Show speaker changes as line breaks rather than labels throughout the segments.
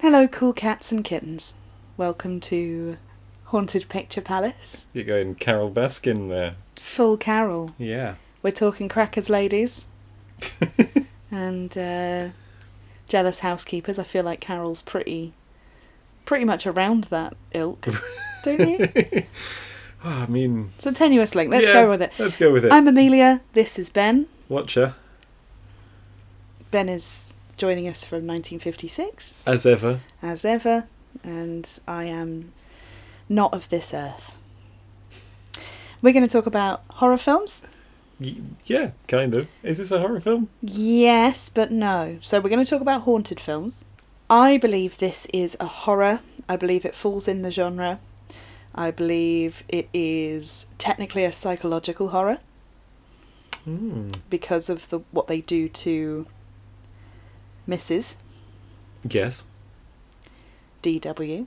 Hello, cool cats and kittens. Welcome to Haunted Picture Palace.
You're going Carol Baskin there.
Full Carol.
Yeah.
We're talking crackers, ladies, and uh, jealous housekeepers. I feel like Carol's pretty, pretty much around that ilk, don't you?
Ah, I mean,
It's a tenuous link. Let's
yeah,
go with it.
Let's go with it.
I'm Amelia. This is Ben.
Watcher,
Ben is joining us from 1956,
as ever.
as ever, and I am not of this earth. We're going to talk about horror films.
Y- yeah, kind of. Is this a horror film?
Yes, but no. So we're going to talk about haunted films. I believe this is a horror. I believe it falls in the genre. I believe it is technically a psychological horror
Hmm.
because of the what they do to Mrs.
Yes.
DW.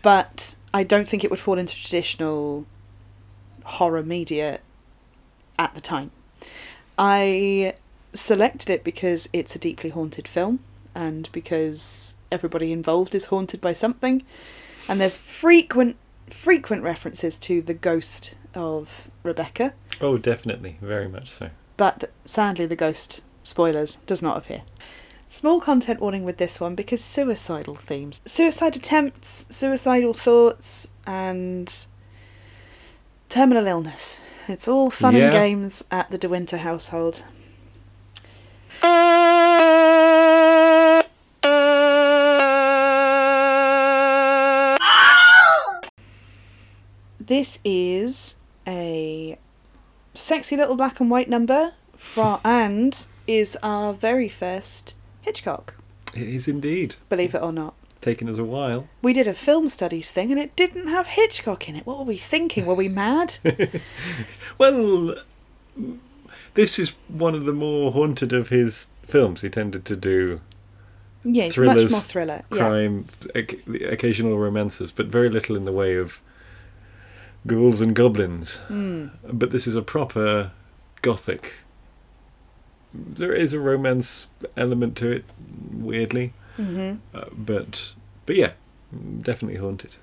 but I don't think it would fall into traditional horror media at the time. I selected it because it's a deeply haunted film and because everybody involved is haunted by something and there's frequent frequent references to the ghost of Rebecca
Oh, definitely. Very much so.
but sadly the ghost spoilers does not appear small content warning with this one because suicidal themes suicide attempts suicidal thoughts and terminal illness it's all fun
Yeah.
and games at the de winter household this is a sexy little black and white number from and is our very first Hitchcock,
It is indeed.
believe it or not.
Taken us a while.
We did a film studies thing and it didn't have Hitchcock in it. What were we thinking? Were we mad?
Well, this is one of the more haunted of his films. He tended to do
Yeah, it's much
Thrillers,
more thriller. Yeah.
crime, oc- the occasional romances, but very little in the way of ghouls and goblins.
Hmm.
But this is a proper gothic. There is a romance element to it, weirdly,
hmm
uh, but but yeah, definitely haunted.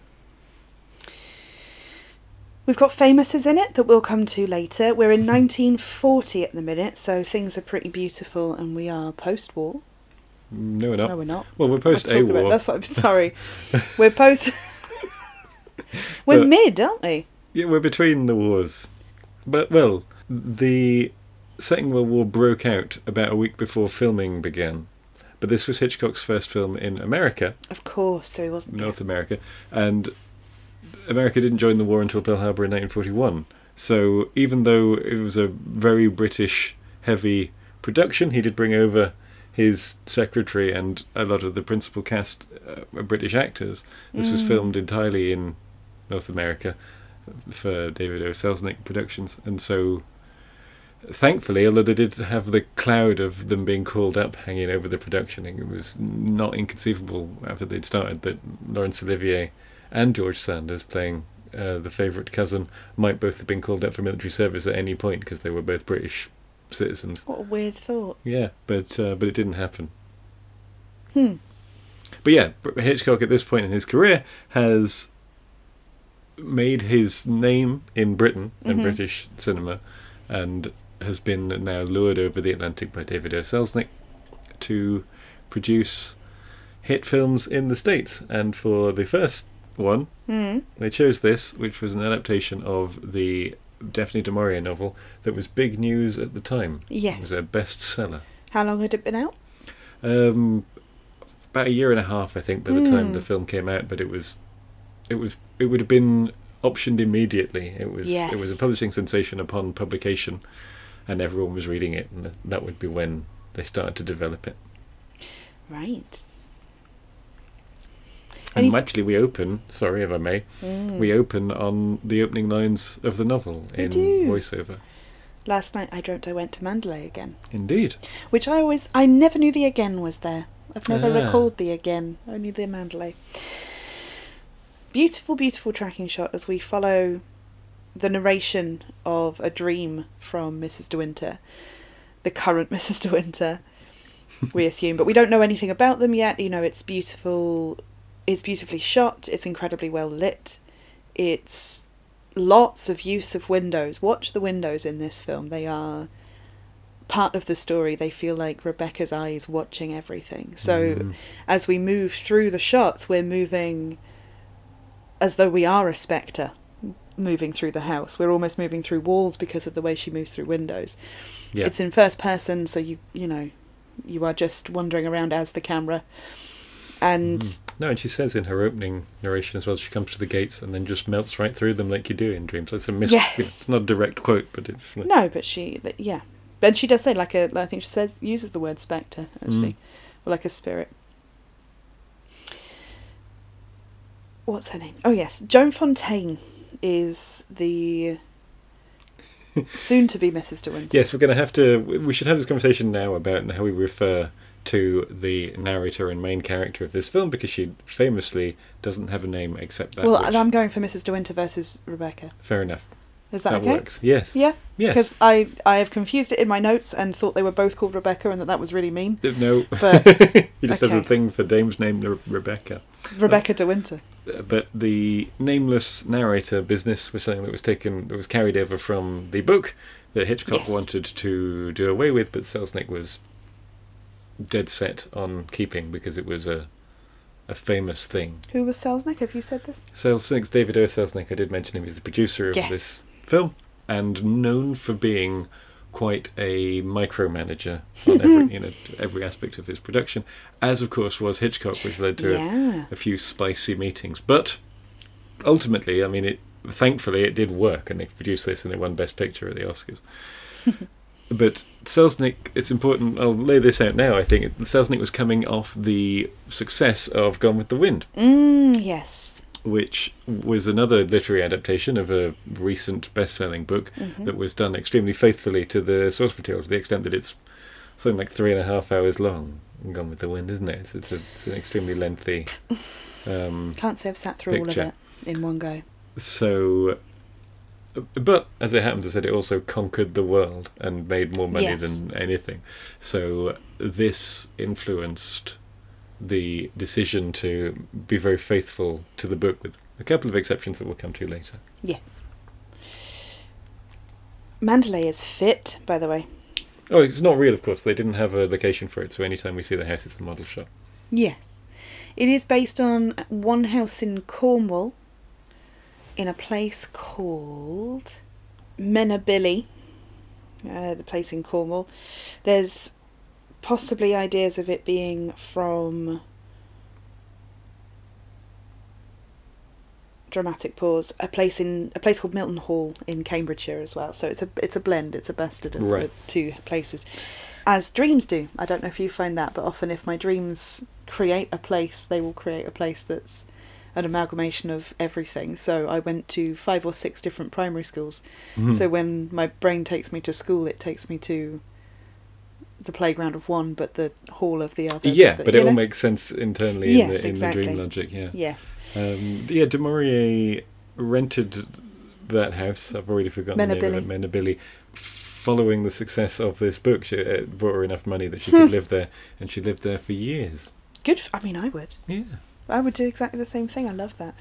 We've got famouses in it that we'll come to later. We're
Hmm.
in 1940 at the minute, so things are pretty beautiful and we are post war.
No, we're not.
No, we're not.
well, we're post
I've talked
A
about-
war.
That's what I'm sorry. We're post. We're
But-
mid, aren't we?
Yeah, we're between the wars. But well, the Second World War broke out about a week before filming began. But this was Hitchcock's first film in America,
Of course, so he wasn't.
North America, and America didn't join the war until Pearl Harbor in 1941. So even though it was a very British heavy production, he did bring over his secretary and a lot of the principal cast uh, were British actors. This was filmed entirely in North America for David O. Selznick Productions, and so. Thankfully, although they did have the cloud of them being called up hanging over the production, it was not inconceivable after they'd started that Laurence Olivier and George Sanders playing uh, the favourite cousin might both have been called up for military service at any point because they were both British citizens.
What a weird thought.
Yeah, but uh, but it didn't happen.
Hmm.
But yeah, Br- Hitchcock at this point in his career has made his name in Britain and
Mhm.
British cinema, and has been now lured over the Atlantic by David O. Selznick to produce hit films in the states. And for the first one,
Hmm.
they chose this, which was an adaptation of the Daphne du Maurier novel that was big news at the time. It was
Yes.
a bestseller.
How long had it been out?
Um, about a year and a half, I think, by the time
Hmm.
the film came out. But it was, it was, it would have been optioned immediately. It was, it was
Yes.
a publishing sensation upon publication, and everyone was reading it, and that would be when they started to develop it.
Right.
And
Any-
actually, we open. Sorry if I may.
Hmm.
We open on the opening lines of the novel
We
in
do.
voiceover.
Last night I dreamt I went to Mandalay again,
Indeed.
which I always, I never knew the again was there. I've never
Ah.
recalled the again, only the Mandalay. Beautiful, beautiful tracking shot as we follow the narration of a dream from Mrs. De Winter, the current Mrs. De Winter, we assume, but we don't know anything about them yet. You know, it's beautiful, it's beautifully shot, it's incredibly well lit, it's lots of use of windows. Watch the windows in this film; they are part of the story. They feel like Rebecca's eyes watching everything. So,
Mm.
as we move through the shots, we're moving as though we are a spectre moving through the house. We're almost moving through walls because of the way she moves through windows.
Yeah.
It's in first person, so you you know you are just wandering around as the camera, and
Mm. No, and she says in her opening narration as well, she comes to the gates and then just melts right through them like you do in dreams. It's a mis-
Yes.
It's not a direct quote, but it's like,
no, but she th- yeah, and she does say like a I think she says uses the word spectre actually,
Mm.
or like a spirit. What's her name? Oh yes, Joan Fontaine is the soon to be Mrs. De Winter.
yes, we're going to have to. we- We should have this conversation now about how we refer to the narrator and main character of this film because she famously doesn't have a name except that.
well,
which-
and I'm going for Mrs. De Winter versus Rebecca.
fair enough.
Is that,
that
okay?
works. Yes.
Yeah.
Yes.
Because I I have confused it in my notes and thought they were both called Rebecca and that that was really mean.
No.
But-
he just has a
okay.
thing for dames named Re- Rebecca.
Rebecca De Winter.
but the nameless narrator business was something that was taken that was carried over from the book that Hitchcock
Yes.
wanted to do away with, but Selznick was dead set on keeping because it was a a famous thing.
Who was Selznick? Have you said this?
Selznick's David O. Selznick, I did mention him, he's the producer of
Yes.
this film and known for being quite a micromanager on every you know every aspect of his production, as of course was Hitchcock, which led to a-
Yeah.
a few spicy meetings. But ultimately, I mean, it thankfully it did work, and they produced this and they won Best Picture at the Oscars. but Selznick, it's important. I'll lay this out now. I think Selznick was coming off the success of Gone with the Wind,
Mm, yes.
which was another literary adaptation of a recent best-selling book
Mm-hmm.
that was done extremely faithfully to the source material to the extent that it's something like three and a half hours long. Gone with the Wind, isn't it? It's, it's, a, it's an extremely lengthy. Um,
Can't say I've sat through all
Picture.
of it in one go.
So, but as it happens, I said it also conquered the world and made more money
Yes.
than anything. So this influenced the decision to be very faithful to the book, with a couple of exceptions that we'll come to later.
Yes. Mandalay is fit, by the way.
Oh, it's not real, of course. They didn't have a location for it, so anytime we see the house, it's a model shop.
Yes. It is based on one house in Cornwall in a place called Menabilly, uh, the place in Cornwall. There's possibly ideas of it being from dramatic pause a place in a place called Milton Hall in Cambridgeshire as well so it's a it's a blend it's a bastard of
Right.
the two places as dreams do I don't know if you find that but often if my dreams create a place they will create a place that's an amalgamation of everything so I went to five or six different primary schools
Mm-hmm. Hmm.
so when my brain takes me to school it takes me to the playground of one but the hall of the other
yeah,
the-
but
you
it all
know?
makes sense internally in,
Yes,
the, in the
exactly.
dream logic. Yeah.
yes
Um, yeah, De Maurier rented that house. I've already forgotten the name of it, Menabilly. Following the success of this book, she, it brought her enough money that she could live there, and she lived there for years.
Good. F- I mean, I would.
Yeah.
I would do exactly the same thing. I love that.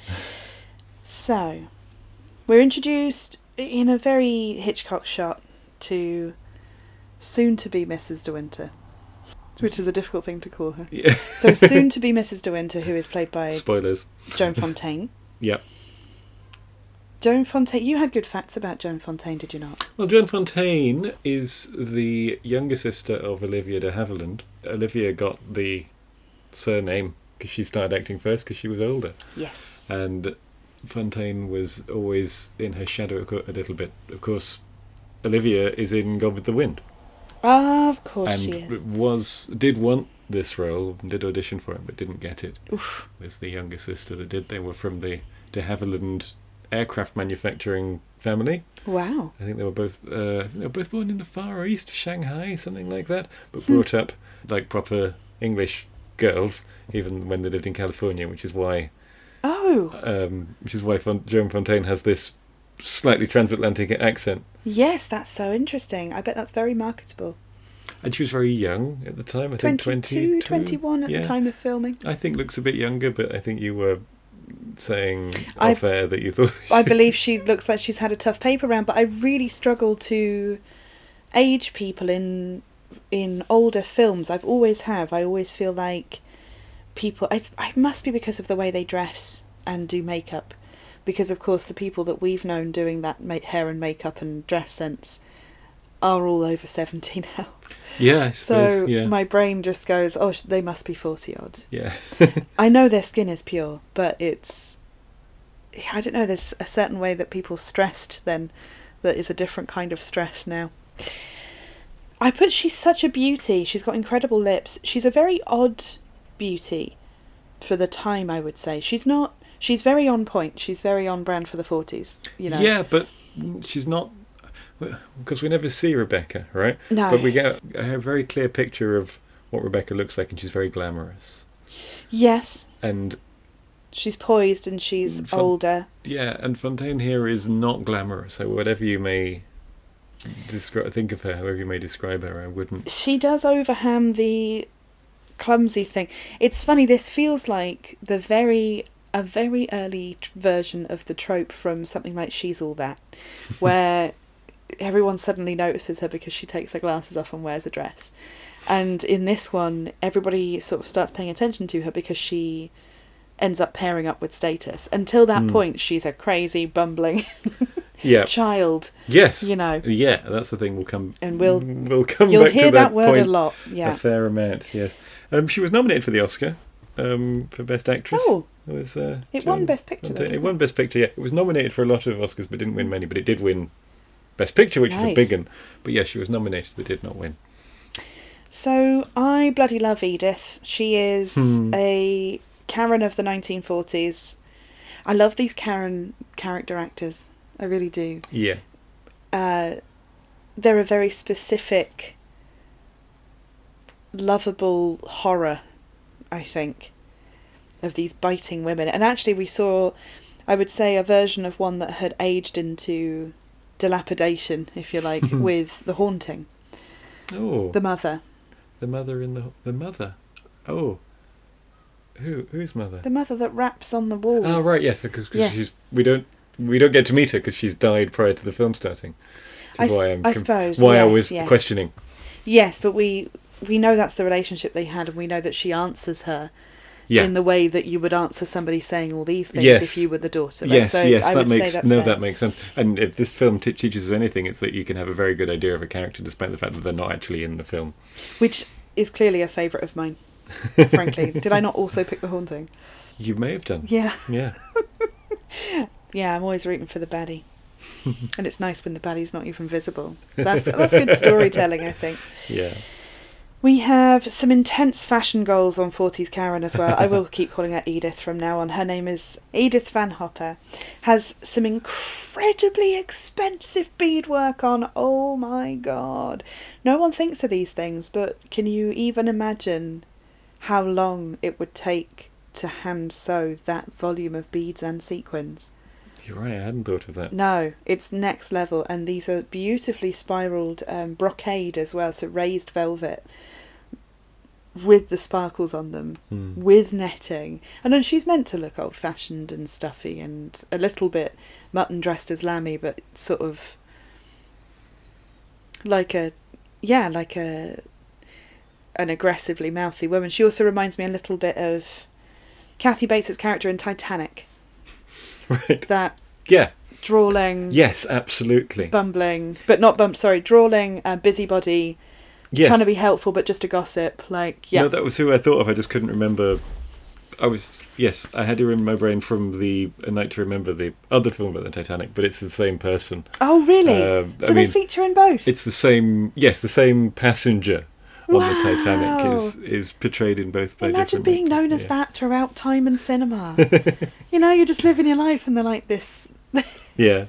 so, we're introduced in a very Hitchcock shot to soon to be Mrs. De Winter, which is a difficult thing to call her.
yeah.
So, soon to be Mrs. De Winter, who is played by
Spoilers.
Joan Fontaine.
Yep.
Joan Fontaine, you had good facts about Joan Fontaine, did you not?
Well, Joan Fontaine is the younger sister of Olivia de Havilland. Olivia got the surname because she started acting first because she was older.
Yes.
and Fontaine was always in her shadow a co- a little bit. Of course, Olivia is in God with the Wind,
Ah, of course she is.
and was did want this role, did audition for it, but didn't get it.
Oof.
Was the younger sister that did. They were from the De Havilland aircraft manufacturing family.
Wow.
I think they were both uh, I think they were both born in the Far East, Shanghai, something like that, but
Hmm.
brought up like proper English girls, even when they lived in California, which is why
Oh,
um, which is why Fon- Joan Fontaine has this slightly transatlantic accent.
yes, that's so interesting. I bet that's very marketable.
And she was very young at the time. I think
22,
22,
21 at
yeah.
the time of filming.
I think looks a bit younger, but I think you were saying
I-
off air that you thought.
I believe she looks like she's had a tough paper round, but I really struggle to age people in in older films. I've always have. I always feel like people. It, it must be because of the way they dress and do makeup, because of course the people that we've known doing that ma- hair and makeup and dress sense are all over seventy now.
yeah, I
So
suppose, yeah,
my brain just goes, oh, sh- they must be forty odd.
yeah.
I know their skin is pure, but it's yeah, I don't know. There's a certain way that people stressed then, that is a different kind of stress now. I put she's such a beauty. She's got incredible lips. She's a very odd beauty for the time. I would say she's not. She's very on point. She's very on brand for the forties. You know.
Yeah, but she's not because we never see Rebecca, right?
No.
But we get a very clear picture of what Rebecca looks like, and she's very glamorous.
Yes,
And
she's poised and she's
Mm, Fun-
older.
yeah, and Fontaine here is not glamorous. So whatever you may describe, think of her, however you may describe her, I wouldn't.
she does overham the clumsy thing. It's funny. This feels like the very a very early t- version of the trope from something like She's All That, where everyone suddenly notices her because she takes her glasses off and wears a dress. And in this one, everybody sort of starts paying attention to her because she ends up pairing up with status. Until that
Hmm.
point, she's a crazy, bumbling
Yeah.
child,
yes.
you know.
Yeah, that's the thing. We'll come.
And we'll-
we'll come.
You'll
back
hear
to
that word
point
a lot.
A
Yeah.
fair amount. Yes. Um, she was nominated for the Oscar um, for Best Actress.
Oh,
It was. Uh,
it won
Joan-
Best Picture. though,
Fontaine. It
didn't
won Best Picture. Yeah, it was nominated for a lot of Oscars, but didn't win many. But it did win Best Picture, which is a
Nice.
big one. But yeah, she was nominated, but did not win.
So I bloody love Edith. She is
Hmm.
a Karen of the 1940s. I love these Karen character actors. I really do.
Yeah,
Uh, they're a very specific, lovable horror, I think, of these biting women. And actually, we saw, I would say, a version of one that had aged into dilapidation, if you like, with The Haunting,
Oh,
the
the,
mother.
mother in the the mother. Oh, who whose mother?
The mother that raps on the walls.
Oh right, yes, because
Yes.
she's we don't we don't get to meet her because she's died prior to the film starting.
I
Which is
s-
why I'm
I
conf-
suppose,
why I
yes,
was
yes.
questioning.
Yes, but we we know that's the relationship they had, and we know that she answers her
Yeah.
in the way that you would answer somebody saying all these things
Yes.
if you were the daughter. Right?
Yes,
so
yes,
I
that
would say
makes
that's
no,
fair.
that makes sense. And if this film t- teaches us anything, it's that you can have a very good idea of a character despite the fact that they're not actually in the film.
which is clearly a favourite of mine. frankly, did I not also pick the haunting?
You may have done.
Yeah,
Yeah.
yeah, I'm always rooting for the baddie, and it's nice when the baddie's not even visible. That's that's good storytelling, I think.
Yeah.
We have some intense fashion goals on 40s Karen as well. I will keep calling her Edith from now on. Her name is Edith Van Hopper. Has some incredibly expensive beadwork on. Oh my god. No one thinks of these things, but can you even imagine how long it would take to hand sew that volume of beads and sequins?
You're right, I hadn't thought of that.
No, it's next level, and these are beautifully spiraled um, brocade as well, so raised velvet with the sparkles on them,
Hmm.
with netting. And then she's meant to look old fashioned and stuffy and a little bit mutton dressed as lammy, but sort of like a, yeah, like a an aggressively mouthy woman. She also reminds me a little bit of Kathy Bates' character in Titanic,
Right.
that
Yeah.
drawling.
Yes, absolutely.
bumbling, but not bump. Sorry, drawling, uh, busybody,
yes.
trying to be helpful, but just a gossip. Like, yeah,
No, that was who I thought of. I just couldn't remember. I was yes, I had her in my brain from the A Night to Remember, the other film about the Titanic, but it's the same person.
oh really?
Um,
Do
I
they
mean,
feature in both?
It's the same. Yes, the same passenger on the Titanic
Wow.
is is portrayed in both. By
Imagine
different
being
actors.
known as
Yeah.
that throughout time and cinema. you know, you're just living your life, and they're like this
Yeah.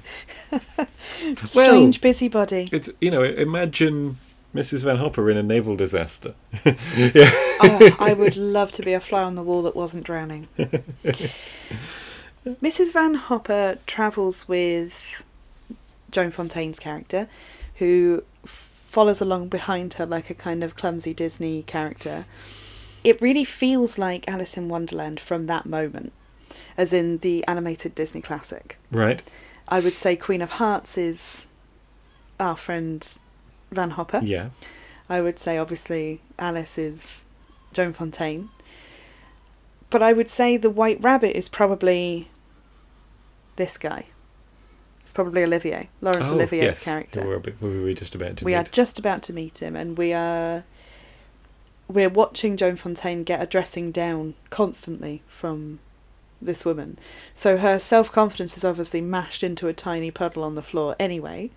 strange busybody.
It's you know imagine Mrs. Van Hopper in a naval disaster.
oh, I would love to be a fly on the wall that wasn't drowning. Mrs. Van Hopper travels with Joan Fontaine's character, who f- follows along behind her like a kind of clumsy Disney character. It really feels like Alice in Wonderland from that moment, as in the animated Disney classic.
Right.
I would say Queen of Hearts is our friend Van Hopper.
Yeah.
I would say obviously Alice is Joan Fontaine. But I would say the White Rabbit is probably this guy. It's probably Olivier, Laurence
Oh,
Olivier's
yes.
character.
We were, a bit- we were just about to
we are
meet.
just about to meet him, and we are we're watching Joan Fontaine get a dressing down constantly from this woman. So her self confidence is obviously mashed into a tiny puddle on the floor anyway,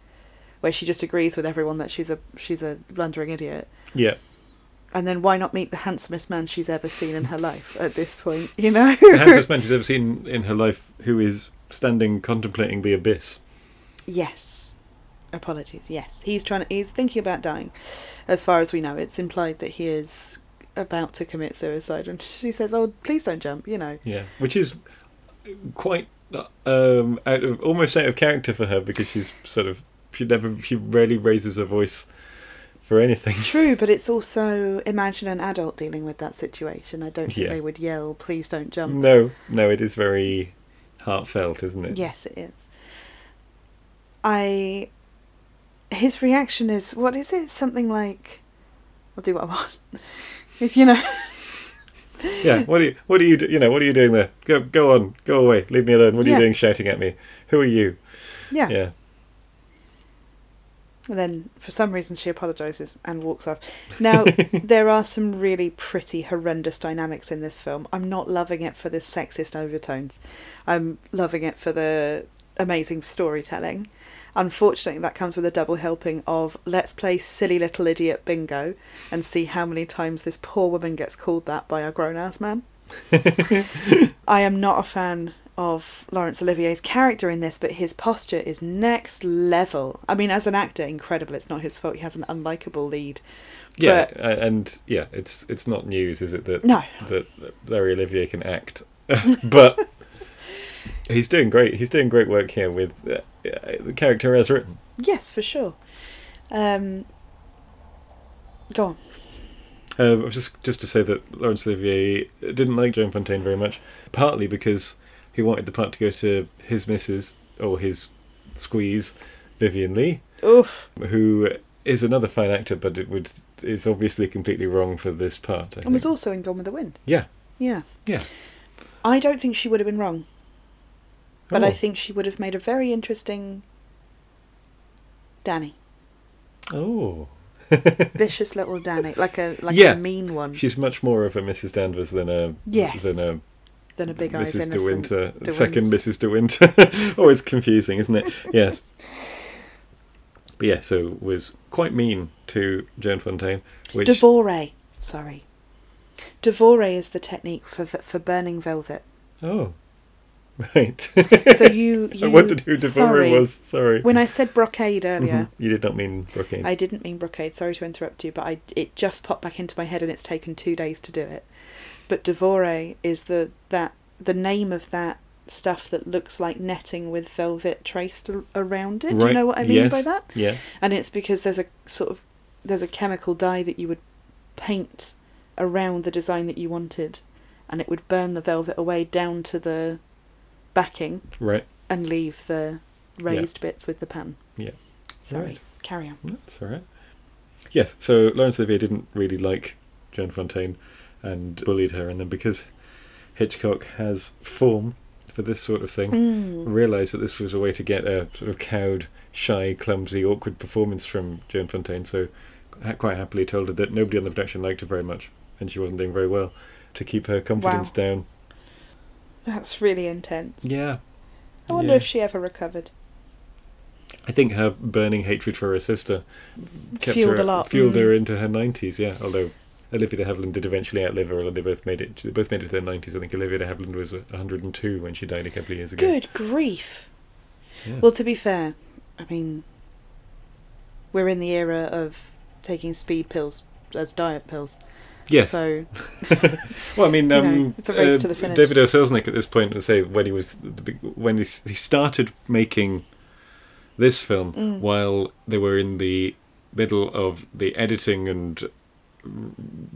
where she just agrees with everyone that she's a she's a blundering idiot.
Yeah.
And then why not meet the handsomest man she's ever seen in her life at this point, you know?
The handsomest man she's ever seen in her life who is standing contemplating the abyss.
Yes. Apologies. Yes, he's trying. To, he's thinking about dying. As far as we know, it's implied that he is about to commit suicide, and she says, "Oh, please don't jump." You know.
Yeah. Which is quite um, out of almost out of character for her because she's sort of she never she rarely raises her voice for anything.
True, but it's also imagine an adult dealing with that situation. I don't think
Yeah.
they would yell, "Please don't jump."
No, no, it is very heartfelt, isn't it?
Yes, it is. I. His reaction is what is it? Something like, "I'll do what I want." If you know.
Yeah. What are you? What are you? Do, you know? What are you doing there? Go, go on. Go away. Leave me alone. What are
Yeah.
you doing? Shouting at me? Who are you?
Yeah.
Yeah.
And then, for some reason, she apologises and walks off. Now, there are some really pretty, horrendous dynamics in this film. I'm not loving it for the sexist overtones. I'm loving it for the amazing storytelling. Unfortunately, that comes with a double helping of let's play silly little idiot bingo and see how many times this poor woman gets called that by a grown ass man. I am not a fan of Laurence Olivier's character in this, but his posture is next level. I mean, as an actor, incredible. It's not his fault. He has an unlikable lead.
Yeah. a- and yeah, it's it's not news, is it? That
No.
that Larry Olivier can act, but he's doing great. He's doing great work here with uh, uh, the character as written.
Yes, for sure. Um, go on.
Um, I was just just to say that Laurence Olivier didn't like Joan Fontaine very much, partly because he wanted the part to go to his missus or his squeeze, Vivian Lee,
Oof.
who is another fine actor, but it would is obviously completely wrong for this part. I
And was
think.
also in Gone with the Wind.
Yeah,
Yeah.
yeah.
I don't think she would have been wrong, but
oh.
I think she would have made a very interesting Danny.
oh,
Vicious little Danny. Like a like
Yeah.
a mean one
she's much more of a Mrs. Danvers than a
Yes.
than a
than a big eyes
Mrs. De
innocent.
Winter,
De
second
Winter.
Mrs. De Winter. Always confusing, isn't it? Yes. But yeah, so was quite mean to Joan Fontaine, which
Devore. Sorry. Devore is the technique for for burning velvet.
oh, right.
So you, you
I wondered who Devore
sorry.
was. Mm-hmm. Sorry,
When I said brocade earlier,
you did not mean Brooking.
I didn't mean brocade. Sorry to interrupt you, but I it just popped back into my head, and it's taken two days to do it. But Devore is the that the name of that stuff that looks like netting with velvet traced ar- around it. Do you know what I mean by
yes,
that?
Yeah,
and it's because there's a sort of there's a chemical dye that you would paint around the design that you wanted and it would burn the velvet away down to the backing
right.
and leave the raised bits with the pan
Yeah.
sorry
Right.
carry on
That's all right. Yes, so Laurence Olivier didn't really like Joan Fontaine and bullied her, and then because Hitchcock has form for this sort of thing,
Mm,
realised that this was a way to get a sort of cowed, shy, clumsy, awkward performance from Joan Fontaine, so ha- quite happily told her that nobody on the production liked her very much, and she wasn't doing very well, to keep her confidence down.
that's really intense
Yeah.
i wonder
yeah.
if she ever recovered
I think her burning hatred for her sister kept
Fueled
her,
a lot,
fueled
mm.
her into her nineties. Yeah, although Olivia de Havilland did eventually outlive her, and they both made it. They both made it to their nineties. I think Olivia de Havilland was one hundred and two when she died a couple of years ago.
good grief
Yeah.
well to be fair i mean we're in the era of taking speed pills as diet pills
yes.
so
well, I mean,
you
um,
know, it's a race to the finish.
David O. Selznick at this point would say when he was the big- when he, s-
Mm.
he started making this film while they were in the middle of the editing and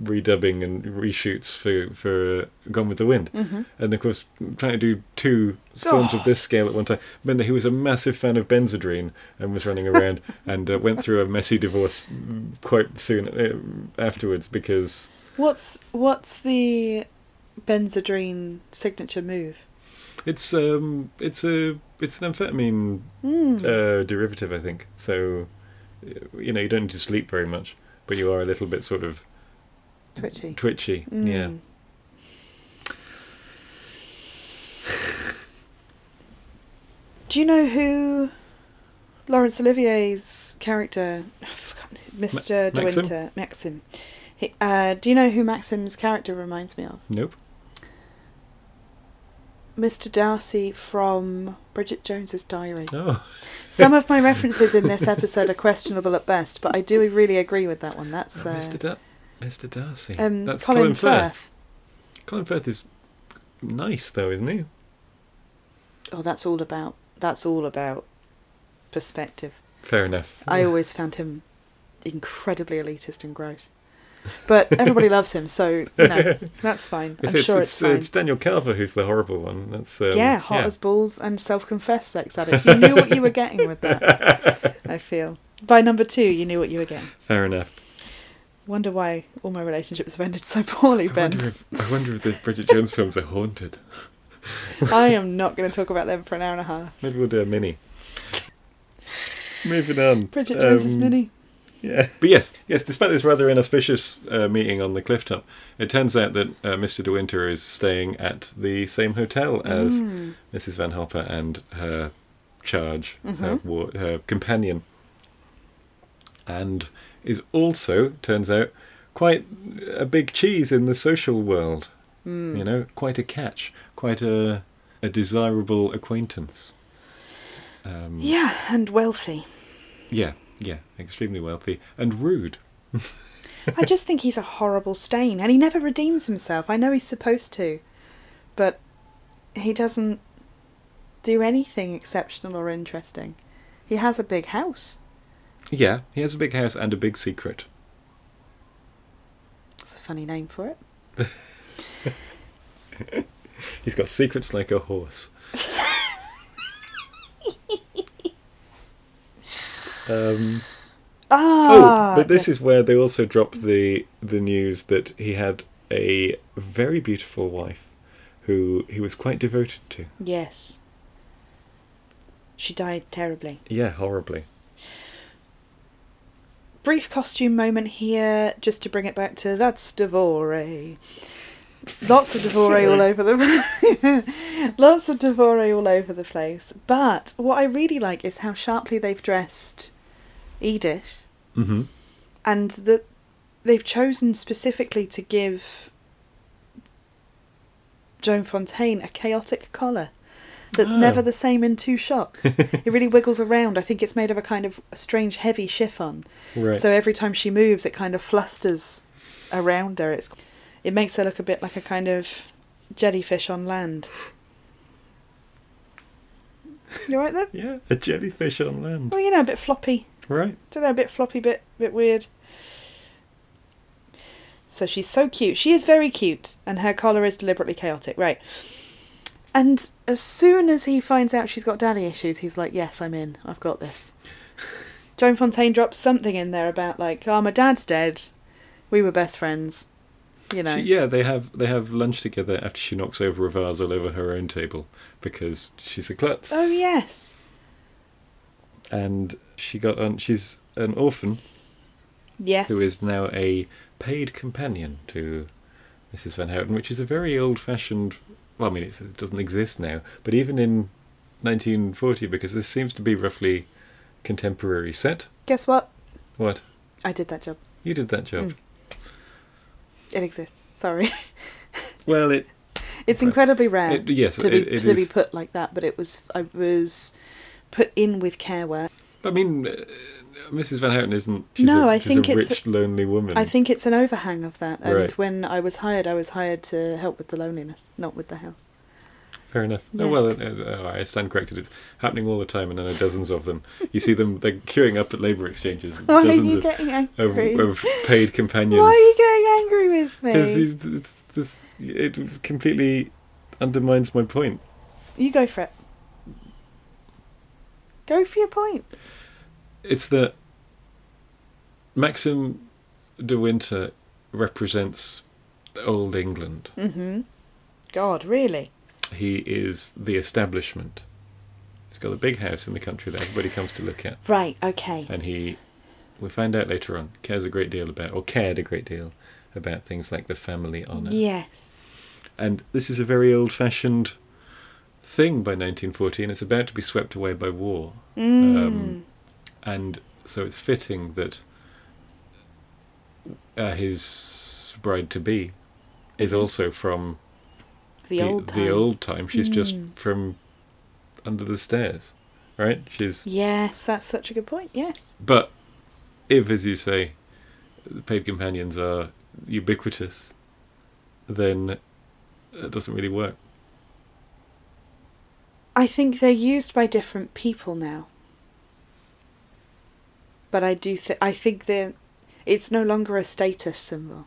redubbing and reshoots for for uh, Gone with the Wind,
mm-hmm.
and of course trying to do two films of this scale at one time meant that he was a massive fan of Benzedrine and was running around and uh, went through a messy divorce mm, quite soon uh, afterwards because
What's what's the Benzedrine signature move?
it's um it's a it's an amphetamine
Hmm.
uh, derivative I think so uh, you know you don't need to sleep very much but you are a little bit sort of
Twitchy. Hmm.
twitchy Hmm. yeah
Do you know who Laurence Olivier's character, oh, I've forgotten who- Mr. De
Maxim?
Winter, Maxim? He, uh, do you know who Maxim's character reminds me of?
nope
Mr. Darcy from Bridget Jones's Diary.
oh
Some of my references in this episode are questionable at best, but I do really agree with that one. That's uh,
Mr. Da- Mr. Darcy
um,
Oh, that's
Colin,
Colin Firth.
Firth.
Colin Firth is nice though isn't he
Oh, that's all about that's all about perspective.
fair enough
I always found him incredibly elitist and gross, but everybody loves him, so you know that's fine. I'm
It's,
sure it's,
it's,
fine.
it's Daniel Calver who's the horrible one. That's um,
yeah, hot as balls and self-confessed sex addict. You knew what you were getting with that. I feel by number two, you knew what you were getting.
fair enough.
Wonder why all my relationships have ended so poorly,
I
Ben.
wonder, if, I wonder if the Bridget Jones films are haunted.
I am not going to talk about them for an hour and a half.
Maybe we'll do a mini. Moving on.
Bridget Jones's
Um,
mini.
Yeah. But yes, yes. Despite this rather inauspicious uh, meeting on the clifftop, it turns out that uh, Mr. De Winter is staying at the same hotel as Mrs. Van Hopper and her charge, her, war- her companion, and is also turns out quite a big cheese in the social world. You know, quite a catch, quite a a desirable acquaintance. Um,
Yeah, and wealthy.
Yeah, yeah, extremely wealthy and rude.
I just think he's a horrible stain, and he never redeems himself. I know he's supposed to, but he doesn't do anything exceptional or interesting. He has a big house.
Yeah, he has a big house and a big secret.
That's a funny name for it.
He's got secrets like a horse. um,
Ah,
oh, but this
yes.
is where they also drop the the news that he had a very beautiful wife, who he was quite devoted to.
yes. She died terribly.
Yeah, horribly.
Brief costume moment here, just to bring it back to that's Devore. Lots of
Sorry.
Devore all over the Lots of Devore all over the place. But what I really like is how sharply they've dressed Edith
Mm-hmm.
and that they've chosen specifically to give Joan Fontaine a chaotic collar that's
Oh.
never the same in two shots. it really wiggles around. I think it's made of a kind of strange heavy chiffon.
Right.
So every time she moves, it kind of flusters around her. It's it makes her look a bit like a kind of jellyfish on land. You all right then?
yeah, a jellyfish on land.
Well, you know, a bit floppy
Right.
don't know, a bit floppy, bit bit weird. So she's so cute. She is very cute, and her collar is deliberately chaotic, right? And as soon as he finds out she's got daddy issues, he's like, "Yes, I'm in. I've got this." Joan Fontaine drops something in there about like, "Oh, my dad's dead. We were best friends." You know,
She, yeah, they have they have lunch together after she knocks over a vase all over her own table because she's a klutz.
Oh yes.
And she got on. She's an orphan.
Yes.
who is now a paid companion to Mrs. Van Houten, which is a very old fashioned. Well, I mean, it's, it doesn't exist now, but even in 1940, because this seems to be roughly contemporary set.
Guess what?
What?
I did that job.
You did that job.
Hmm. It exists. Sorry.
Well, it.
It's
But
incredibly rare.
it- yes,
Uh, to,
it-
be,
it
to be
is.
put like that, but it was I was put in with care work.
I mean, uh, Mrs. Van Houten isn't. She's
No,
I
I think
a
it's-
rich, lonely woman.
I think it's an overhang of that. And
Right.
when I was hired, I was hired to help with the loneliness, not with the house.
fair enough. Oh,
Yeah.
well, uh, uh, uh, I stand corrected. It's happening all the time, and there are dozens of them. You see them, they're queuing up at labour exchanges.
Why are
dozens
you
of,
getting
of,
angry?
of paid companions.
Why are you getting angry with
Because
me?
it, it's- this- it completely undermines my point.
You go for it. Go for your point.
It's that Maxim de Winter represents old England.
Mm-hmm. God, really?
He is the establishment. He's got a big house in the country that everybody comes to look at.
Right, okay.
and he we find out later on cares a great deal about or cared a great deal about things like the family honor
Yes.
and this is a very old fashioned thing by 1914 it's about to be swept away by war
Mm.
um, and so it's fitting that uh, his bride to be is also from
Mm. The, old time. Mm.
the old time she's just from under the stairs right she's
Yes, that's such a good point. Yes.
But if, as you say, the paid companions are ubiquitous, then it doesn't really work.
I think they're used by different people now. But I do think I think they're it's no longer a status symbol.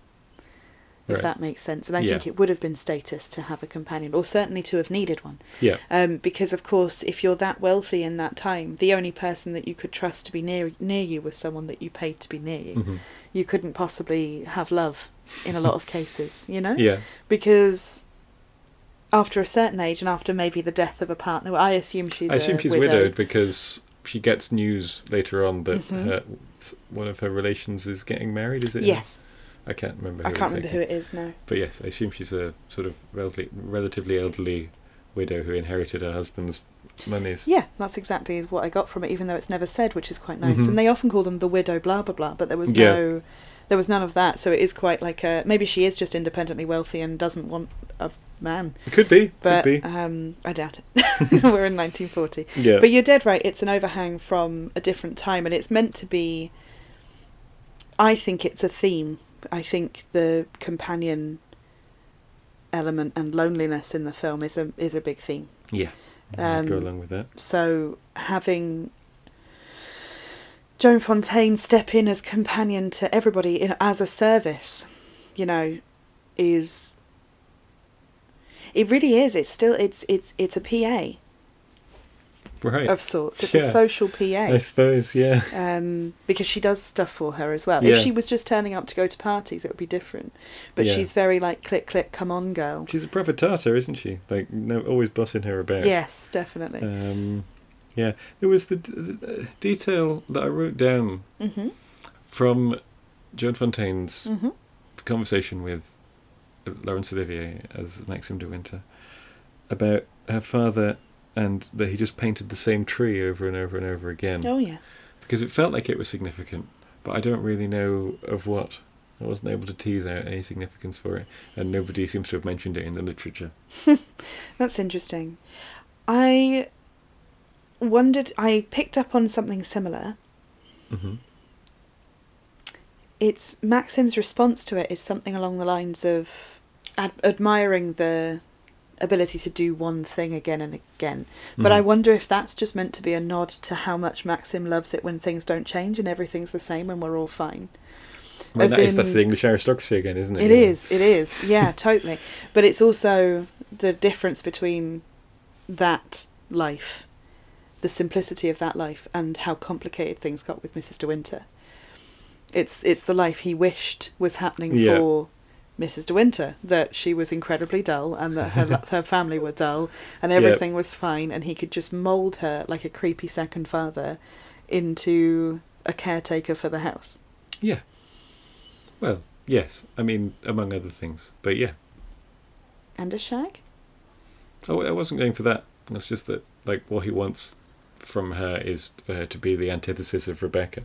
If
Right.
that makes sense. And I
Yeah.
think it would have been status to have a companion, or certainly to have needed one.
Yeah,
Um, because of course, if you're that wealthy in that time, the only person that you could trust to be near near you was someone that you paid to be near you.
Mhm.
You couldn't possibly have love in a lot of cases, you know,
yeah,
because after a certain age and after maybe the death of a partner, well, I assume she's
I assume
a
she's
widow.
widowed. because she gets news later on that
Mhm.
her, one of her relations is getting married. Is it?
Yes,
I can't remember.
I can't remember
exactly.
who it is now.
But yes, I assume she's a sort of relatively, relatively elderly widow who inherited her husband's monies.
Yeah, that's exactly what I got from it, even though it's never said, which is quite nice.
Mhm.
And they often call them the widow, blah blah blah, but there was
Yeah.
no, there was none of that. So it is quite like a maybe she is just independently wealthy and doesn't want a man,
It could be.
but
could be.
um, I doubt it. We're in 1940,
yeah.
but you're dead right. It's an overhang from a different time, and it's meant to be. I think it's a theme. I think the companion element and loneliness in the film is a is a big theme.
yeah.
um,
go along with that.
So having Joan Fontaine step in as companion to everybody in, as a service, you know, is it really is. It's still it's it's it's a PA
Right.
of sorts. It's
Yeah.
a social
I
PA.
suppose. Yeah.
Um, because she does stuff for her as well.
Yeah.
If she was just turning up to go to parties, it would be different. But
Yeah.
she's very like click click, come on, girl.
She's a proper tartar, isn't she? Like, no, always bossing her about.
Yes, definitely.
Um, yeah. There was the, d- the uh, detail that I wrote down
hmm
from Joan Fontaine's
hmm
conversation with uh, Laurence Olivier as Maxim de Winter about her father and that he just painted the same tree over and over and over again
Oh yes.
because it felt like it was significant, but I don't really know of what. I wasn't able to tease out any significance for it, and nobody seems to have mentioned it in the literature.
That's interesting. I wondered, I picked up on something similar.
hmm
It's Maxim's response to it is something along the lines of ad- admiring the ability to do one thing again and again. But I
Mhm.
wonder if that's just meant to be a nod to how much Maxim loves it when things don't change and everything's the same and we're all fine.
Well,
As
that is, that's
in-
the English aristocracy again, isn't it?
It
Yeah.
is, it is. Yeah, totally. But it's also the difference between that life, the simplicity of that life, and how complicated things got with Mrs. De Winter. It's it's the life he wished was happening
Yeah.
for Mrs. De Winter. That she was incredibly dull, and that her lo- her family were dull, and
Yeah.
everything was fine, and he could just mould her like a creepy second father into a caretaker for the house.
Yeah. Well, yes. I mean, among other things. But yeah,
And a shag.
I, Oh, I wasn't going for that. It's just that, like, what he wants from her is for her to be the antithesis of Rebecca.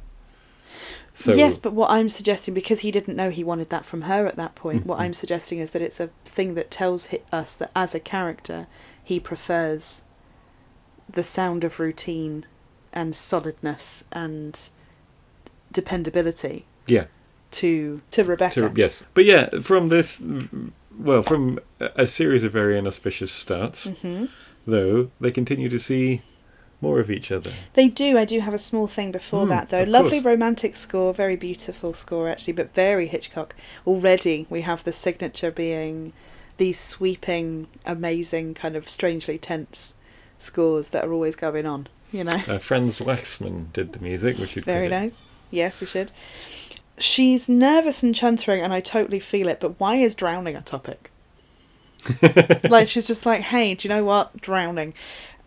So,
yes, but what I'm suggesting, because he didn't know he wanted that from her at that point, what
Mhm.
I'm suggesting is that it's a thing that tells hi- us that as a character, he prefers the sound of routine and solidness and dependability
yeah.
to to Rebecca.
To, yes. But yeah, from this well, from a a series of very inauspicious starts,
Mm. Mm-hmm.
though, they continue to see more of each other.
They do. I do have a small thing before
Hmm,
that, though.
of
Lovely
course.
romantic score, very beautiful score, actually, but very Hitchcock. Already, we have the signature being these sweeping, amazing, kind of strangely tense scores that are always going on, you know?
Uh, Franz Waxman did the music, which you'd
Very
credit.
nice. Yes, we should. She's nervous and chuntering, and I totally feel it, but why is drowning a topic? like, she's just like, hey, do you know what? Drowning.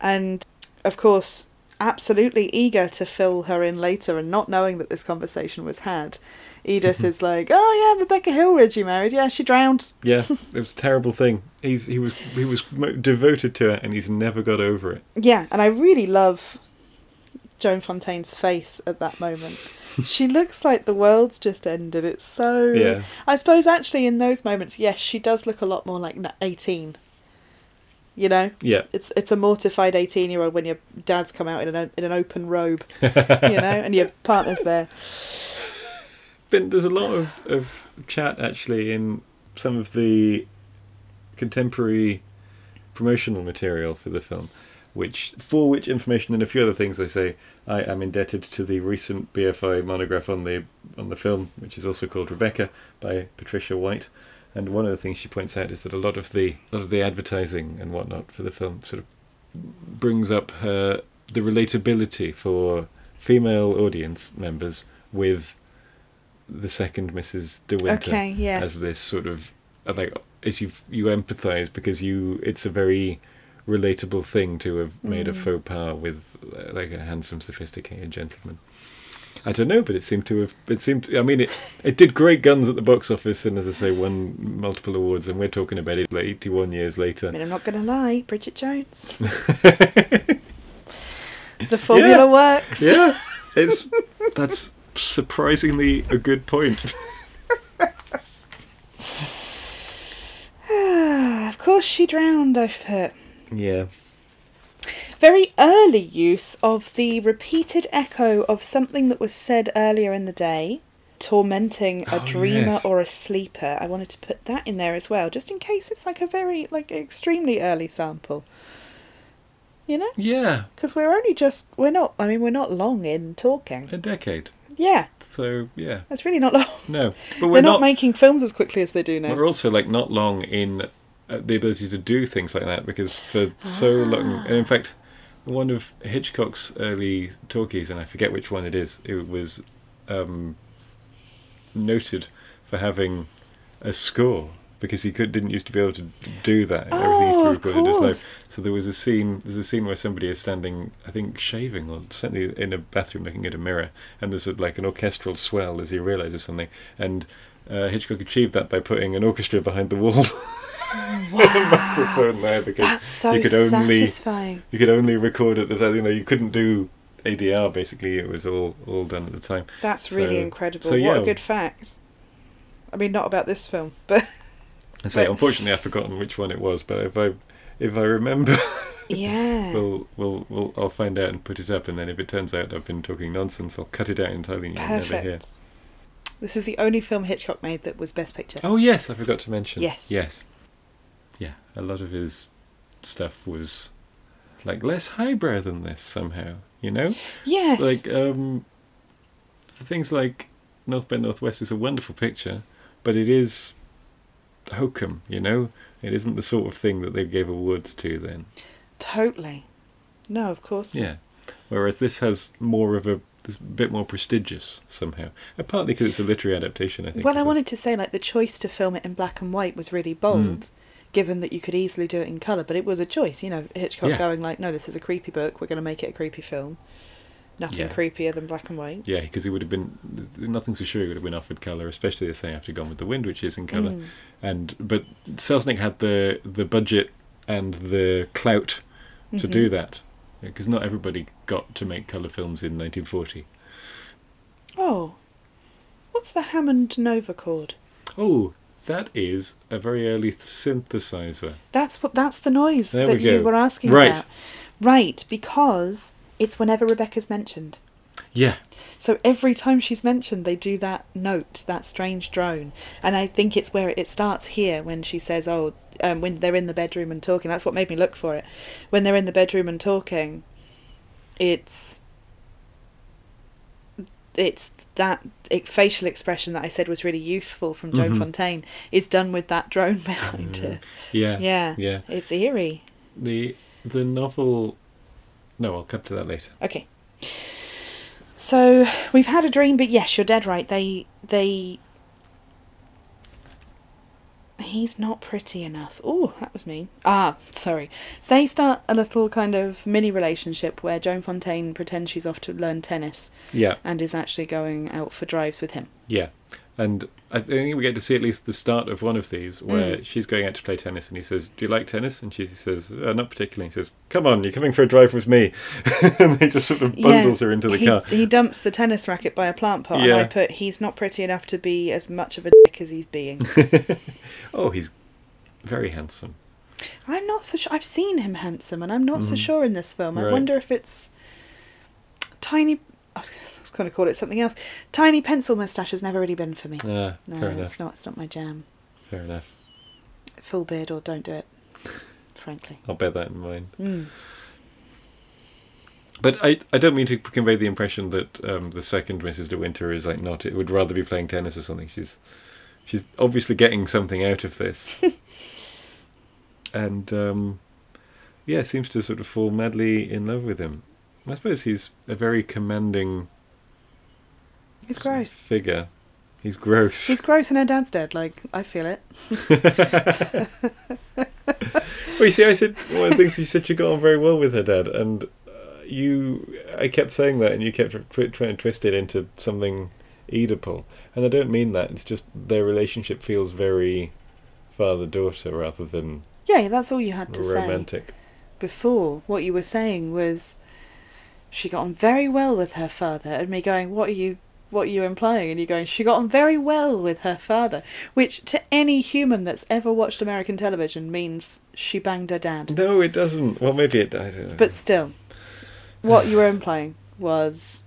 And of course, absolutely eager to fill her in later and not knowing that this conversation was had. Edith is like, oh, yeah, Rebecca Hillridge, you married. Yeah, she drowned.
Yeah, it was a terrible thing. He's he was he was mo- devoted to it, and he's never got over it.
Yeah, and I really love Joan Fontaine's face at that moment. she looks like the world's just ended. It's so.
Yeah.
I suppose actually in those moments, yes, she does look a lot more like na- eighteen. You know,
Yeah,
it's it's a mortified eighteen-year-old when your dad's come out in an o- in an open robe, you know, and your partner's there.
been there's a lot of of chat actually in some of the contemporary promotional material for the film, which for which information and a few other things I say I am indebted to the recent BFI monograph on the on the film, which is also called Rebecca by Patricia White. And one of the things she points out is that a lot of the a lot of the advertising and whatnot for the film sort of brings up her the relatability for female audience members with the second Mrs. De Winter
Okay, yes.
as this sort of uh, like as you you empathize because you it's a very relatable thing to have made
Mm.
a faux pas with uh, like a handsome sophisticated gentleman i don't know but it seemed to have it seemed i mean it it did great guns at the box office and as i say won multiple awards and we're talking about it like 81 years
I
later
mean, I'm not going to lie, Bridget Jones. the formula works.
yeah it's that's surprisingly a good point
of course, she drowned. I've put.
yeah
very early use of the repeated echo of something that was said earlier in the day, tormenting a
Oh,
dreamer
yes.
or a sleeper. I wanted to put that in there as well, just in case it's like a very, like, extremely early sample. You know?
yeah
Because we're only just, we're not, I mean, we're not long in talking.
a decade
Yeah,
so yeah
that's really not long.
no but
They're
we're
not,
not
making films as quickly as they do now.
We're also like not long in uh, the ability to do things like that because for so
Ah.
long, and in fact, one of Hitchcock's early talkies, and I forget which one it is, it was um, noted for having a score because he could didn't used to be able to do that. and Everything used to be
Oh, of
recorded as
course.
live. So there was a scene. There's a scene where somebody is standing, I think, shaving or certainly in a bathroom looking at a mirror, and there's a, like an orchestral swell as he realizes something. And uh, Hitchcock achieved that by putting an orchestra behind the wall, with a microphone there because
That's so
you could only
satisfying.
you could only record at the time. You know, you couldn't do ADR. Basically, it was all all done at the time.
That's really
So-
incredible.
so,
What
yeah.
a good fact. I mean, not about this film, but
And so,
But-
unfortunately, I've forgotten which one it was, but if I if I remember.
yeah.
We'll, we'll, we'll, I'll find out and put it up, and then if it turns out I've been talking nonsense, I'll cut it out entirely and you'll never hear.
Perfect. This is the only film Hitchcock made that was Best Picture.
Oh, yes, I forgot to mention.
Yes.
Yes. Yeah, a lot of his stuff was like less highbrow than this somehow, you know?
yes.
Like, um, things like North by Northwest is a wonderful picture, but it is hokum, you know? It isn't the sort of thing that they gave awards to then.
totally. No, of course. not.
Yeah. Whereas this has more of a it's a bit more prestigious somehow, and partly because it's a literary adaptation. I think.
Well,
as
I wanted to say, like, the choice to film it in black and white was really bold,
Hmm.
given that you could easily do it in colour, but it was a choice. You know, Hitchcock
Yeah.
going, like, no, this is a creepy book, we're going to make it a creepy film. Nothing
Yeah.
creepier than black and white.
Yeah, because it would have been nothing's for sure. It would have been offered color, especially the same after Gone with the Wind, which is in color.
Mm.
And but Selznick had the the budget and the clout to do that, because not everybody got to make color films in 1940.
Oh. What's the Hammond Nova chord?
Oh, that is a very early synthesizer.
That's what that's the noise
There
that
we
you
go.
were asking
Right.
about. Right, because it's whenever Rebecca's mentioned.
Yeah.
So every time she's mentioned, they do that note, that strange drone, and I think it's where it starts here when she says, "Oh, um, when they're in the bedroom and talking." That's what made me look for it. When they're in the bedroom and talking, it's it's that e- facial expression that I said was really youthful from Joan
Mhm.
Fontaine is done with that drone behind her.
Mm-hmm. Yeah.
Yeah.
Yeah.
It's eerie.
The the novel. No, I'll come to that later.
Okay. So we've had a dream, but yes, you're dead right. They they He's not pretty enough. Oh, that was mean. Ah, sorry. They start a little kind of mini relationship where Joan Fontaine pretends she's off to learn tennis
Yeah.
and is actually going out for drives with him.
Yeah. And I think we get to see at least the start of one of these where she's going out to play tennis and he says, Do you like tennis? And she says, uh, Not particularly. And he says, Come on, you're coming for a drive with me. and he just sort of bundles her into the
he,
car.
He dumps the tennis racket by a plant pot, and
Yeah.
I put he's not pretty enough to be as much of a dick as he's being.
Oh, he's very handsome.
I'm not so sure. I've seen him handsome, and I'm not so
Mhm.
sure in this film. I
Right.
wonder if it's tiny. I was, I was going to call it something else. Tiny pencil moustache has never really been for me.
Ah,
No,
fair
it's
enough.
not. It's not my jam.
Fair enough.
Full beard or don't do it. Frankly.
I'll bear that in mind.
Mm.
But I, I don't mean to convey the impression that um, the second Mrs. De Winter is like not. It would rather be playing tennis or something. She's she's obviously getting something out of this, and um, yeah, seems to sort of fall madly in love with him. I suppose he's a very commanding
He's
sort of
gross.
figure. He's gross.
He's gross, and her dad's dead. Like I feel it.
well, you see, I said one of the things you said she got on very well with her dad, and uh, you, I kept saying that, and you kept tr- trying to twist it into something Oedipal, and I don't mean that. It's just their relationship feels very father-daughter rather than
Yeah, that's all you had to say.
romantic.
before what you were saying was she got on very well with her father and me going what are you what are you implying and you going she got on very well with her father which to any human that's ever watched american television means she banged her dad
No, it doesn't. Well, maybe it. I don't know.
but still what you were implying was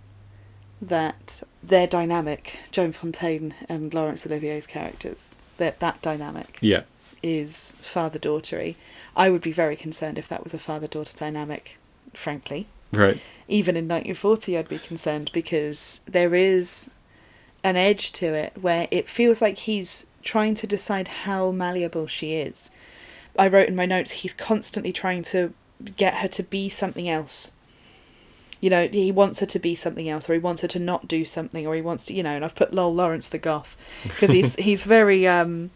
that their dynamic joan fontaine and laurence olivier's characters that that dynamic
yeah,
is father daughter I would be very concerned if that was a father daughter dynamic, frankly.
right.
Even in 1940, I'd be concerned because there is an edge to it where it feels like he's trying to decide how malleable she is. I wrote in my notes, he's constantly trying to get her to be something else. You know, he wants her to be something else, or he wants her to not do something, or he wants to, you know. And I've put Lol Lawrence the goth because he's he's very um,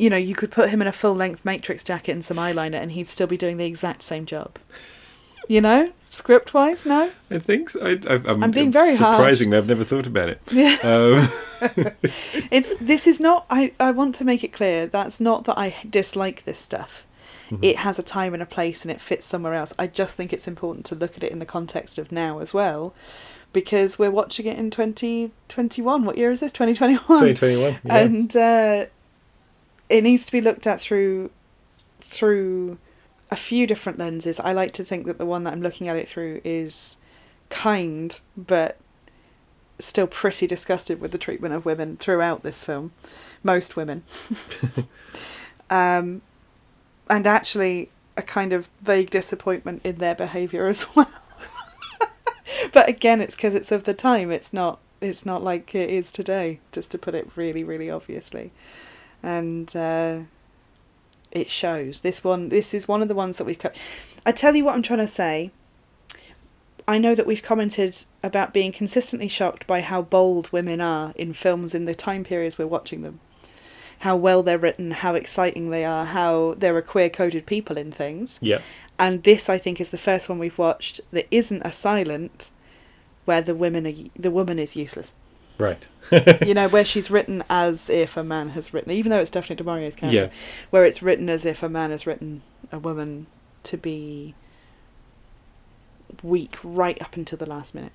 you know, you could put him in a full length Matrix jacket and some eyeliner, and he'd still be doing the exact same job. You know, script wise, no.
I think so. I, I, I'm,
I'm being very harsh.
surprising. I've never thought about it.
Yeah.
Um,
It's this is not. I I want to make it clear that's not that I dislike this stuff. It has a time and a place, and it fits somewhere else. I just think it's important to look at it in the context of now as well, because we're watching it in twenty twenty one. What year is this? Twenty twenty one.
2021. Yeah.
and uh, it needs to be looked at through through a few different lenses. I like to think that the one that I'm looking at it through is kind, but still pretty disgusted with the treatment of women throughout this film, most women. um, and actually, a kind of vague disappointment in their behaviour as well. but again, it's because it's of the time. It's not. It's not like it is today. Just to put it really, really obviously, and uh, it shows. This one. This is one of the ones that we've cut. I tell you what I'm trying to say. I know that we've commented about being consistently shocked by how bold women are in films in the time periods we're watching them. How well they're written, how exciting they are, how there are queer coded people in things.
yeah.
And this, I think, is the first one we've watched that isn't a silent, where the women are the woman is useless.
Right.
you know, where she's written as if a man has written, even though it's Daphne du Maurier's character,
Yeah.
where it's written as if a man has written a woman to be weak right up until the last minute,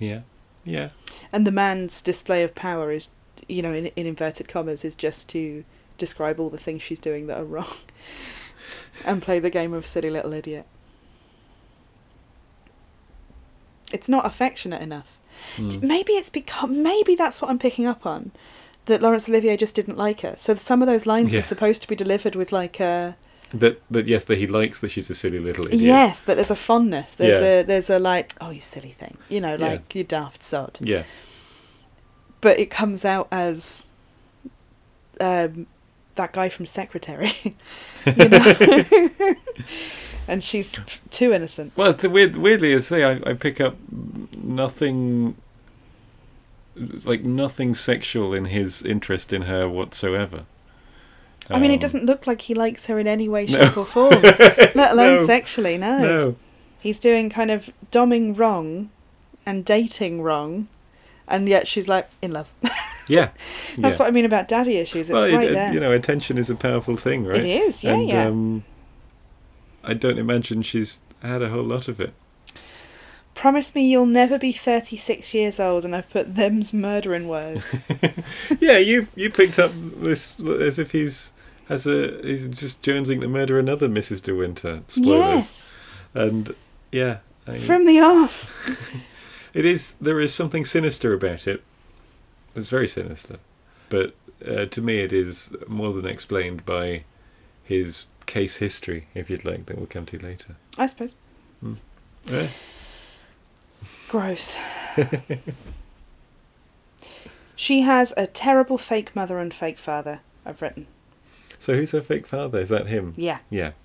Yeah. Yeah.
and the man's display of power is, you know, in, in inverted commas, is just to describe all the things she's doing that are wrong, and play the game of silly little idiot. It's not affectionate enough.
Hmm. Mm.
Maybe it's because maybe that's what I'm picking up on that Laurence Olivier just didn't like her. So some of those lines
Yeah.
were supposed to be delivered with like a
That that yes, that he likes that she's a silly little idiot.
yes, that there's a fondness. There's
Yeah.
a there's a like oh you silly thing, you know,
Yeah.
like you daft sod.
Yeah.
But it comes out as um, that guy from Secretary, you know, and she's too innocent.
Well, the weird, weirdly, as I say, I, I pick up nothing, like nothing sexual in his interest in her whatsoever.
I mean,
Um,
it doesn't look like he likes her in any way,
No.
shape, or form, let alone
No.
sexually. No.
No.
he's doing kind of doming wrong and dating wrong, and yet she's like in love.
Yeah.
That's what I mean about daddy issues. It's
well, it-
right
it-
there.
you know, attention is a powerful thing, right?
It is. Yeah,
and,
yeah.
Um, I don't imagine she's had a whole lot of it.
Promise me you'll never be thirty-six years old, and I've put them's murdering words.
Yeah, you you picked up this as if he's has a he's just jonesing to murder another Mrs. De Winter. Spoilers.
yes,
And yeah, I-
from the off.
It is. There is something sinister about it. It's very sinister, but uh, to me, it is more than explained by his case history, if you'd like, that we'll come to later.
I suppose.
Yeah.
Gross. she has a terrible fake mother and fake father. I've written.
So, who's her fake father? Is that him?
Yeah.
Yeah.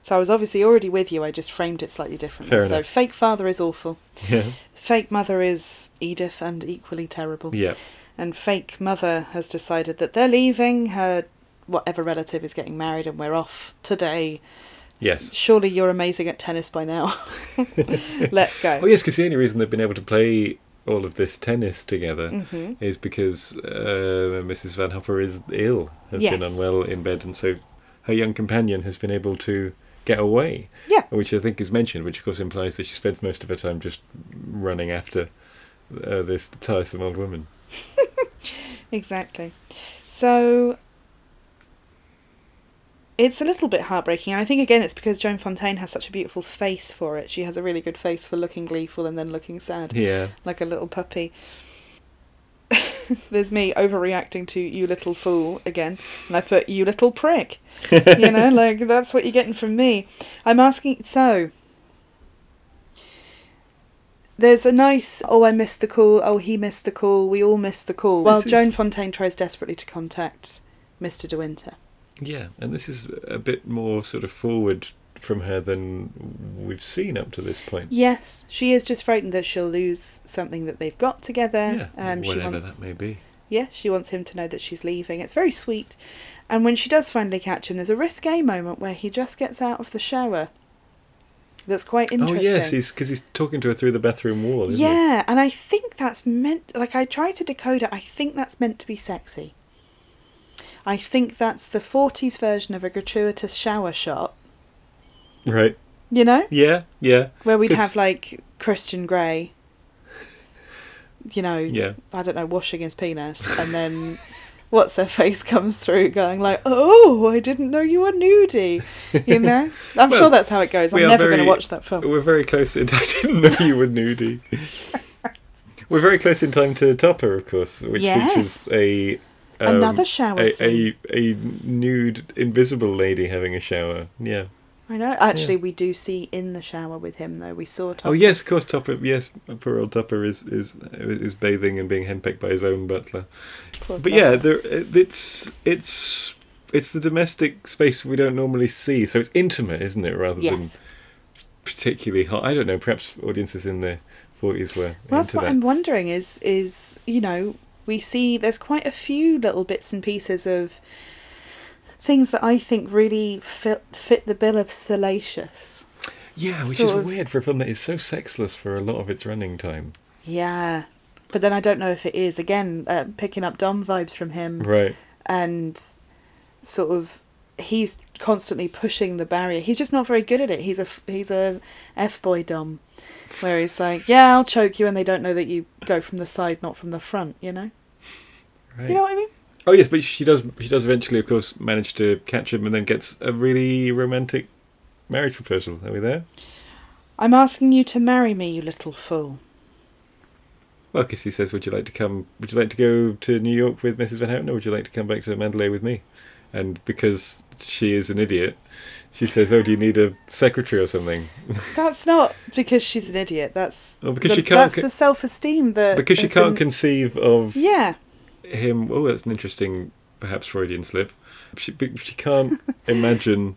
So I was obviously already with you. I just framed it slightly differently.
Fair
so
enough.
fake father is awful.
Yeah.
Fake mother is Edith and equally terrible.
Yeah.
And fake mother has decided that they're leaving her whatever relative is getting married and we're off today.
Yes.
Surely you're amazing at tennis by now. Let's go.
Oh, yes, because the only reason they've been able to play all of this tennis together
Mhm.
is because uh, Mrs. Van Hopper is ill, has been
Yes.
unwell in bed, and so her young companion has been able to get away.
Yeah.
Which I think is mentioned, which of course implies that she spends most of her time just running after uh, this tiresome old woman.
Exactly. So it's a little bit heartbreaking, and I think again it's because Joan Fontaine has such a beautiful face for it. She has a really good face for looking gleeful and then looking sad.
Yeah.
like a little puppy. There's me overreacting to you little fool again, and I put you little prick. you know, like that's what you're getting from me. I'm asking so. There's a nice oh I missed the call, oh he missed the call, we all missed the call. While
This is-
Joan Fontaine tries desperately to contact Mr. De Winter.
Yeah, and this is a bit more sort of forward from her than we've seen up to this point.
Yes, she is just frightened that she'll lose something that they've got together. um, she
whatever
wants
that may be.
Yeah, she wants him to know that she's leaving. It's very sweet. And when she does finally catch him, there's a risque moment where he just gets out of the shower. That's quite
Oh
interesting.
yes, he's because he's talking to her through the bathroom wall. Isn't he?
yeah, and I think that's meant. Like I tried to decode it. I think that's meant to be sexy. I think that's the '40s version of a gratuitous shower shot.
Right.
You know,
Yeah. Yeah.
where we'd
'Cause-
have like Christian Grey. You know,
Yeah.
I don't know, washing his penis, and then what's her face comes through, going like, "Oh, I didn't know you were nudie," you know. I'm
Well,
sure that's how it goes. I'm
we are
never going
very-
to watch that film.
We're very close. In, I didn't know you were nudie. We're very close in time to Topper, of course, which, which
Yes.
is a um,
Another shower
a,
scene.
a a nude invisible lady having a shower. Yeah.
I know. Actually, we do see in the shower with him though. We saw Tom.
Oh yes, of course, Topper. Yes, poor old Topper is is is bathing and being henpecked by his own butler.
poor
But
Tom.
yeah, there it's it's it's the domestic space we don't normally see, so it's intimate, isn't it? Rather than
Yes.
particularly hot. I don't know. Perhaps audiences in the forties were
Well, that's
into
what
that.
I'm wondering. Is is you know we see there's quite a few little bits and pieces of things that I think really fit fit the bill of salacious.
Yeah, which is
sort of-
weird for a film that is so sexless for a lot of its running time.
Yeah. But then I don't know if it is. Again, uh, picking up Dom vibes from him
Right.
and sort of he's constantly pushing the barrier. He's just not very good at it. He's a f- he's a f boy Dom, where he's like, yeah, I'll choke you, and they don't know that you go from the side, not from the front. You know.
Right.
You know what I mean?
oh yes, but she does. She does eventually, of course, manage to catch him, and then gets a really romantic marriage proposal. Are we there?
I'm asking you to marry me, you little fool.
Well, because he says, "Would you like to come? Would you like to go to New York with Mrs. Van Houten, or would you like to come back to Mandalay with me?" And because she is an idiot, she says, "Oh, do you need a secretary or something?"
That's not because she's an idiot. That's
Well, Oh, because
the,
she can't
That's
co-
the self-esteem that
Because she
has
can't
Uh, been-
conceive of
yeah,
him. Oh, that's an interesting, perhaps Freudian slip. She but she can't imagine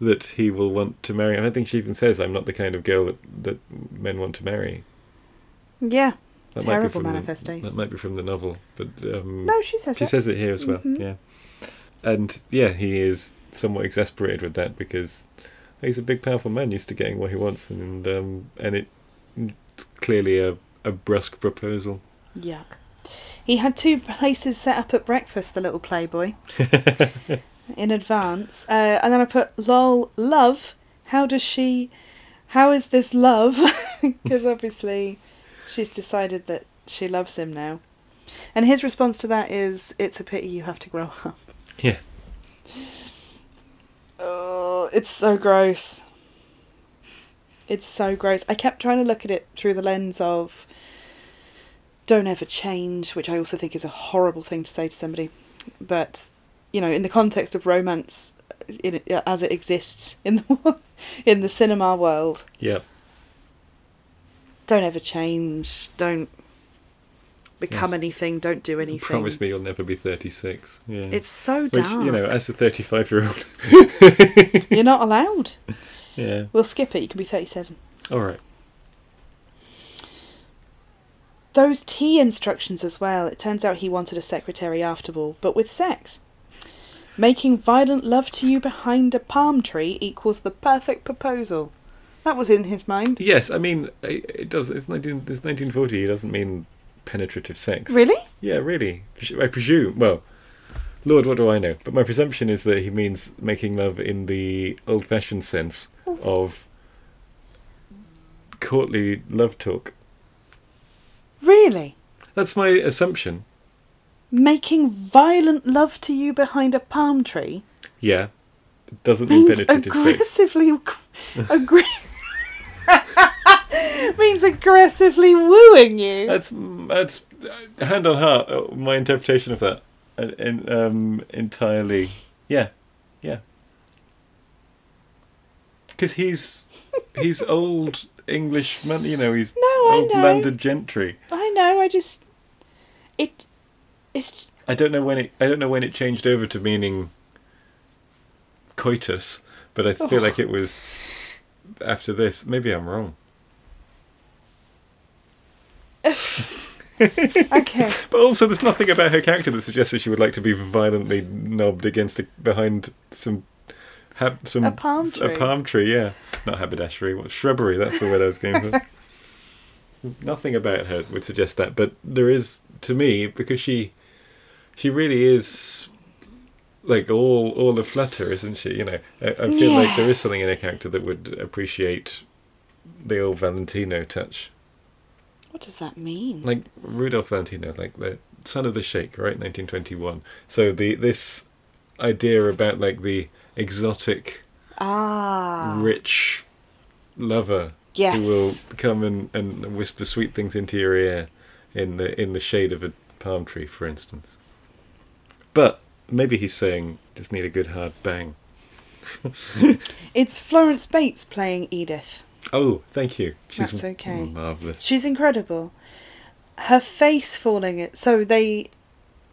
that he will want to marry. I don't think she even says, "I'm not the kind of girl that, that men want to marry."
yeah.
That
Terrible
from the-
manifestation.
that might be from the novel, but um,
No, she says
she
it. Mm-hmm.
says it here as well. Yeah, and yeah, he is somewhat exasperated with that because he's a big, powerful man, used to getting what he wants, and um, and it, it's clearly a, a brusque proposal.
Yuck. He had two places set up at breakfast, the little playboy, in advance. Uh, and then I put, lol, love. How does she. How is this love? Because obviously she's decided that she loves him now. And his response to that is, it's a pity you have to grow up.
Yeah,
Oh, it's so gross. It's so gross. I kept trying to look at it through the lens of don't ever change, which I also think is a horrible thing to say to somebody. But, you know, in the context of romance in, as it exists in the, in the cinema world,
yeah.
don't ever change, don't become
Yes.
anything, don't do anything.
Promise me you'll never be thirty-six. Yeah,
It's so
which
dark.
you know, as a thirty-five-year-old,
You're not allowed.
yeah.
We'll skip it. You can be 37.
All right.
those tea instructions as well. It turns out he wanted a secretary after all, but with sex. Making violent love to you behind a palm tree equals the perfect proposal. That was in his mind.
Yes, I mean it, it does. It's nineteen. It's nineteen forty. It doesn't mean penetrative sex.
Really?
Yeah, really. I presume. Well, Lord, what do I know? But my presumption is that he means making love in the old-fashioned sense of courtly love talk.
Really?
That's my assumption.
Making violent love to you behind a palm tree
Yeah, it doesn't mean
means
penetrative sex.
aggressively aggra- means aggressively wooing you.
That's that's uh, hand on heart. uh, My interpretation of that, and, and um, entirely, yeah, yeah. Because he's he's old English man. You know, he's
No, I
old
know.
landed gentry.
I know. I just it it's
I don't know when it. I don't know when it changed over to meaning coitus, but I feel
Oh.
like it was after this. Maybe I'm wrong.
okay.
But also, there's nothing about her character that suggests that she would like to be violently knobbed against a, behind some ha, some
A palm
s-
tree.
A palm tree, yeah, not haberdashery, what shrubbery? That's the word I was going for. nothing about her would suggest that, but there is to me because she she really is like all all a flutter, isn't she? You know, I, I feel like
Yeah.
there is something in her character that would appreciate the old Valentino touch
What does that mean?
like Rudolph Valentino, like the son of the Sheikh, right? 1921. So the this idea about like the exotic,
Ah.
rich lover who will
Yes.
come and, and whisper sweet things into your ear in the in the shade of a palm tree, for instance. But maybe he's saying just need a good hard bang.
It's Florence Bates playing Edith.
Oh, thank you. She's
That's okay.
Marvelous.
She's incredible. Her face falling it so they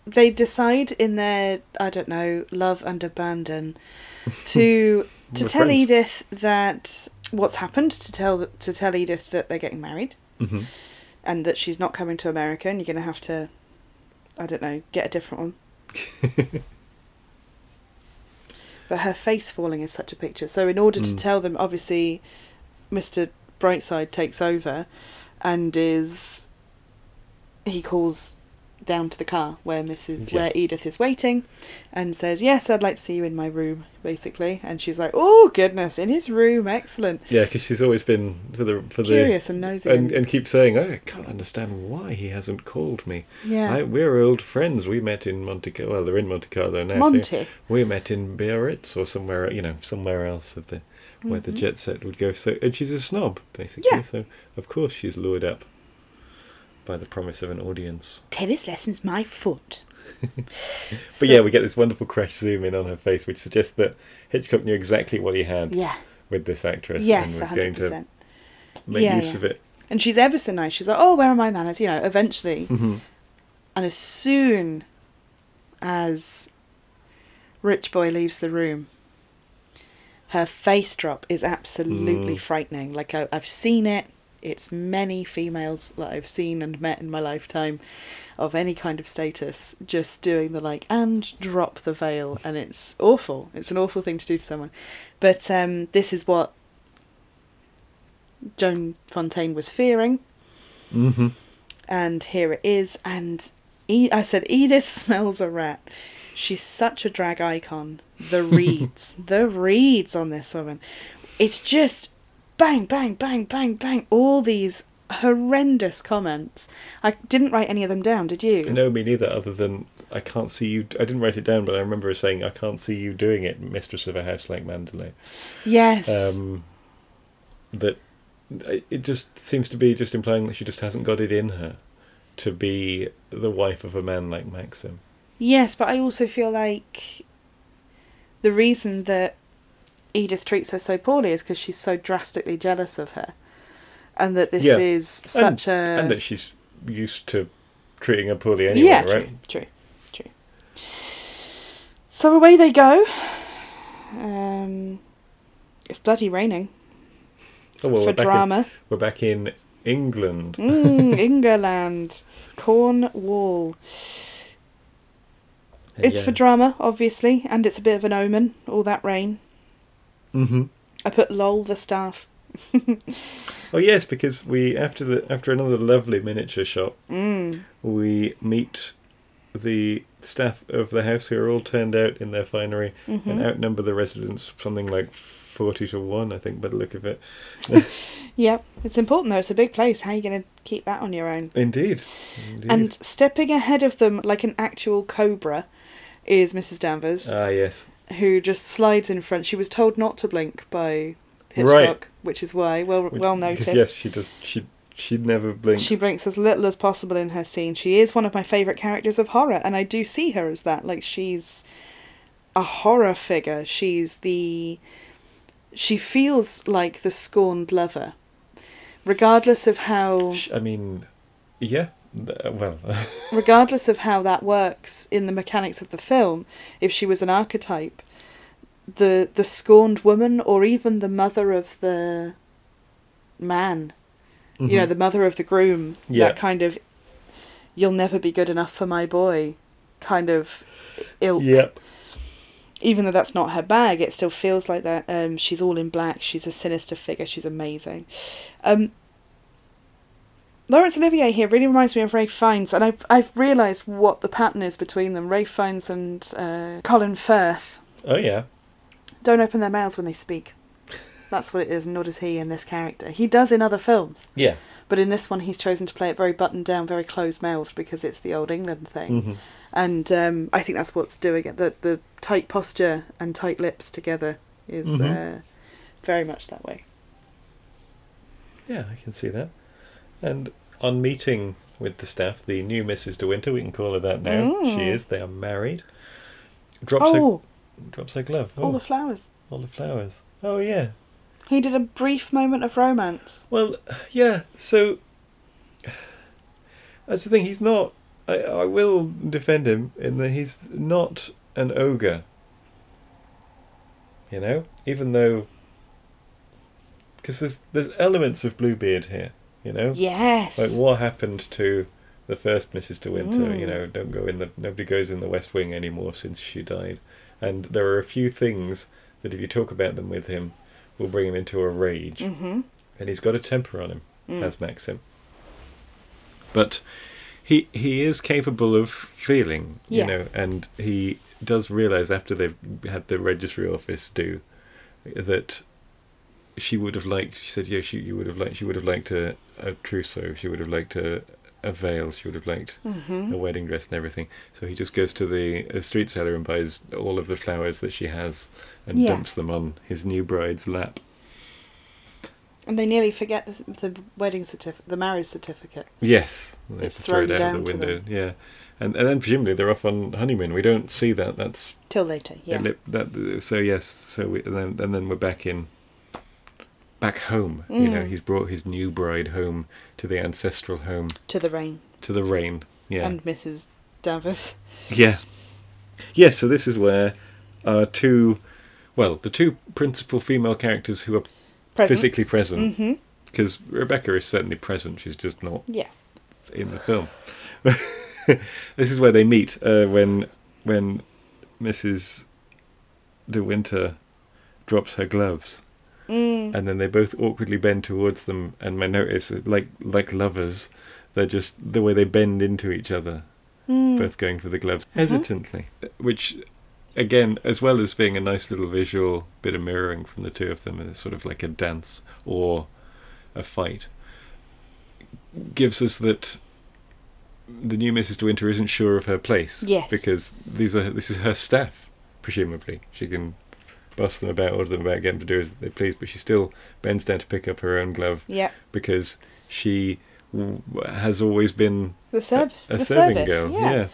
they decide in their I don't know, love and abandon to to
We're
tell
friends.
Edith that what's happened, to tell to tell Edith that they're getting married
Mhm.
and that she's not coming to America and you're gonna have to I don't know, get a different one. But her face falling is such a picture. So in order to
Mm.
tell them, obviously, Mister Brightside takes over, and is he calls down to the car where Mrs.
Yeah.
where Edith is waiting, and says, "Yes, I'd like to see you in my room," basically. And she's like, "Oh goodness, in his room, excellent."
Yeah, because she's always been for the for
Curious and nosy.
the and,
And,
and keeps saying, "Oh, I can't understand why he hasn't called me.
yeah,
I, we're old friends. We met in Monte Carlo. Well, they're in Monte Carlo now. so
Monty.
we met in Biarritz or somewhere, you know, somewhere else of the where the jet set would go. So, and she's a snob basically.
Mm-hmm. Yeah.
So, of course, she's lured up by the promise of an audience.
Tennis lessons, my foot.
But yeah, we get this wonderful crash zoom in on her face, which suggests that Hitchcock knew exactly what he had
yeah,
with this actress
yes,
and was
hundred
going to
percent.
make
Yeah,
use
yeah.
of it.
And she's ever so nice. She's like, "Oh, where are my manners?" You know. Eventually, and as soon as Rich Boy leaves the room, her face drop is absolutely frightening. Like I, I've seen it. It's many females that I've seen and met in my lifetime of any kind of status just doing the like and drop the veil and it's awful. It's an awful thing to do to someone. But um, this is what Joan Fontaine was fearing
Mm-hmm.
and here it is. And e- I said, Edith smells a rat. She's such a drag icon. The reeds, the reeds on this woman. It's just bang, bang, bang, bang, bang. All these horrendous comments. I didn't write any of them down, did you?
No, me neither. Other than I can't see you. I didn't write it down, but I remember her saying, "I can't see you doing it, mistress of a house like Mandalay."
Yes.
um, that it just seems to be just implying that she just hasn't got it in her to be the wife of a man like Maxim.
Yes, but I also feel like the reason that Edith treats her so poorly is because she's so drastically jealous of her. And that this
Yeah.
is such a.
and that she's used to treating her poorly anyway,
yeah,
right?
true, true, true. So away they go. Um, it's bloody raining
Oh, well,
for
we're back, in,
drama.
we're back in England.
Mm, Ingerland, Cornwall. It's for drama, obviously, and it's a bit of an omen. All that rain.
hmm
I put lol the staff.
Oh yes, because we after the after another lovely miniature shop,
Mm.
we meet the staff of the house who are all turned out in their finery
Mm-hmm.
and outnumber the residents something like forty to one, I think, by the look of it.
Yep, it's important though. It's a big place. How are you going to keep that on your own?
Indeed. Indeed.
And stepping ahead of them like an actual cobra is Mrs. Danvers.
ah, yes.
who just slides in front. She was told not to blink by Hitchcock,
Right.
which is why well
Which-
well
because,
noticed.
Yes, she does. She she never blinks.
She blinks as little as possible in her scene. She is one of my favourite characters of horror, and I do see her as that. Like she's a horror figure. She's the she feels like the scorned lover, regardless of how
Sh- I mean, yeah. th- Well,
regardless of how that works in the mechanics of the film, if she was an archetype, the the scorned woman or even the mother of the man,
mm-hmm.
you know, the mother of the groom,
Yeah.
that kind of you'll never be good enough for my boy kind of ilk.
yep.
Even though that's not her bag, it still feels like that. Um, she's all in black. She's a sinister figure. She's amazing. Um, Laurence Olivier here really reminds me of Ray Fiennes, and I've I've realised what the pattern is between them. Ray Fiennes and uh, Colin Firth
Oh yeah.
don't open their mouths when they speak. That's what it is, nor does he in this character. He does in other films,
Yeah.
but in this one he's chosen to play it very buttoned down, very close mouthed because it's the old England thing,
Mhm.
and um, I think that's what's doing it. The the tight posture and tight lips together is
Mhm.
uh, very much that way.
Yeah, I can see that. And on meeting with the staff, the new Mrs. De Winter, we can call her that now. She
Mm.
is. They are married. Drops
Oh,
her, drops her glove. Oh,
all the flowers.
all the flowers. Oh yeah.
He did a brief moment of romance.
Well, yeah. So that's the thing. He's not. I, I will defend him in that he's not an ogre. You know, even though because there's there's elements of Bluebeard here. You know,
Yes.
like what happened to the first Mrs. De Winter? You
Mm.
know, don't go in the nobody goes in the West Wing anymore since she died. And there are a few things that if you talk about them with him, will bring him into a rage
Mm-hmm.
and he's got a temper on him,
Mm.
as Maxim. But he he is capable of feeling, you
Yeah.
know, and he does realize after they've had the registry office do that she would have liked. She said, "Yeah, she you would have liked. She would have liked a, a trousseau. She would have liked a, a veil. She would have liked
hmm
a wedding dress and everything." So he just goes to the uh, street seller and buys all of the flowers that she has and
Yeah.
dumps them on his new bride's lap.
And they nearly forget the, the wedding certificate, the marriage certificate.
Yes, they
It's
have to throw it
thrown
out of the
down to
window. Yeah, and and then presumably they're off on honeymoon. We don't see that. That's
Till later, yeah.
ellip- that. So yes, so we, and then and then we're back in, back home. You know,
Mm.
he's brought his new bride home to the ancestral home
to the rain.
to the rain. Yeah,
And Mrs. Davers.
yeah, yeah. So this is where our two, well, the two principal female characters who are
Present.
physically present,
hmm
because Rebecca is certainly present. She's just not
Yeah.
in the film. this is where they meet uh, when when Mrs. De Winter drops her gloves,
Mm.
and then they both awkwardly bend towards them. And my notice, is like like lovers, they're just the way they bend into each other,
Mm.
both going for the gloves hesitantly, which. Again, as well as being a nice little visual bit of mirroring from the two of them, and it's sort of like a dance or a fight, gives us that the new Mrs. De Winter isn't sure of her place.
Yes.
Because these are this is her staff, presumably. She can boss them about, order them about, get them to do as they please, but she still bends down to pick up her own glove
Yeah.
because she w- has always been
The serv.
a, a
the
serving
service.
girl.
Yeah.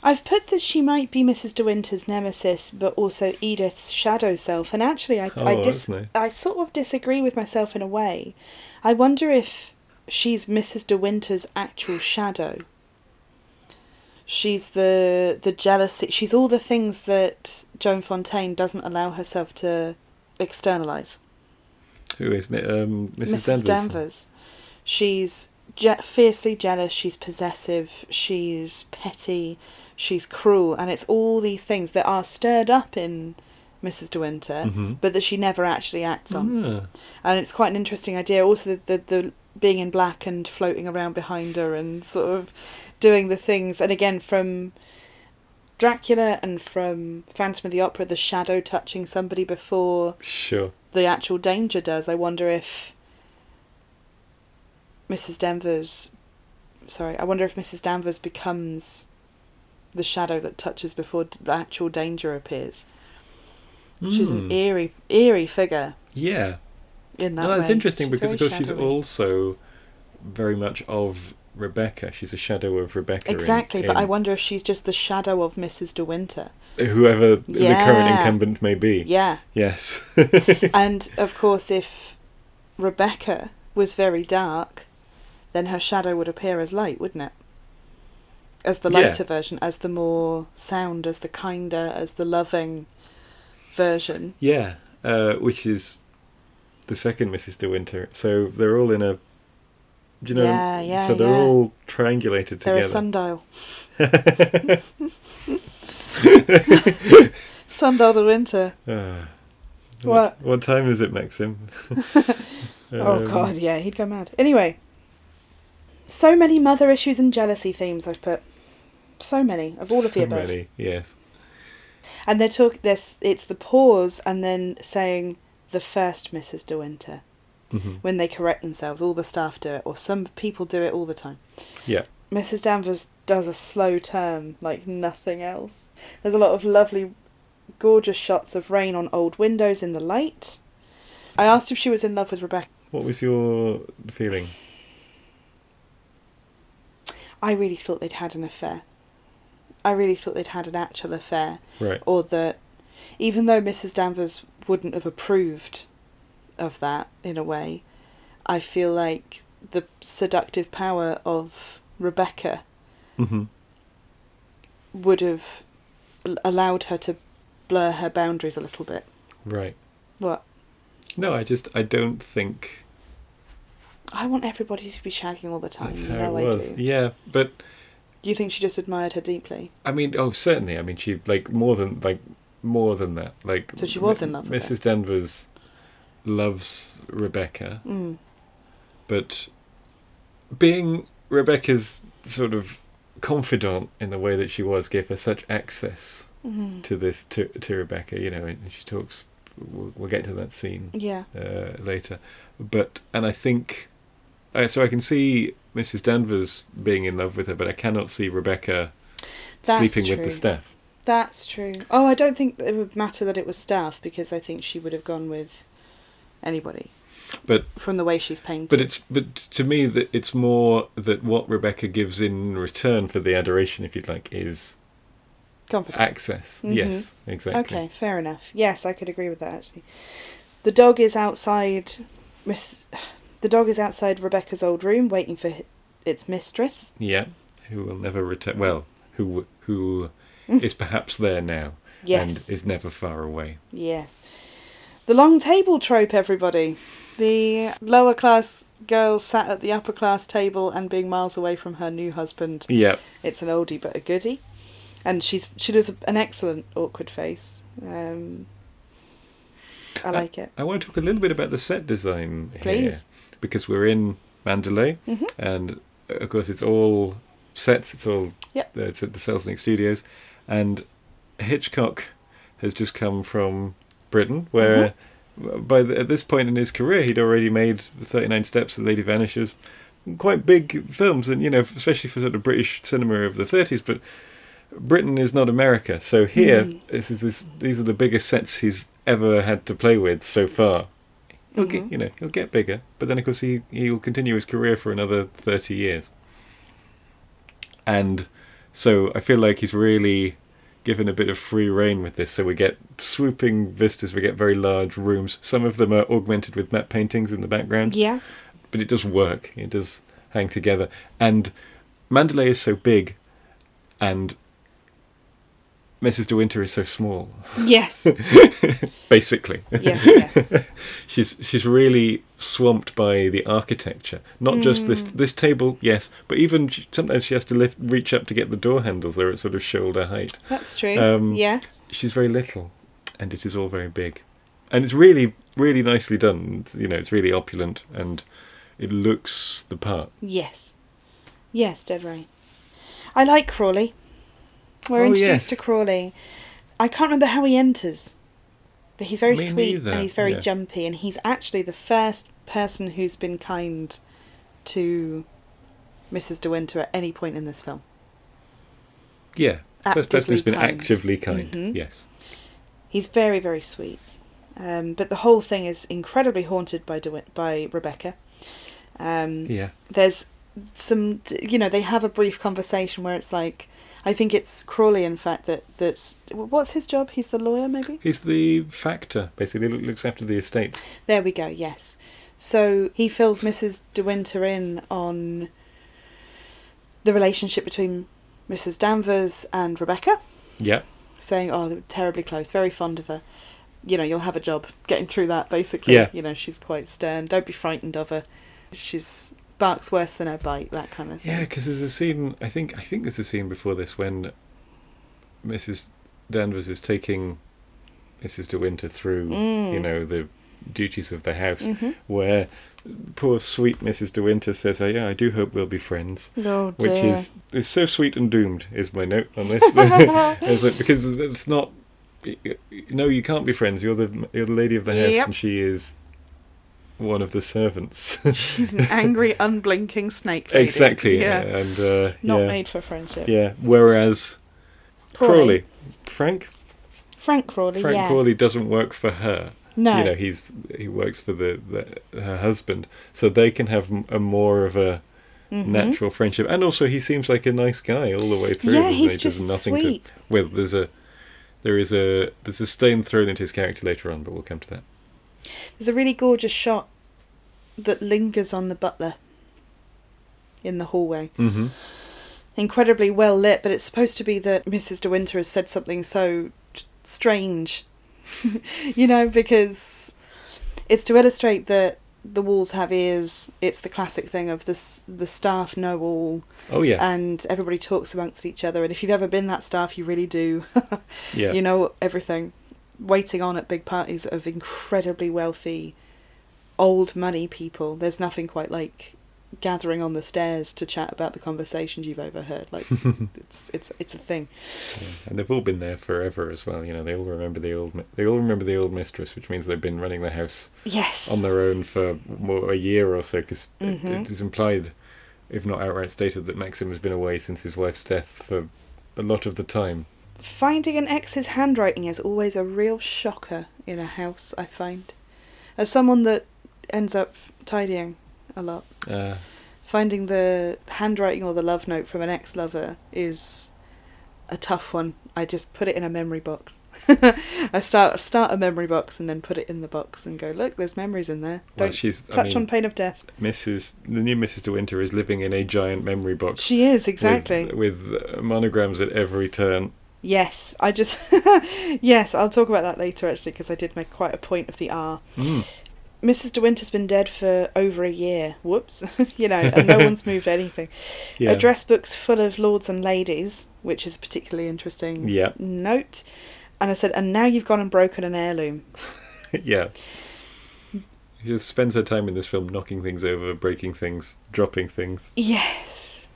I've put that she might be Mrs. De Winter's nemesis, but also Edith's shadow self. And actually, I I,
Oh,
dis-
that's nice.
I sort of disagree with myself in a way. I wonder if she's Mrs. De Winter's actual shadow. She's the the jealousy. She's all the things that Joan Fontaine doesn't allow herself to externalize.
Who is mi- um, Mrs.
Mrs.
Danvers?
Danvers. She's je- fiercely jealous, she's possessive, she's petty, she's cruel, and it's all these things that are stirred up in Mrs. De Winter,
Mhm.
but that she never actually acts on.
Ah,
And it's quite an interesting idea. Also, the, the, the being in black and floating around behind her and sort of doing the things, and again, from. Dracula and from Phantom of the Opera, the shadow touching somebody before
sure.
the actual danger does. I wonder if Mrs. Danvers, sorry, I wonder if Mrs. Danvers becomes the shadow that touches before d- the actual danger appears. She's an
Hmm.
eerie, eerie figure
Yeah.
in that
No, that's
way.
interesting because, of
very
course, she's
shadowy.
also very much of Rebecca. She's a shadow of Rebecca. in-
exactly. But
in
I wonder if she's just the shadow of Mrs. De Winter.
whoever the current
Yeah.
incumbent may be.
Yeah,
Yes.
and of course, if Rebecca was very dark, then her shadow would appear as light, wouldn't it? As the
Yeah.
lighter version, as the more sound, as the kinder, as the loving version.
yeah, uh, which is the second Mrs. De Winter. So they're all in a. Do you know?
Yeah, yeah,
so they're
yeah.
all triangulated
They're
together.
a sundial. sundial to winter.
Ah.
What?
what? What time is it, Maxim?
oh,
Um,
God, yeah, he'd go mad. Anyway, so many mother issues and jealousy themes I've put. So many, of all of the
so
above.
many, Yes.
And they're talking. This it's the pause, and then saying the first Mrs. De Winter
Mhm.
when they correct themselves. All the staff do it, or some people do it all the time.
Yeah.
Mrs. Danvers does a slow turn like nothing else. There's a lot of lovely, gorgeous shots of rain on old windows in the light. I asked if she was in love with Rebecca.
What was your feeling?
I really thought they'd had an affair. I really thought they'd had an actual affair.
Right.
or that even though Mrs. Danvers wouldn't have approved of that in a way, I feel like the seductive power of Rebecca Mm-hmm.
hmm
would have l- allowed her to blur her boundaries a little bit.
Right.
What?
No, I just I don't think
I want everybody to be shagging all the time.
that's
You
how
know
it
I
was.
do.
Yeah, but
Do you think she just admired her deeply?
I mean, oh, certainly. I mean, she like more than like more than that. Like,
So she was
M-
in love with
Mrs. Danvers loves Rebecca,
Mm.
but being Rebecca's sort of confidant in the way that she was gave her such access
Mm-hmm.
to this to, to Rebecca, you know, and she talks. We'll, we'll get to that scene
Yeah.
uh, later, but and I think uh, so. I can see Mrs. Danvers being in love with her, but I cannot see Rebecca
That's
sleeping with
true.
the staff.
That's true. Oh, I don't think it would matter that it was staff because I think she would have gone with anybody
But
from the way she's painted.
But it's but to me that it's more that what Rebecca gives in return for the adoration, if you'd like, is
confidence.
access.
Mhm.
Yes, exactly.
Okay, fair enough. Yes, I could agree with that actually. The dog is outside. Miss, the dog is outside Rebecca's old room, waiting for hi- its mistress.
Yeah, who will never return? Well, who who is perhaps there now
Yes,
and is never far away.
yes. The long table trope, everybody. The lower class girl sat at the upper class table and being miles away from her new husband.
Yeah,
It's an oldie but a goodie, and she's she does an excellent awkward face. Um,
Uh,
I like it.
I want to talk a little bit about the set design here
Please.
because we're in Mandalay, and uh, of course it's all sets. It's all
Yep.
uh, it's at the Selznick Studios, and Hitchcock has just come from Britain, where by the, at this point in his career he'd already made Thirty Nine Steps, The Lady Vanishes, quite big films, and you know especially for sort of British cinema of the thirties, but. Britain is not America, so here this is this, these are the biggest sets he's ever had to play with so far. He'll get, you know, he'll get bigger, but then of course he he'll continue his career for another thirty years. And so I feel like he's really given a bit of free reign with this. So we get swooping vistas, we get very large rooms. Some of them are augmented with matte paintings in the background
Yeah.
but it does work. It does hang together. And Mandalay is so big, and Mrs. De Winter is so small.
Yes.
Basically,
Yes. Yes.
she's she's really swamped by the architecture. Not just this
Hmm.
this table, yes, but even sh- sometimes she has to lift, reach up to get the door handles. They're at sort of shoulder height.
That's true.
Um,
yes.
She's very little, and it is all very big, and it's really really nicely done. You know, it's really opulent, and it looks the part.
Yes. Yes, dead right. I like Crawley. We're
Oh,
introduced
yes.
to Crawley. I can't remember how he enters, but he's very
Me
sweet
neither,
and he's very
yeah.
jumpy, and he's actually the first person who's been kind to Mrs. De Winter at any point in this film.
Yeah. First person who's
Actively
been
kind.
actively kind.
Mhm.
Yes.
He's very, very sweet. Um, but the whole thing is incredibly haunted by De Win- by Rebecca. Um,
Yeah.
there's some you know they have a brief conversation where it's like i think it's crawley in fact that that's what's his job he's the lawyer maybe
He's the factor, basically. He looks after the estates.
there we go yes so he fills mrs de winter in on the relationship between mrs danvers and rebecca
Yeah.
saying oh they were terribly close very fond of her you know you'll have a job getting through that basically
Yeah.
you know she's quite stern don't be frightened of her she's barks worse than her bite that kind of thing
Yeah, because there's a scene. I think. I think there's a scene before this when Mrs. Danvers is taking Mrs. De Winter through,
Mm.
you know, the duties of the house,
Mm-hmm.
where poor sweet Mrs. De Winter says, "Oh yeah, I do hope we'll be friends."
oh dear.
which is is so sweet and doomed is my note on this Is that- because it's not no you can't be friends you're the you're the lady of the house
Yep.
and she is one of the servants
She's an angry, unblinking snake. Lady.
exactly
Yeah.
and uh,
Not
yeah
made for friendship.
yeah whereas Crawley, Frank
Frank Crawley.
Frank
yeah.
Crawley doesn't work for her
No.
you know he's he works for the, the her husband so they can have m- a more of a
Mm-hmm.
natural friendship and also he seems like a nice guy all the way through
Yeah,
and
he's
they does
just
to
sweet.
well there's a there is a there's a stain thrown into his character later on but we'll come to that
There's a really gorgeous shot that lingers on the butler in the hallway.
mm-hmm.
Incredibly well lit, but it's supposed to be that Mrs. De Winter has said something so t- strange, you know, because it's to illustrate that the walls have ears. It's the classic thing of this the staff know all.
oh yeah
and everybody talks amongst each other. And if you've ever been that staff, you really do.
yeah
You know everything. Waiting on at big parties of incredibly wealthy, old money people. There's nothing quite like gathering on the stairs to chat about the conversations you've overheard. Like it's it's it's a thing.
and they've all been there forever as well. You know, they all remember the old mi- they all remember the old mistress, which means they've been running the house
Yes.
on their own for more, a year or so, because
Mhm.
it is implied, if not outright stated, that Maxim has been away since his wife's death for a lot of the time.
Finding an ex's handwriting is always a real shocker in a house, I find. As someone that ends up tidying a lot,
Uh,
finding the handwriting or the love note from an ex lover is a tough one. I just put it in a memory box. I start start a memory box and then put it in the box and go, look, there's memories in there.
well,
Don't
she's I
touch
mean,
on pain of death.
Mrs. The new Mrs. De Winter is living in a giant memory box.
She is
with-
exactly.
With, uh, monograms at every turn.
Yes, I just yes, I'll talk about that later actually because I did make quite a point of the R.
Mm.
Mrs. De Winter's been dead for over a year. Whoops, you know, and no one's moved anything.
Yeah.
Address books full of lords and ladies, which is a particularly interesting
Yeah.
note. And I said, and now you've gone and broken an heirloom.
yeah. She just spends her time in this film knocking things over, breaking things, dropping things.
Yes.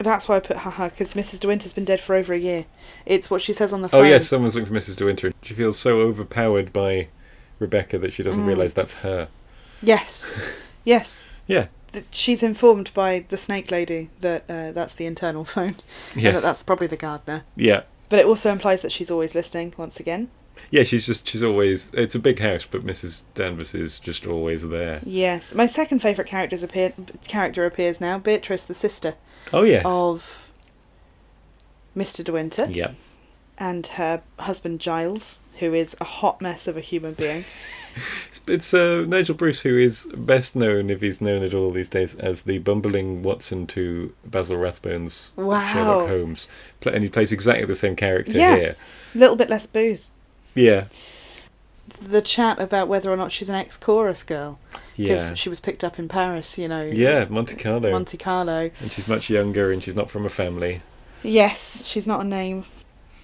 That's why I put haha because Mrs. De Winter's been dead for over a year. It's what she says on the phone.
Oh yes, someone's looking for Mrs. De Winter. She feels so overpowered by Rebecca that she doesn't
Mm.
realise that's her.
Yes. Yes.
Yeah.
Th- She's informed by the snake lady that uh, that's the internal phone. And that
Yes.
that's probably the gardener.
Yeah.
But it also implies that she's always listening, once again.
Yeah, she's just she's always it's a big house, but Mrs. Danvers is just always there.
Yes. My second favourite characters appear, character appears now Beatrice, the sister
Oh yes.
of Mr. De Winter,
Yeah.
and her husband Giles, who is a hot mess of a human being.
It's, it's uh, Nigel Bruce who is best known, if he's known at all these days, as the bumbling Watson to Basil Rathbone's
Wow.
Sherlock Holmes, Pla- and he plays exactly the same character
Yeah.
here.
little bit less booze.
Yeah.
The chat about whether or not she's an ex chorus girl. Because
Yeah.
she was picked up in Paris, you know.
Yeah, Monte Carlo.
Monte Carlo.
and she's much younger and she's not from a family.
Yes, she's not a name.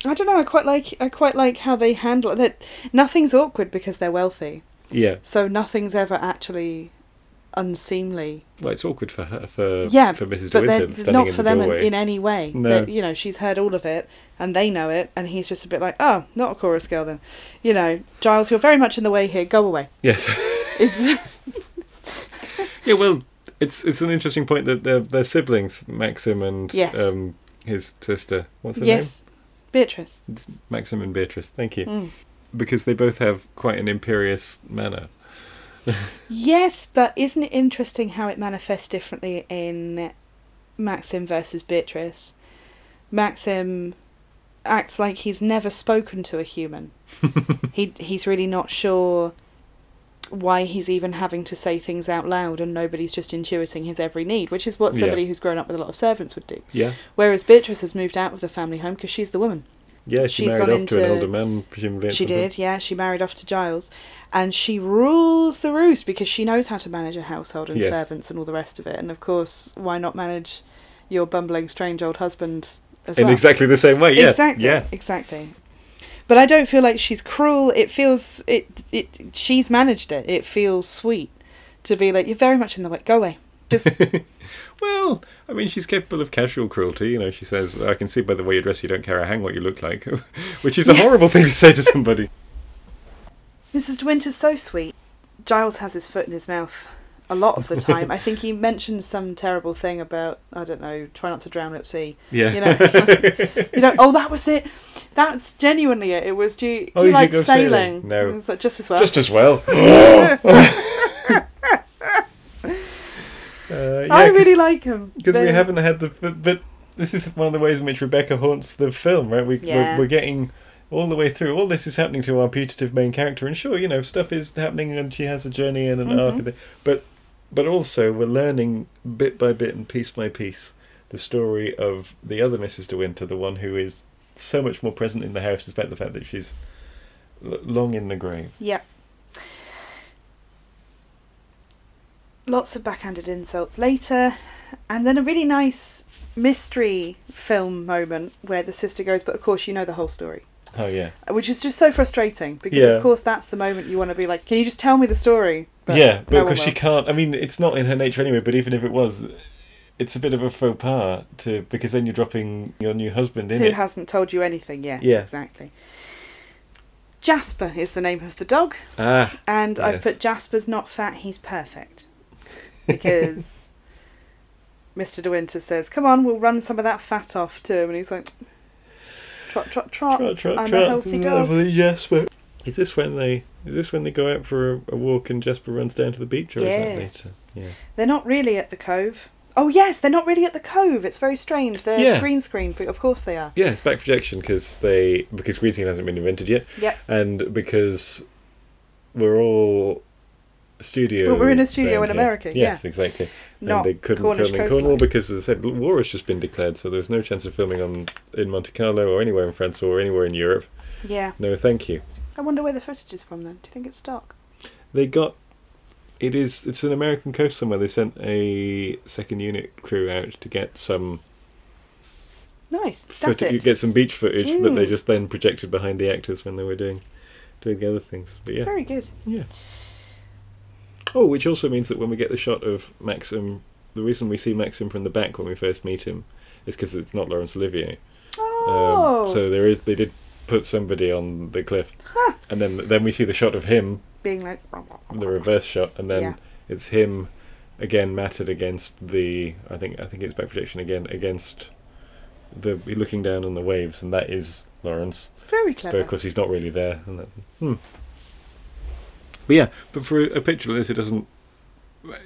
I don't know. I quite like. I quite like how they handle it. That nothing's awkward because they're wealthy,
Yeah.
so nothing's ever actually unseemly.
Well, it's awkward for her, for
Yeah,
for Mrs. De
But
Winter
they're
standing
not
in
for
the
them in,
doorway.
in any way.
No.
They're- You know, she's heard all of it, and they know it, and he's just a bit like, "Oh, not a chorus girl then." You know, Giles, you're very much in the way here. Go away.
Yes.
It's-
yeah. Well, it's it's an interesting point that they're, they're siblings, Maxim and
Yes.
um, his sister. What's her
yes, Beatrice.
name? Maxim and Beatrice. Thank you.
Mm.
Because they both have quite an imperious manner.
Yes, but isn't it interesting how it manifests differently in Maxim versus Beatrice? Maxim acts like he's never spoken to a human. he he's really not sure why he's even having to say things out loud and nobody's just intuiting his every need, which is what
Yeah.
somebody who's grown up with a lot of servants would do.
Yeah.
Whereas Beatrice has moved out of the family home because she's the woman.
Yeah. She
She's
married
gone
off to an
into-
older man, presumably. at
She
some point.
did, yeah. She married off to Giles, and she rules the roost because she knows how to manage a household and
Yes.
servants and all the rest of it. And of course, why not manage your bumbling, strange old husband as
In
well?
exactly the same way. Yeah.
exactly,
Yeah.
exactly. But I don't feel like she's cruel. It feels it. It she's managed it. It feels sweet to be like you're very much in the way. Go away. Just
Well, I mean, she's capable of casual cruelty. You know, she says, "I can see by the way you dress, you don't care a hang what you look like," which is a
Yeah.
horrible thing to say to somebody.
Mrs. De Winter's so sweet. Giles has his foot in his mouth a lot of the time. I think he mentions some terrible thing about I don't know, try not to drown at sea.
Yeah.
You know, you know. Oh, that was it. That's genuinely it. It was. Do you, do
Oh,
you
you
like
go
sailing?
sailing? No.
It's like, just as well.
Just as well. Uh, yeah,
I
'cause-
really like him
because we
They-
haven't had the but, but this is one of the ways in which Rebecca haunts the film, right? We
Yeah.
we're, we're getting all the way through. All this is happening to our putative main character, and sure, you know, stuff is happening, and she has a journey and an
Mm-hmm.
arc, and the- but but also we're learning bit by bit and piece by piece the story of the other Mrs. De Winter, the one who is so much more present in the house, despite the fact that she's l- long in the grave.
Yeah. Lots of backhanded insults later, and then a really nice mystery film moment where the sister goes, but of course you know the whole story.
Oh yeah.
which is just so frustrating because
Yeah.
of course that's the moment you want to be like, can you just tell me the story?
yeah,
no
but
one
because she
will.
can't. I mean, it's not in her nature anyway. But even if it was, it's a bit of a faux pas to because then you're dropping your new husband in
who
it.
hasn't told you anything? Yes,
Yeah.
exactly. Jasper is the name of the dog,
ah,
and I've
Yes.
put Jasper's not fat, he's perfect because Mr. De Winter says, "Come on, we'll run some of that fat off to him," and he's like, "Trot, trot, trot.
trot, trot,
I'm
trot.
a healthy dog."
Lovely Jasper. Is this when they? Is this when they go out for a, a walk and Jasper runs down to the beach, or
Yes.
is that later?
They're not really at the cove. Oh yes, they're not really at the cove. It's very strange. They're
Yeah.
green screen, but of course they are.
Yeah. Yeah, it's back projection because they because green screen hasn't been invented yet,
Yep.
and because we're all studio.
Well, we're in a studio
bound
in
here.
America,
Yes, exactly.
Not
and they couldn't
Cornish
film in Cornwall because, as I said, war has just been declared, so there's no chance of filming on in Monte Carlo or anywhere in France or anywhere in Europe.
Yeah.
No, thank you.
I wonder where the footage is from then. Do you think it's stock?
They got it is it's an American coast somewhere. They sent a second unit crew out to get some
Nice. Static.
footage, get some beach footage that they
Mm.
just then projected behind the actors when they were doing doing the other things. But yeah,
Very good.
yeah. Oh, which also means that when we get the shot of Maxim, the reason we see Maxim from the back when we first meet him is because it's not Laurence Olivier.
Oh.
Um, so there is they did put somebody on the cliff, and then then we see the shot of him,
Being like.
the reverse shot, and then
Yeah.
it's him again matted against the I think I think it's back projection again against the looking down on the waves, and that is Lawrence,
Very
but
clever.
of course he's not really there. And that, hmm. But yeah, but for a picture like this, it doesn't.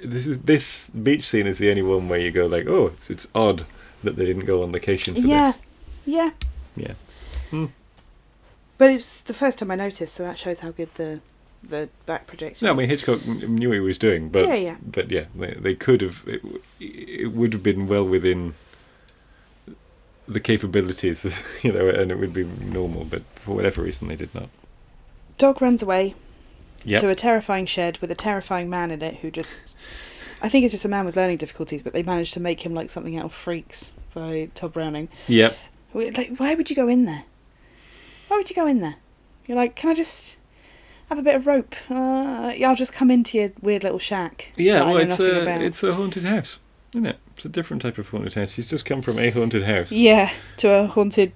This is this beach scene is the only one where you go like, oh, it's it's odd that they didn't go on location for
Yeah.
this.
Yeah.
Yeah.
But it's the first time I noticed, so that shows how good the the back projection.
No, I
is.
mean Hitchcock kn- knew what he was doing, but
Yeah, yeah.
but yeah, they, they could have. It, w- it would have been well within the capabilities, you know, and it would be normal. But for whatever reason, they did not.
Dog runs away
Yep.
to a terrifying shed with a terrifying man in it who just. I think it's just a man with learning difficulties, but they managed to make him like something out of Freaks by Todd Browning.
Yep.
We- Like, why would you go in there? Why would you go in there? You're like, can I just have a bit of rope? Uh, yeah, I'll just come into your weird little shack.
Yeah.
that I
Well,
know
it's
nothing
a
about."
it's a haunted house, isn't it? It's a different type of haunted house. He's just come from a haunted house.
yeah to a haunted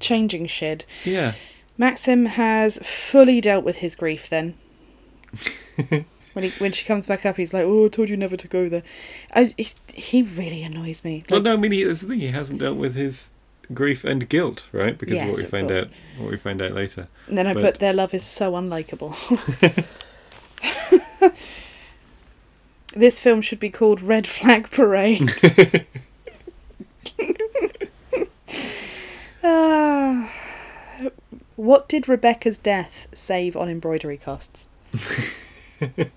changing shed.
Yeah.
Maxim has fully dealt with his grief. Then when he, when she comes back up, he's like, "Oh, I told you never to go there." I, he, he really annoys me.
Well,
Like,
no. I mean, he, that's the thing. He hasn't dealt with his grief and guilt, right? Because
Yes,
of what we
of
find
course.
out, what we find out later.
and then I
but-
put their love is so unlikable. this film should be called Red Flag Parade. Ah. what did Rebecca's death save on embroidery costs?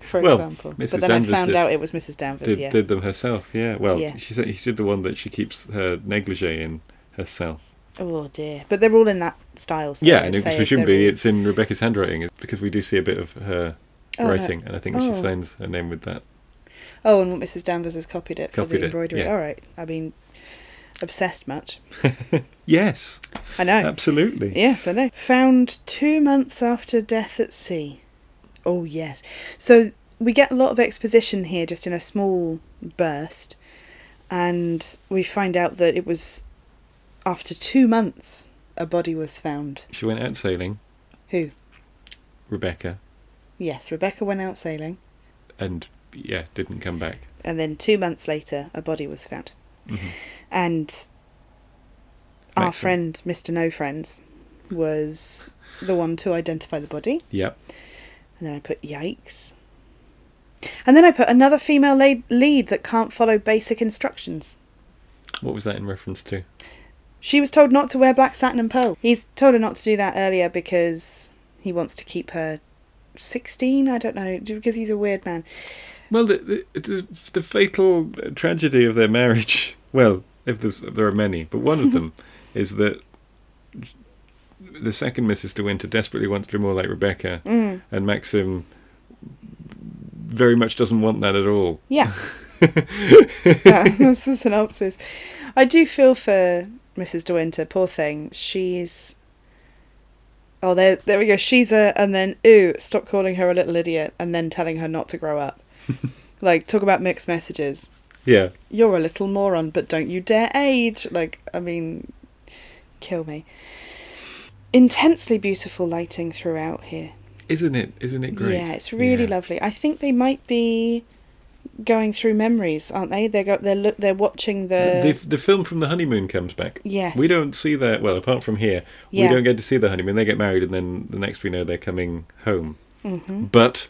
For
Well,
example,
Mrs.
but then
Danvers
I found
did-
out it was Mrs. Danvers.
did,
yes,
did them herself. Yeah. Well,
Yeah.
she said she did the one that she keeps her negligee in herself.
Oh dear! But they're all in that style. So
yeah,
I'd
and it,
say
presumably
they're all-
it's in Rebecca's handwriting it's because we do see a bit of her
Oh, no.
writing, and I think she
Oh.
signs her name with that.
Oh, and Mrs. Danvers has copied it for
Copied it,
the embroidery.
yeah.
All right. I mean, obsessed much?
Yes,
I know.
absolutely.
Yes, I know. Found two months after death at sea. Oh yes. So we get a lot of exposition here, just in a small burst, and we find out that it was after two months a body was found.
She went out sailing,
Who?
Rebecca,
Yes, Rebecca went out sailing.
and yeah, didn't come back.
and then two months later, a body was found.
Mhm.
And our
Makes sense.
friend, Mr. No Friends, was the one to identify the body.
Yep.
And then I put yikes. And then I put another female la- lead that can't follow basic instructions.
What was that in reference to?
She was told not to wear black satin and pearl. He's told her not to do that earlier because he wants to keep her 16, I don't know, because he's a weird man.
Well, the the, the, the fatal tragedy of their marriage. Well, if there's, there are many, but one of them is that the second Mrs. De Winter desperately wants to be more like Rebecca,
Mm.
and Maxim very much doesn't want that at all.
Yeah. yeah, that's the synopsis. I do feel for Mrs. De Winter, poor thing. She's Oh, there, there we go. She's a, and then ooh, stop calling her a little idiot, and then telling her not to grow up. like, talk about mixed messages.
Yeah.
You're a little moron, but don't you dare age. Like, I mean, kill me. Intensely beautiful lighting throughout here.
Isn't it? Isn't it great?
Yeah, it's really
Yeah.
lovely. I think they might be going through memories, aren't they? They go, they're look, they're watching the.
the, the film from the honeymoon comes back.
Yes.
Uh, We don't see that. Well, apart from here,
Yeah.
we don't get to see the honeymoon. They get married, and then the next we know, they're coming home.
Mm-hmm.
But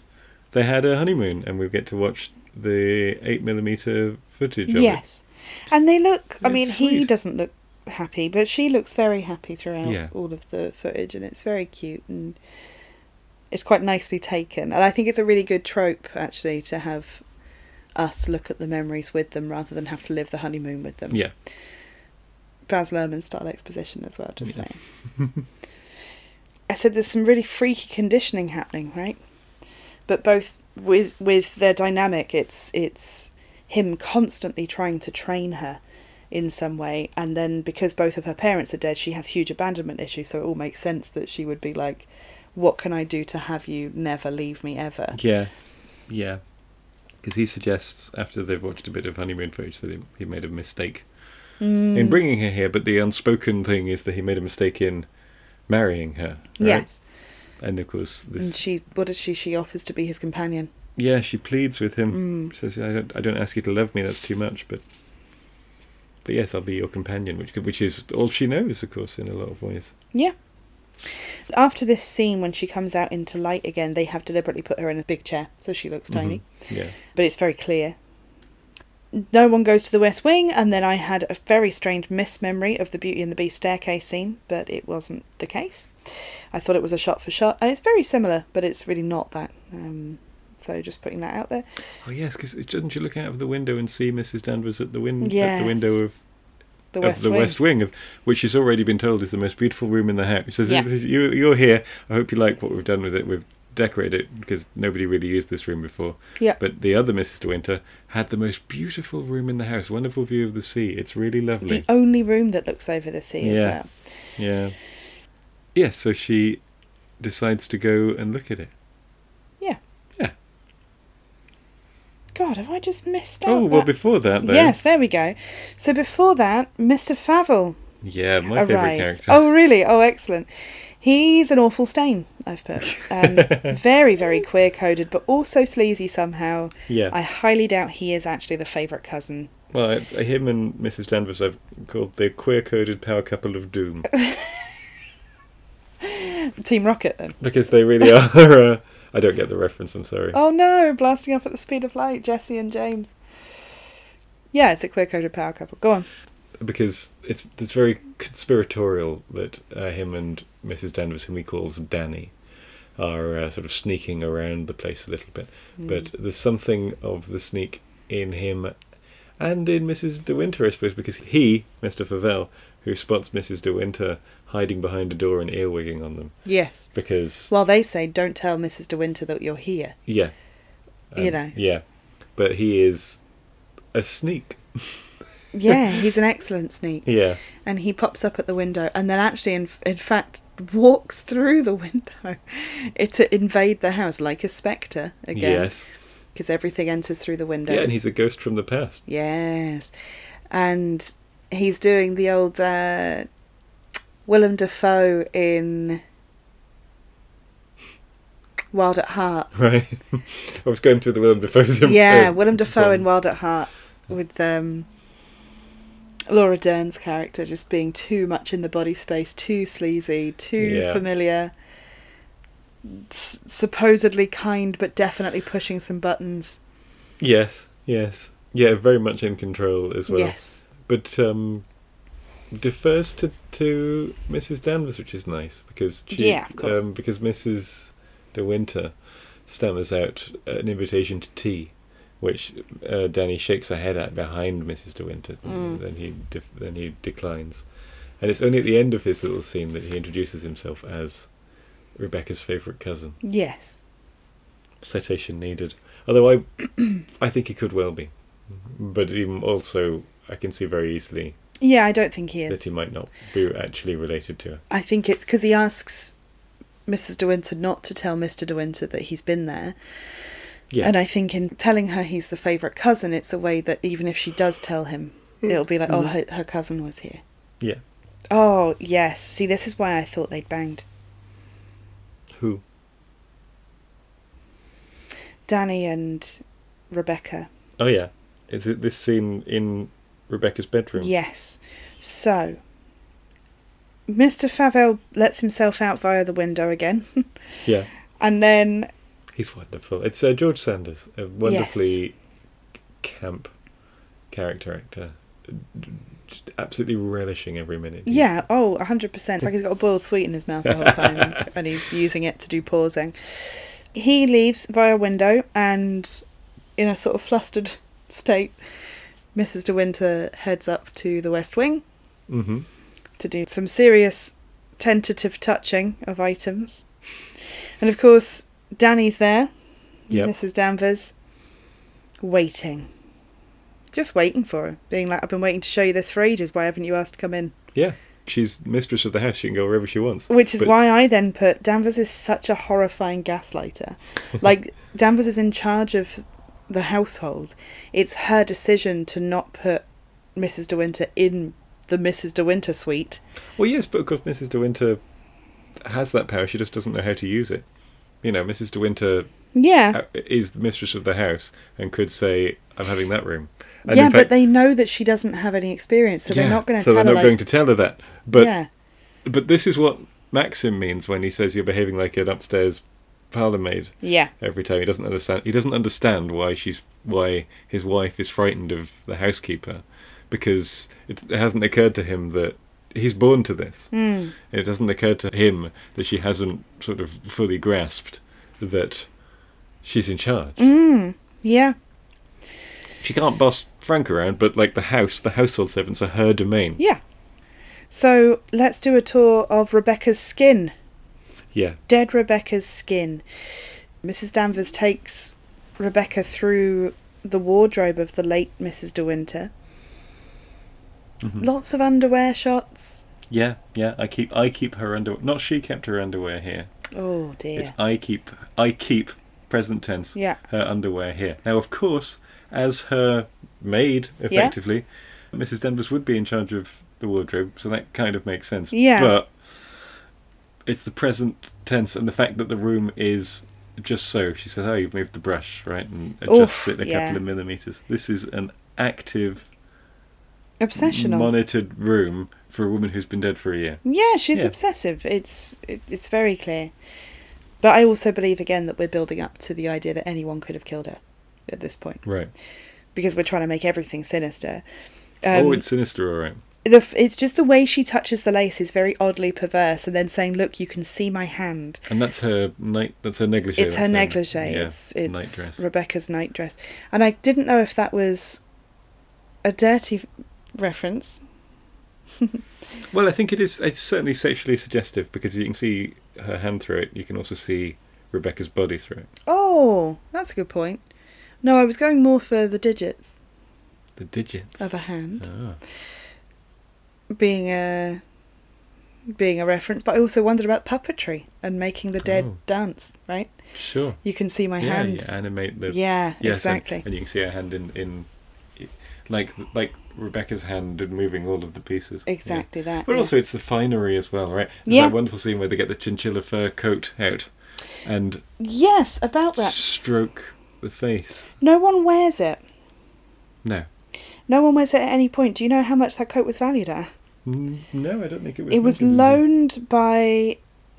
they had a honeymoon, and we get to watch the eight millimeter footage. Of
Yes, and they look. I
It's
mean, he
sweet.
doesn't look happy, but she looks very happy throughout
Yeah.
all of the footage, and it's very cute and it's quite nicely taken. And I think it's a really good trope actually to have us look at the memories with them rather than have to live the honeymoon with them.
It. Yeah.
Baz Luhrmann style exposition as well. Just
Yeah.
saying. I said there's some really freaky conditioning happening, right? But both with with their dynamic, it's it's him constantly trying to train her in some way, and then because both of her parents are dead, she has huge abandonment issues. So it all makes sense that she would be like, "What can I do to have you never leave me ever?"
Yeah. Yeah. Because he suggests after they've watched a bit of honeymoon footage that he- he made a mistake
Mm.
in bringing her here, but the unspoken thing is that he made a mistake in marrying her. Right?
Yes,
And of course, this
and she what does she? She offers to be his companion.
Yeah, she pleads with
Mm.
him. She says, "I don't, I don't ask you to love me. That's too much." But, but yes, I'll be your companion, which could- which is all she knows, of course, in a lot of ways.
Yeah. After this scene, when she comes out into light again, they have deliberately put her in a big chair, so she looks tiny,
Yeah,
but it's very clear. No one goes to the West Wing, and then I had a very strange mismemory of the Beauty and the Beast staircase scene, but it wasn't the case. I thought it was a shot for shot, and it's very similar, but it's really not that. Um, so just putting that out there.
Oh yes, because doesn't she look out of the window and see Mrs. Danvers at the win- at
Yes.
the window of
The
of
West
the
Wing.
West Wing, of which she's already been told is the most beautiful room in the house. She says,
Yeah.
you, "You're here. I hope you like what we've done with it. We've decorated it because nobody really used this room before."
Yeah.
But the other Mrs. De Winter had the most beautiful room in the house. Wonderful view of the sea. It's really lovely.
the only room that looks over the sea as
Yeah.
well.
Yeah. Yeah, so she decides to go and look at it.
Yeah.
Yeah.
God, have I just missed out?
Oh, well,
that?
before that, though.
Yes, there we go. So before that, Mr. Favell
Yeah, my favourite
arrives.
character.
Oh, really? Oh, excellent. He's an awful stain, I've put. Um, very, very queer coded, but also sleazy somehow.
Yeah.
I highly doubt he is actually the favourite cousin.
Well, I, him and Mrs. Danvers I've called the queer coded power couple of doom
Team Rocket, then.
because they really are. Uh, I don't get the reference, I'm sorry.
Oh no, blasting off at the speed of light, Jesse and James. Yeah, it's a queer coded power couple. Go on.
Because it's, it's very conspiratorial that uh, him and Mrs. Danvers, whom he calls Danny, are uh, sort of sneaking around the place a little bit.
Hmm.
But there's something of the sneak in him and in Mrs. De Winter, I suppose, because he, Mr. Favell, who spots Mrs. De Winter hiding behind a door and earwigging on them.
Yes.
Because,
Well, they say, don't tell Mrs. De Winter that you're here.
yeah.
You know.
Yeah. But he is a sneak.
Yeah, he's an excellent sneak.
Yeah.
and he pops up at the window and then actually in, in fact walks through the window it to invade the house like a spectre again uh,
Yes.
because everything enters through the windows
Yeah, and he's a ghost from the past.
yes and he's doing the old uh, Willem Dafoe in Wild at Heart
Right. I was going through the Willem Dafoe's. um,
yeah
uh,
Willem Dafoe in
um,
Wild at Heart with um Laura Dern's character just being too much in the body space, too sleazy, too
Yeah.
familiar, s- supposedly kind but definitely pushing some buttons.
Yes. Yes. Yeah, very much in control as well.
yes,
but um, defers to, to Mrs. Danvers, which is nice because she,
Yeah, of course.
Um, because Mrs. De Winter stammers out an invitation to tea, which uh, Danny shakes her head at behind Mrs. De Winter.
Mm.
Then he def- then he declines, and it's only at the end of his little scene that he introduces himself as Rebecca's favourite cousin.
yes.
Citation needed. Although I, I think he could well be, but even also I can see very easily
Yeah, I don't think he
that he
is.
might not be actually related to her.
I think it's because he asks Mrs. De Winter not to tell Mr. De Winter that he's been there.
Yeah.
And I think in telling her he's the favourite cousin, it's a way that even if she does tell him, it'll be like, oh, her, her cousin was here.
Hmm. Mm-hmm. yeah.
Oh, yes. See, this is why I thought they'd banged.
Who?
Danny and Rebecca.
Oh yeah. Is it this scene in Rebecca's bedroom?
Yes. So, Mr. Favell lets himself out via the window again.
Yeah.
and then,
He's wonderful. It's uh, George Sanders, a wonderfully camp character actor, Just absolutely relishing every minute. He's-
yeah, oh, 100%. It's like he's got a boiled sweet in his mouth the whole time and he's using it to do pausing. He leaves via window and, in a sort of flustered state, Mrs. De Winter heads up to the West Wing
Mhm.
to do some serious tentative touching of items. And of course, Danny's there,
Yep.
Mrs. Danvers, waiting. Just waiting for her, being like, I've been waiting to show you this for ages. Why haven't you asked to come in?
Yeah. She's mistress of the house. She can go wherever she wants.
Which is
But-
why I then put Danvers is such a horrifying gaslighter. Like, Danvers is in charge of the household. It's her decision to not put Mrs. De Winter in the Mrs. De Winter suite.
Well, yes, but of course, Mrs. De Winter has that power. She just doesn't know how to use it. You know, Mrs. De Winter
Yeah.
uh, is the mistress of the house and could say, "I'm having that room." And
yeah,
in
but
fact-
they know that she doesn't have any experience, so
Yeah,
they're not going to
so
tell
they're
her.
not
like,
going to tell her that. But
yeah,
but this is what Maxim means when he says you're behaving like an upstairs parlour maid.
yeah,
every time. He doesn't understand. He doesn't understand why she's why his wife is frightened of the housekeeper, because it, it hasn't occurred to him that he's born to this. Mm. It hasn't occurred to him that she hasn't sort of fully grasped that she's in charge.
yeah,
She can't boss Frank around, but like the house, the household servants are her domain.
yeah. So let's do a tour of Rebecca's skin.
Yeah,
Dead Rebecca's skin. Mrs. Danvers takes Rebecca through the wardrobe of the late Mrs. De Winter.
Mm-hmm.
Lots of underwear shots.
yeah, yeah. I keep I keep her underwear. Not she kept her underwear here.
Oh dear.
It's I keep I keep present tense.
Yeah.
Her underwear here. Now of course, as her maid effectively, Mrs. Danvers would be in charge of the wardrobe, so that kind of makes sense.
Yeah.
But it's the present tense and the fact that the room is just so. She says, Oh, you've moved the brush, right? And adjusts
Oof,
it a
yeah.
couple of millimetres. This is an active
Obsessional.
monitored room for a woman who's been dead for a year.
Yeah, she's
Yeah.
obsessive. It's it, it's very clear. But I also believe again that we're building up to the idea that anyone could have killed her at this point
Right.
because we're trying to make everything sinister.
oh,
Um,
it's sinister, all right.
the f it's just the way she touches the lace is very oddly perverse, and then saying, "Look, you can see my hand."
And that's her night. That's her negligee.
it's
that's
her negligee. it's it's
nightdress.
Rebecca's nightdress, and I didn't know if that was a dirty f- reference.
Well, I think it is. It's certainly sexually suggestive because you can see her hand through it. You can also see Rebecca's body through it.
Oh, that's a good point. No, I was going more for the digits
The digits.
of a hand.
Ah.
being a being a reference, but I also wondered about puppetry and making the dead
Oh.
dance. Right?
sure.
You can see my
yeah,
hand.
you animate the.
Yeah,
Yes, and-
exactly.
And, you can see her hand in in, like like Rebecca's hand in moving all of the pieces. Yeah.
Exactly that.
But also,
yes.
it's the finery as well, right? There's
Yeah.
that wonderful scene where they get the chinchilla fur coat out and
yes about that.
stroke the face.
No one wears it.
No.
No one wears it at any point. Do you know how much that coat was valued at?
Mm, No, I don't think it was.
It was
mentioned.
loaned by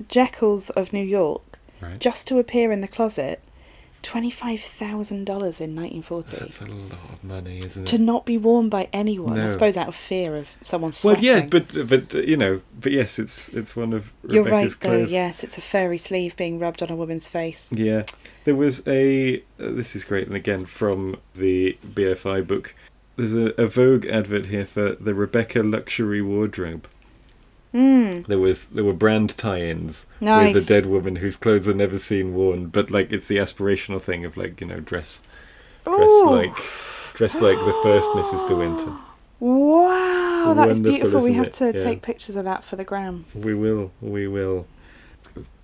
Jekylls of New York
Right.
just to appear in the closet. Twenty-five thousand dollars in nineteen forty
That's a lot of money, isn't it?
to not be worn by anyone. I
No.
suppose out of fear of someone
Well,
sweating.
yeah, but but uh, you know, but yes, it's it's one of
You're
Rebecca's
right, though.
clothes.
Yes, it's a furry sleeve being rubbed on a woman's face.
Yeah. there was a. Uh, this is great, and again from the BFI book. There's a, a Vogue advert here for the Rebecca luxury wardrobe.
Mm.
There was there were brand tie-ins with
Nice.
a dead woman whose clothes are never seen worn, but like it's the aspirational thing of like you know dress dress
Ooh.
like dress like the first Mrs. De Winter.
Wow, that is
Wonderful,
beautiful. We
isn't
have
it?
to
Yeah.
take pictures of that for the gram.
We will. We will.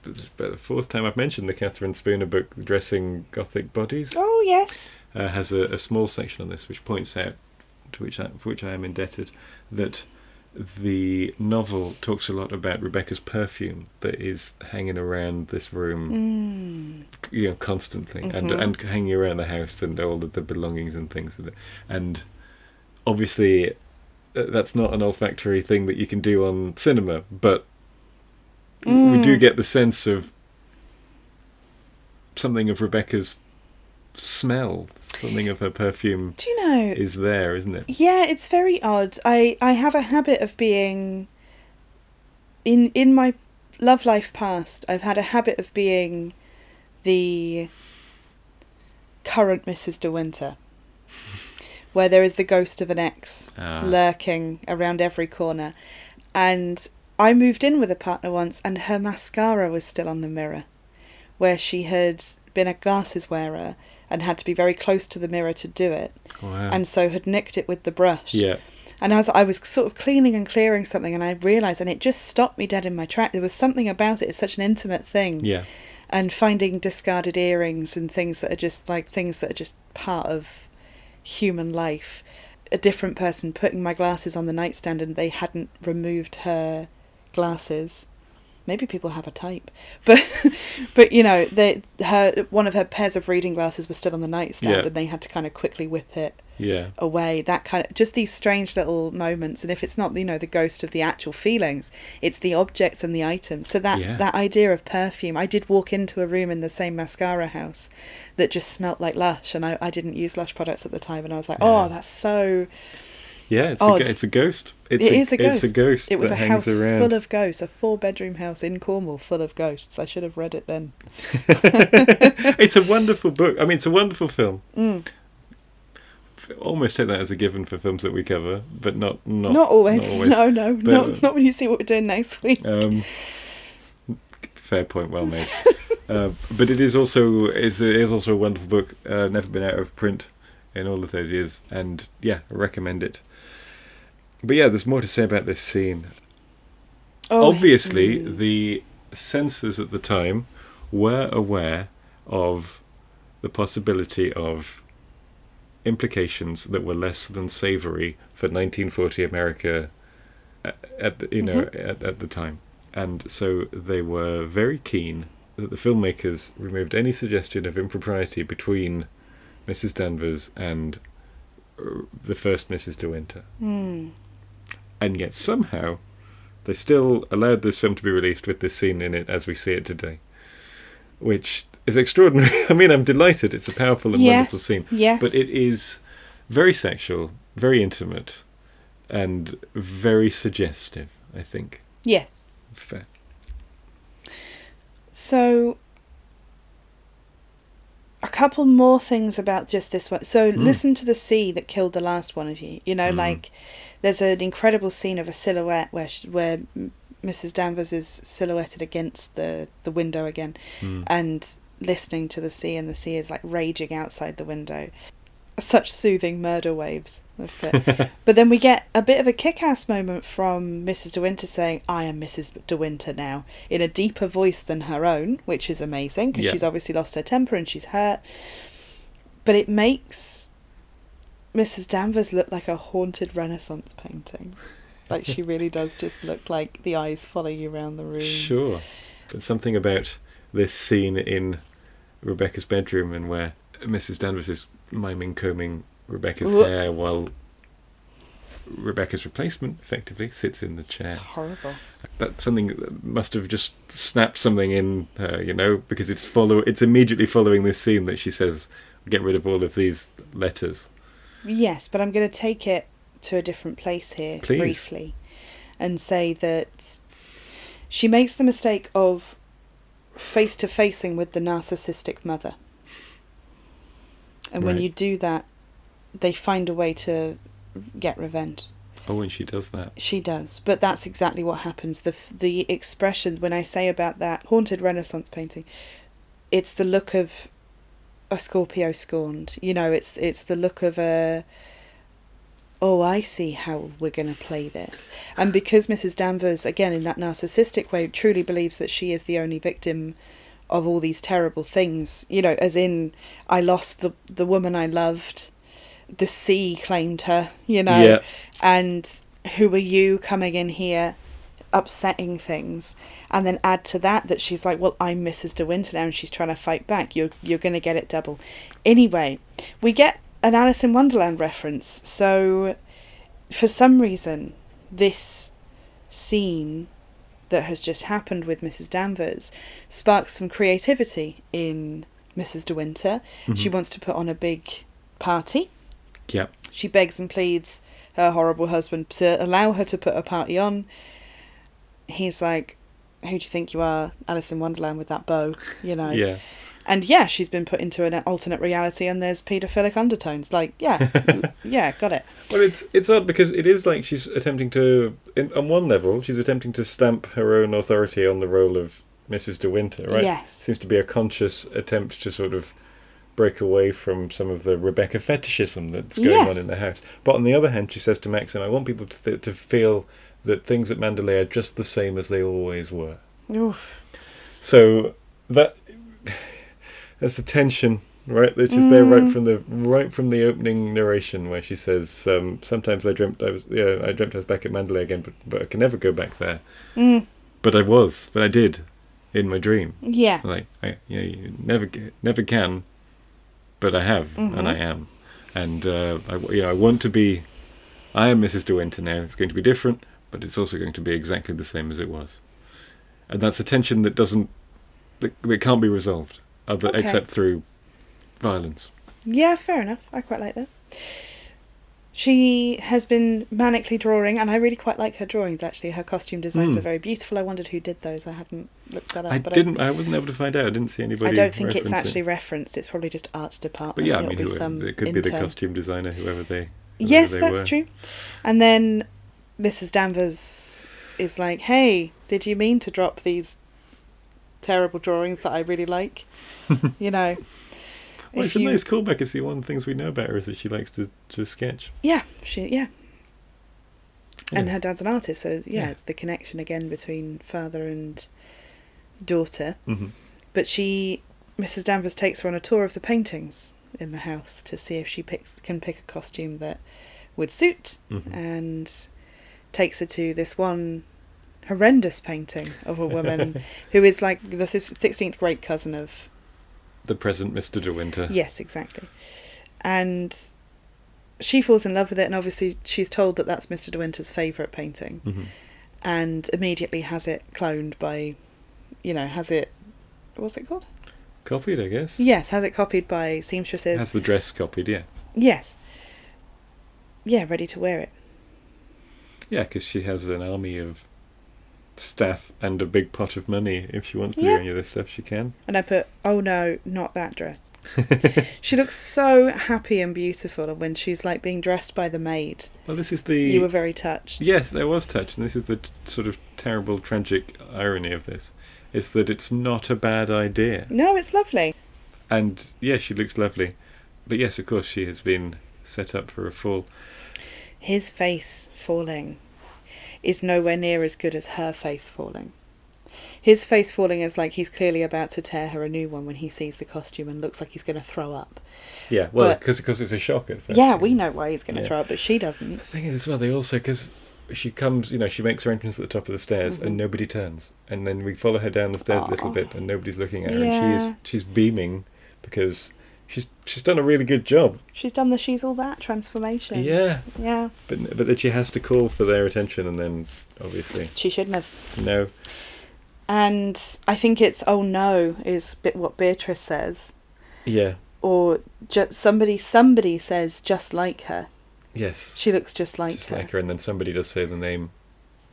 this is about the fourth time I've mentioned the Catherine Spooner book, Dressing Gothic Bodies,
Oh, yes.
uh, has a, a small section on this which points out, to which I, for which I am indebted, that the novel talks a lot about Rebecca's perfume that is hanging around this room
Mm.
you know constantly and
Mhm.
and hanging around the house and all of the belongings and things and- and obviously uh, that's not an olfactory thing that you can do on cinema but we do
Mm.
get the sense of something of rebecca's smell something of her perfume
Do you know?
is there isn't it
Yeah, it's very odd. I I have a habit of being in in my love life past. I've had a habit of being the current Mrs. De Winter, where there is the ghost of an ex
ah,
lurking around every corner, and I moved in with a partner once, and her mascara was still on the mirror, where she had been a glasses wearer and had to be very close to the mirror to do it
wow.
and so had nicked it with the brush.
yeah
And as I was sort of cleaning and clearing something, and I realised, and it just stopped me dead in my track. There was something about it. It's such an intimate thing.
yeah
And finding discarded earrings and things that are just like things that are just part of human life. A different person putting my glasses on the nightstand, and they hadn't removed her glasses. Maybe people have a type, but but you know, they, her one of her pairs of reading glasses was still on the nightstand,
Yeah.
and they had to kind of quickly whip it
yeah
away that kind of just these strange little moments and if it's not you know the ghost of the actual feelings it's the objects and the items so that
Yeah.
that idea of perfume i did walk into a room in the same mascara house that just smelt like lush and i, I didn't use lush products at the time and i was like
Yeah.
oh that's so
yeah it's, a,
Odd.
g- it's a ghost it's
It is a
it's a
ghost.
ghost
it was
that
a
hangs
house
around
full of ghosts a four bedroom house in cornwall full of ghosts i should have read it then
it's a wonderful book. I mean, it's a wonderful film.
Mm.
Almost take that as a given for films that we cover, but not not,
not, always. no no
But- uh,
not, not when you see what we're doing next week
Um, fair point, well made. uh, but it is also it's a, it is also a wonderful book. Uh, never been out of print in all of those years, and yeah, I recommend it. But yeah, there's more to say about this scene.
Oh,
Obviously,
mm.
the censors at the time were aware of the possibility of implications that were less than savory for 1940 America a- at the, you know at, at the time. And so they were very keen that the filmmakers removed any suggestion of impropriety between Mrs. Danvers and uh, the first Mrs. De Winter
Mm.
and yet somehow they still allowed this film to be released with this scene in it as we see it today, which is extraordinary. I mean, I'm delighted. It's a powerful and wonderful
hmm. yes
scene,
yes
but it is very sexual, very intimate, and very suggestive. I think.
yes
Fair.
So, a couple more things about just this one. So, listen to the sea that killed the last one of you. You know,
Mm.
like there's an incredible scene of a silhouette where she, where M- Mrs. Danvers is silhouetted against the the window again,
Mm.
and listening to the sea, and the sea is like raging outside the window. Such soothing murder waves. Of it. But then we get a bit of a kick ass moment from Mrs. De Winter saying, I am Mrs. De Winter now, in a deeper voice than her own, which is amazing because
Yeah.
she's obviously lost her temper and she's hurt. But it makes Mrs. Danvers look like a haunted Renaissance painting. Like she really does just look like the eyes follow you around the room.
Sure. But something about this scene in Rebecca's bedroom and where Mrs. Danvers is miming combing Rebecca's
Wha-
hair while Rebecca's replacement effectively sits in the chair.
It's horrible.
That's something that must have just snapped something in her, you know, because it's follow it's immediately following this scene that she says, Get rid of all of these letters.
Yes, but I'm going to take it to a different place here
Please.
briefly and say that she makes the mistake of face to facing with the narcissistic mother. And when
Right.
you do that, they find a way to get revenge.
Oh, and she does that.
She does, but that's exactly what happens. The f- the expression when I say about that haunted Renaissance painting, it's the look of a Scorpio scorned. You know, it's it's the look of a oh, I see how we're going to play this. And because Mrs. Danvers, again, in that narcissistic way, truly believes that she is the only victim of all these terrible things, you know, as in, I lost the, the woman I loved, the sea claimed her, you know,
Yeah.
and who are you coming in here? upsetting things and then add to that that she's like well i'm mrs de winter now and she's trying to fight back you're you're going to get it double anyway we get an alice in wonderland reference so for some reason this scene that has just happened with mrs danvers sparks some creativity in mrs de winter
Mm-hmm.
she wants to put on a big party
Yeah.
she begs and pleads her horrible husband to allow her to put a party on. He's like, Who do you think you are, Alice in Wonderland with that bow? You know?
Yeah.
And yeah, she's been put into an alternate reality and there's paedophilic undertones. Like, yeah, l- yeah, got it.
Well, it's it's odd because it is like she's attempting to, in, on one level, she's attempting to stamp her own authority on the role of Mrs. De Winter, right?
Yes.
Seems to be a conscious attempt to sort of break away from some of the Rebecca fetishism that's going
Yes.
on in the house. But on the other hand, she says to Maxim, "I want people to th- to feel that things at Mandalay are just the same as they always were."
Oof.
So that that's the tension, right? Which is there right from the right from the opening narration where she says, um, "Sometimes I dreamt I was yeah I dreamt I was back at Mandalay again, but, but I can never go back there.
Mm,
But I was, but I did, in my dream.
Yeah.
Like I you, know, you never ca- never can, but I have and I
Mm-hmm.
am, and uh, I w- you know I want to be. I am Mrs. De Winter now. It's going to be different, but it's also going to be exactly the same as it was. And that's a tension that doesn't that, that can't be resolved other
Okay.
except through violence.
Yeah, fair enough. I quite like that. She has been manically drawing, and I really quite like her drawings. Actually, her costume designs
Hmm.
are very beautiful. I wondered who did those. I hadn't looked that up.
I
but
didn't. I wasn't able to find out. I didn't see anybody.
I don't think it's
referencing.
actually referenced. It's probably just art department.
But yeah, I
It'll
mean,
be
who,
some
it could be the
intern.
costume designer, whoever they. whoever
Yes,
they
that's
were.
true. And then Mrs. Danvers is like, "Hey, did you mean to drop these terrible drawings that I really like?" you know.
Well,
if
it's a
you-
nice callback. Is see one of the things we know about her is that she likes to to sketch.
Yeah, she yeah. And
Yeah.
her dad's an artist, so yeah,
Yeah.
it's the connection again between father and daughter.
hmm
But she, Mrs. Danvers, takes her on a tour of the paintings in the house to see if she picks can pick a costume that would suit,
Mhm.
and takes her to this one horrendous painting of a woman who is like the sixteenth great cousin of
The present Mr. De Winter.
yes, exactly, and she falls in love with it, and obviously she's told that that's Mister De Winter's favourite painting,
hmm
and immediately has it cloned by, you know, has it. What's it called?
Copied, I guess.
Yes, has it copied by seamstresses.
Has the dress copied, yeah.
Yes. Yeah, ready to wear it.
Yeah, because she has an army of staff and a big pot of money. If she wants to
Yeah.
do any of this stuff, she can.
And I put, oh no, not that dress. she looks so happy and beautiful when she's like being dressed by the maid.
Well, this is the.
You were very touched.
Yes, there was touch, and this is the t- sort of terrible, tragic irony of this. Is that it's not a bad idea.
No, it's lovely.
And yeah, she looks lovely. But yes, of course, she has been set up for a fall.
His face falling is nowhere near as good as her face falling. His face falling is like he's clearly about to tear her a new one when he sees the costume and looks like he's going to throw up.
Yeah, well,
But-
because it's a shock at first.
yeah,
you
we
know.
know why he's going to
Yeah.
throw up, but she doesn't.
The thing is, as well, they also because she comes, you know, she makes her entrance at the top of the stairs, and nobody turns, and then we follow her down the stairs a little
Mm-hmm. Aw.
bit, and nobody's looking at her, and she
Yeah.
is she's beaming because she's she's done a really good job.
She's done the she's all that transformation.
Yeah,
Yeah.
but but then she has to call for their attention, and then obviously
She shouldn't have.
no,
And I think it's oh no is bit what Beatrice says,
yeah,
or just somebody somebody says just like her.
yes,
She looks just like
just
her.
like her, and then somebody does say the name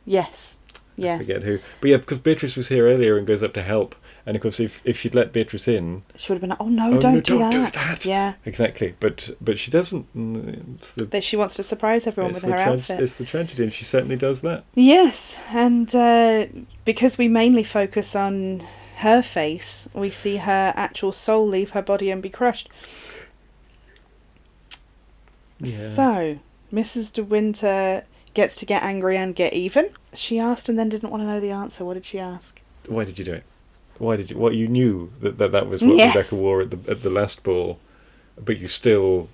Yes, yes.
forget who. But yeah, because Beatrice was here earlier and goes up to help. And of course, if, if she'd let Beatrice in,
She would have been like, oh no,
Oh, no,
don't, do,
don't
that.
do that.
Yeah,
exactly. But but she doesn't. mm, It's the,
that she wants to surprise everyone
it's
with
the
her
trage-
outfit.
It's the tragedy, and she certainly does that.
Yes, and uh, because we mainly focus on her face, we see her actual soul leave her body and be crushed. So, Mrs. De Winter gets to get angry and get even. She asked and then didn't want to know the answer. What did she ask?
Why did you do it? Why did you? Well, you knew that that, that was what
Yes.
Rebecca wore at the at the last ball, but you still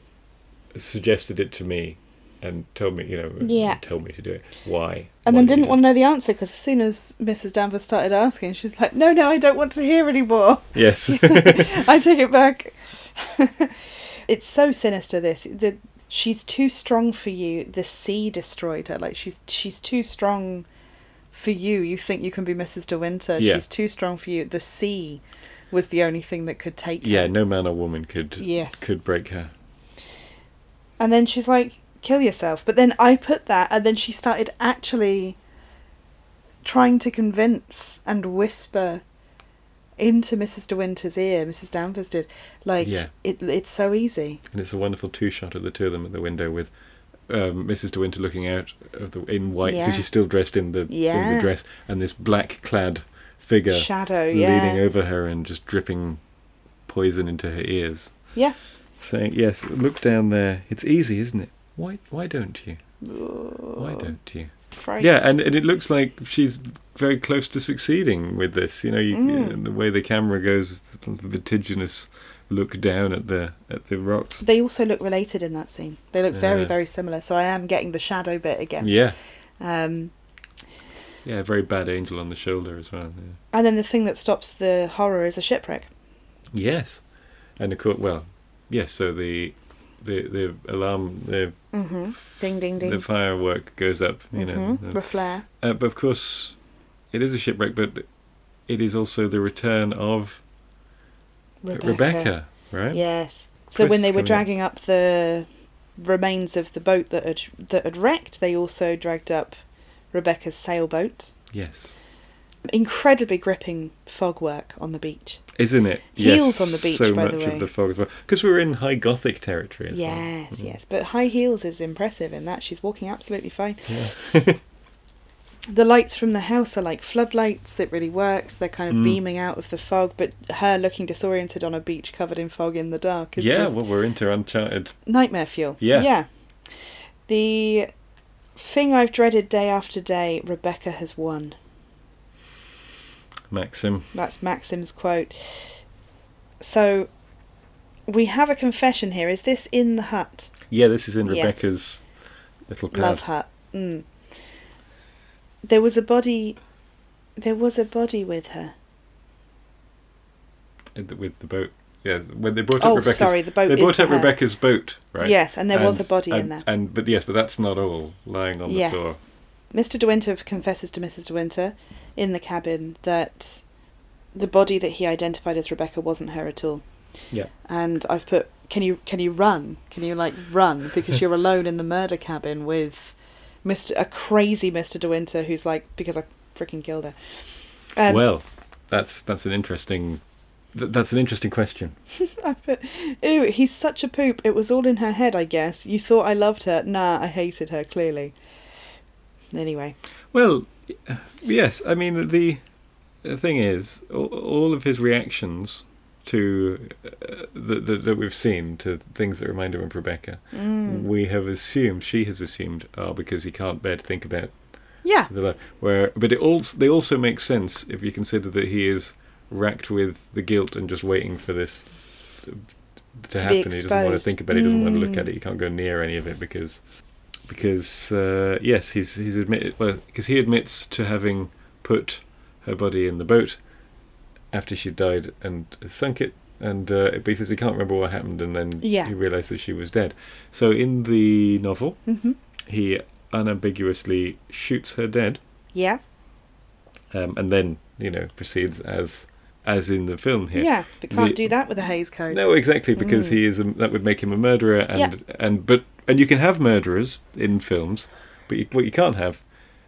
suggested it to me and told me, you know,
Yeah.
told me to do it. Why?
And
Why
then
did you
didn't
do
want to know the answer because as soon as Mrs. Danvers started asking, she's like, "No, no, I don't want to hear anymore.
it? Yes.
I take it back." it's so sinister. This that she's too strong for you. The sea destroyed her. Like she's she's too strong for you. You think you can be Mrs. De Winter?
Yeah.
She's too strong for you. The sea was the only thing that could take
yeah.
her.
No man or woman could
Yes.
could break her.
And then she's like, kill yourself. But then I put that, and then she started actually trying to convince and whisper into Mrs. De Winter's ear, Mrs. Danvers did, like,
Yeah.
it, it's so easy.
And it's a wonderful two shot of the two of them at the window with um, Mrs. De Winter looking out of the in white because
Yeah.
she's still dressed in the in
Yeah.
the dress, and this black clad figure
Shadow, yeah.
leaning over her and just dripping poison into her ears,
Yeah.
saying, "Yes, look down there. It's easy, isn't it? Why why don't you? Why
Why
don't you?"
Frights.
Yeah, and, and it looks like she's very close to succeeding with this. You know, you,
Mm.
the way the camera goes, the vertiginous look down at the at the rocks.
They also look related in that scene. They look very,
Yeah.
very similar. So I am getting the shadow bit again.
Yeah,
Um,
yeah, very bad angel on the shoulder as well. Yeah.
and then the thing that stops the horror is a shipwreck.
Yes, and of course, well, yes. So the the the alarm, the
Mm-hmm. Ding, ding, ding.
the firework goes up. You
Mhm.
know,
the flare.
Uh, but of course, it is a shipwreck, but it is also the return of Rebecca, right?
Yes. So when
Twists
they were
coming up.
dragging up the remains of the boat that had that had wrecked, they also dragged up Rebecca's sailboat.
Yes.
Incredibly gripping fog work on the beach.
Isn't it?
Heels on the beach,
So
by
much
the way.
of the fog as well, because we're in high Gothic territory as
yes,
well.
yes. But high heels is impressive in that she's walking absolutely fine.
yes.
The lights from the house are like floodlights. It really works. They're kind of
Mm.
beaming out of the fog, but her looking disoriented on a beach covered in fog in the dark is
Yeah.
just
Well, we're into uncharted.
nightmare fuel.
Yeah.
Yeah. The thing I've dreaded day after day, Rebecca has won.
Maxim.
That's Maxim's quote. So we have a confession here. Is this in the hut?
Yeah, this is in
Yes.
Rebecca's little pad.
Love hut. Mm. There was a body. There was a body with her.
Uh, th- with the boat. Yeah, when they brought up
Oh,
Rebecca's,
sorry, the boat
they
is
brought
the
up
hair.
Rebecca's boat, right?
Yes, and there was a body
and,
in there.
And but yes, but that's not all lying on
Yes.
the floor.
Mr. De Winter confesses to Mrs. De Winter in the cabin that the body that he identified as Rebecca wasn't her at all.
Yeah.
And I've put, can you can you run? Can you like run because you're alone in the murder cabin with Mr. a crazy Mr. De Winter who's like because I freaking killed her. Um,
well, that's that's an interesting th- that's an interesting question.
I put, ooh, he's such a poop. It was all in her head, I guess. You thought I loved her. Nah, I hated her clearly. Anyway,
Well, y- yes, I mean the the thing is all, all of his reactions to uh, that that that we've seen to things that remind him of Rebecca, we have assumed she has assumed are because he can't bear to think about
yeah,
the left, where but it also they also make sense if you consider that he is racked with the guilt and just waiting for this to,
be
happen. He doesn't want to
exposed.
think about it. He doesn't want to look
Mm.
at it. He can't go near any of it because because uh, yes, he's he's admitted well because he admits to having put her body in the boat after she died and sunk it. And uh, but he says he can't remember what happened, and then
Yeah.
he realised that she was dead. So in the novel,
hmm
he unambiguously shoots her dead,
yeah,
um, and then you know proceeds as as in the film here.
yeah. But can't
The-
do that with a Hayes code.
No, exactly, because
Mm.
he is a, that would make him a murderer, and and but and you can have murderers in films, but you, what you can't have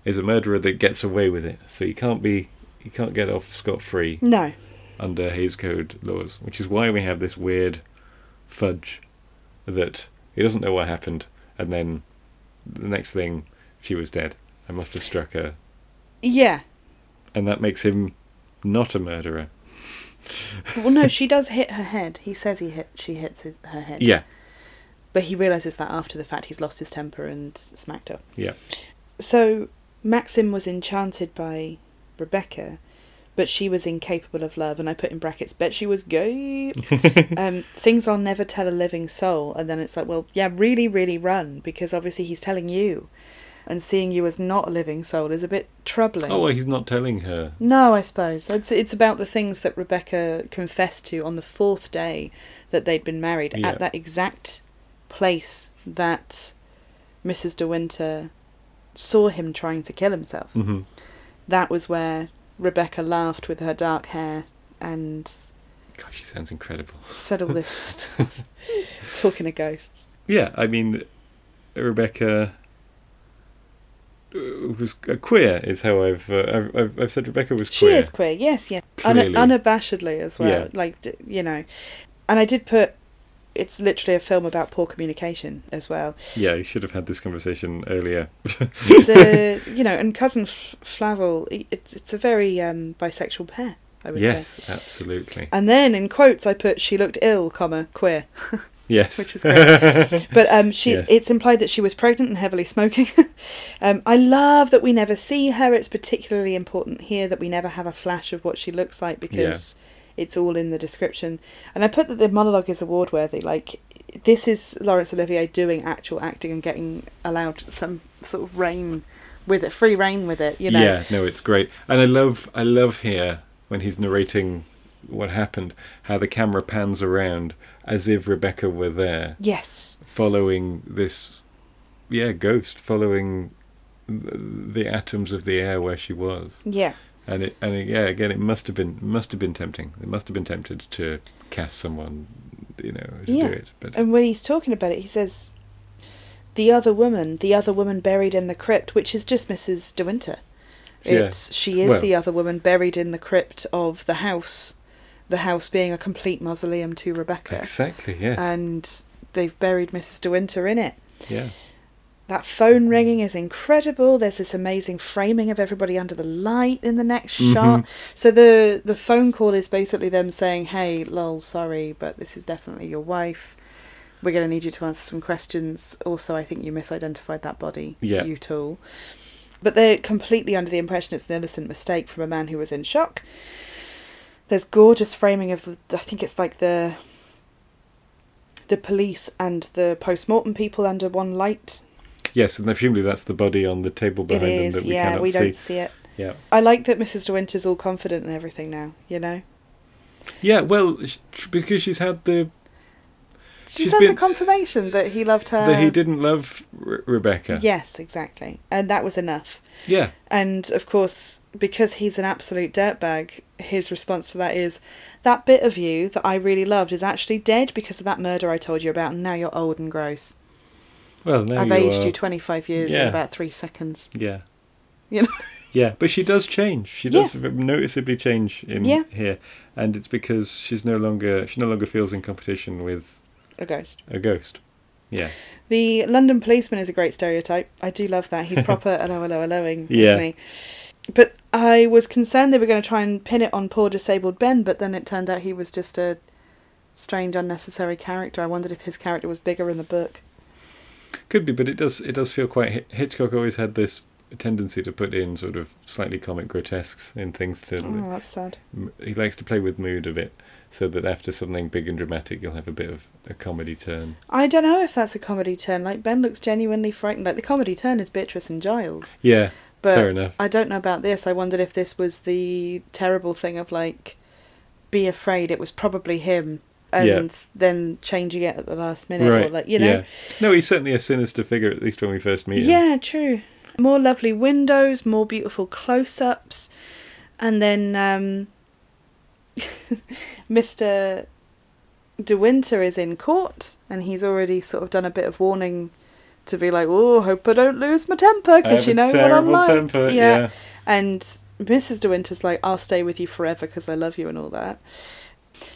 is a murderer that gets away with it. So you can't be you can't get off scot free
no.
under Hayes Code laws, which is why we have this weird fudge that he doesn't know what happened, and then the next thing she was dead. I must have struck her
Yeah.
and that makes him not a murderer.
Well, no, she does hit her head. He says he hit. She hits his, her head.
Yeah,
But he realizes that after the fact he's lost his temper and smacked her.
Yeah.
So Maxim was enchanted by Rebecca, but she was incapable of love, and I put in brackets, bet she was gay. um, things I'll never tell a living soul. And then it's like, well, yeah, really, really run, because obviously he's telling you. And seeing you as not a living soul is a bit troubling.
Oh, well, he's not telling her.
No, I suppose. It's, it's about the things that Rebecca confessed to on the fourth day that they'd been married
Yeah.
at that exact place that Mrs. De Winter saw him trying to kill himself.
hmm
That was where Rebecca laughed with her dark hair and
God, she sounds incredible.
said all this stuff. Talking of ghosts.
Yeah, I mean, Rebecca uh, was uh, queer, is how I've, uh, I've, I've I've said Rebecca was
She
queer.
is queer, yes, yes. Un-
Clearly.
unabashedly as well.
Yeah.
Like, d- you know. And I did put it's literally a film about poor communication as well.
Yeah, you should have had this conversation earlier.
It's a, you know, and cousin F- Flavel, i- it's it's a very um, bisexual pair, I would say.
yes, absolutely.
And then in quotes, I put she looked ill, comma queer,
Yes.
which is great. but um, she
Yes.
it's implied that she was pregnant and heavily smoking. um, I love that we never see her. It's particularly important here that we never have a flash of what she looks like because it's all in the description. And I put that the monologue is award worthy. Like this is Laurence Olivier doing actual acting and getting allowed some sort of reign with it, free reign with it. You know.
Yeah, no, it's great, and I love, I love here when he's narrating what happened, how the camera pans around as if Rebecca were there,
Yes.
following this, yeah, ghost, following th- the atoms of the air where she was,
Yeah.
and it, and it, yeah, again, it must have been, must have been tempting. It must have been tempted to cast someone, you know, to
Yeah.
do it, but
And when he's talking about it, he says, "The other woman, the other woman buried in the crypt," which is just Mrs. De Winter.
Yeah.
It's she is
Well-
the other woman buried in the crypt of the house, the house being a complete mausoleum to Rebecca,
exactly, yes,
Uh, and they've buried Mrs. De Winter in it.
yeah,
That phone ringing is incredible. There's this amazing framing of everybody under the light in the next shot. So the the phone call is basically them saying, "Hey, lol, sorry, but this is definitely your wife. We're going to need you to answer some questions. Also, I think you misidentified that body,
Yeah.
you tool." But they're completely under the impression it's an innocent mistake from a man who was in shock. There's gorgeous framing of I think it's like the the police and the post-mortem people under one light
yes, and presumably that's the body on the table
it
behind them
is,
that we
yeah,
cannot
we
see.
don't see it.
Yeah.
I like that Mrs. De Winter's all confident and everything now, you know?
Yeah, well, sh- because she's had the
She's,
She's
had
been-
the confirmation that he loved her.
that he didn't love Re- Rebecca.
Yes, exactly. And that was enough.
yeah,
And of course, because he's an absolute dirtbag, his response to that is that bit of you that I really loved is actually dead because of that murder I told you about, and now you're old and gross.
Well, now
I've
you
aged
are-
you 25 years in
Yeah.
about three seconds.
Yeah,
You know?
yeah, but she does change. She does
Yes.
v- noticeably change in
Yeah.
here, and it's because she's no longer she no longer feels in competition with
A ghost.
a ghost. Yeah,
The London policeman is a great stereotype. I do love that. He's proper hello, hello, helloing,
Yeah.
isn't he? But I was concerned they were going to try and pin it on poor disabled Ben, but then it turned out he was just a strange, unnecessary character. I wondered if his character was bigger in the book.
could be, but it does it does feel quite. Hi- Hitchcock always had this tendency to put in sort of slightly comic grotesques in things to
Oh, that's sad.
m- he likes to play with mood a bit so that after something big and dramatic you'll have a bit of a comedy turn
I don't know if that's a comedy turn. Like Ben looks genuinely frightened. Like the comedy turn is Beatrice and Giles.
yeah
But
fair enough
I don't know about this. I wondered if this was the terrible thing of like, be afraid. It was probably him, and
Yeah.
then changing it at the last minute, or like you know,
yeah. no he's certainly a sinister figure at least when we first meet him
yeah, true. More lovely windows, more beautiful close-ups, and then um, Mister De Winter is in court, and he's already sort of done a bit of warning to be like, oh, hope I don't lose my temper
I have
because you
a
know what I'm
terrible
like.
temper, yeah.
And Mrs. De Winter's like, I'll stay with you forever because I love you and all that.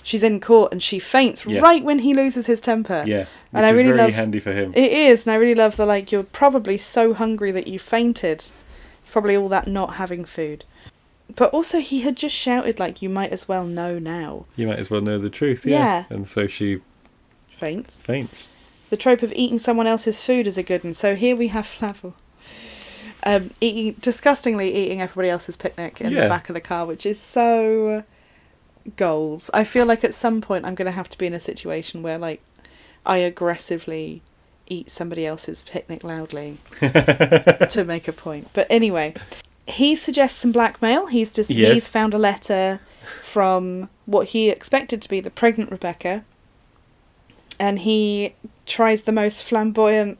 She's in court and she faints
Yeah.
right when he loses his temper.
yeah
And
and
I
i
really
really very
love-
handy for him
It is, and I really love the like, you're probably so hungry that you fainted. It's probably all that not having food. But also, he had just shouted, like, you might as well know now.
you might as well know the truth yeah.
Yeah.
and so she
Faints.
faints
The trope of eating someone else's food is a good one. So here we have Flavel. Um, eating disgustingly eating everybody else's picnic in
Yeah.
the back of the car, which is so uh, goals. I feel like at some point I'm going to have to be in a situation where like I aggressively eat somebody else's picnic loudly to make a point. But anyway, he suggests some blackmail. He's just
Yes.
he's found a letter from what he expected to be the pregnant Rebecca, and he tries the most flamboyant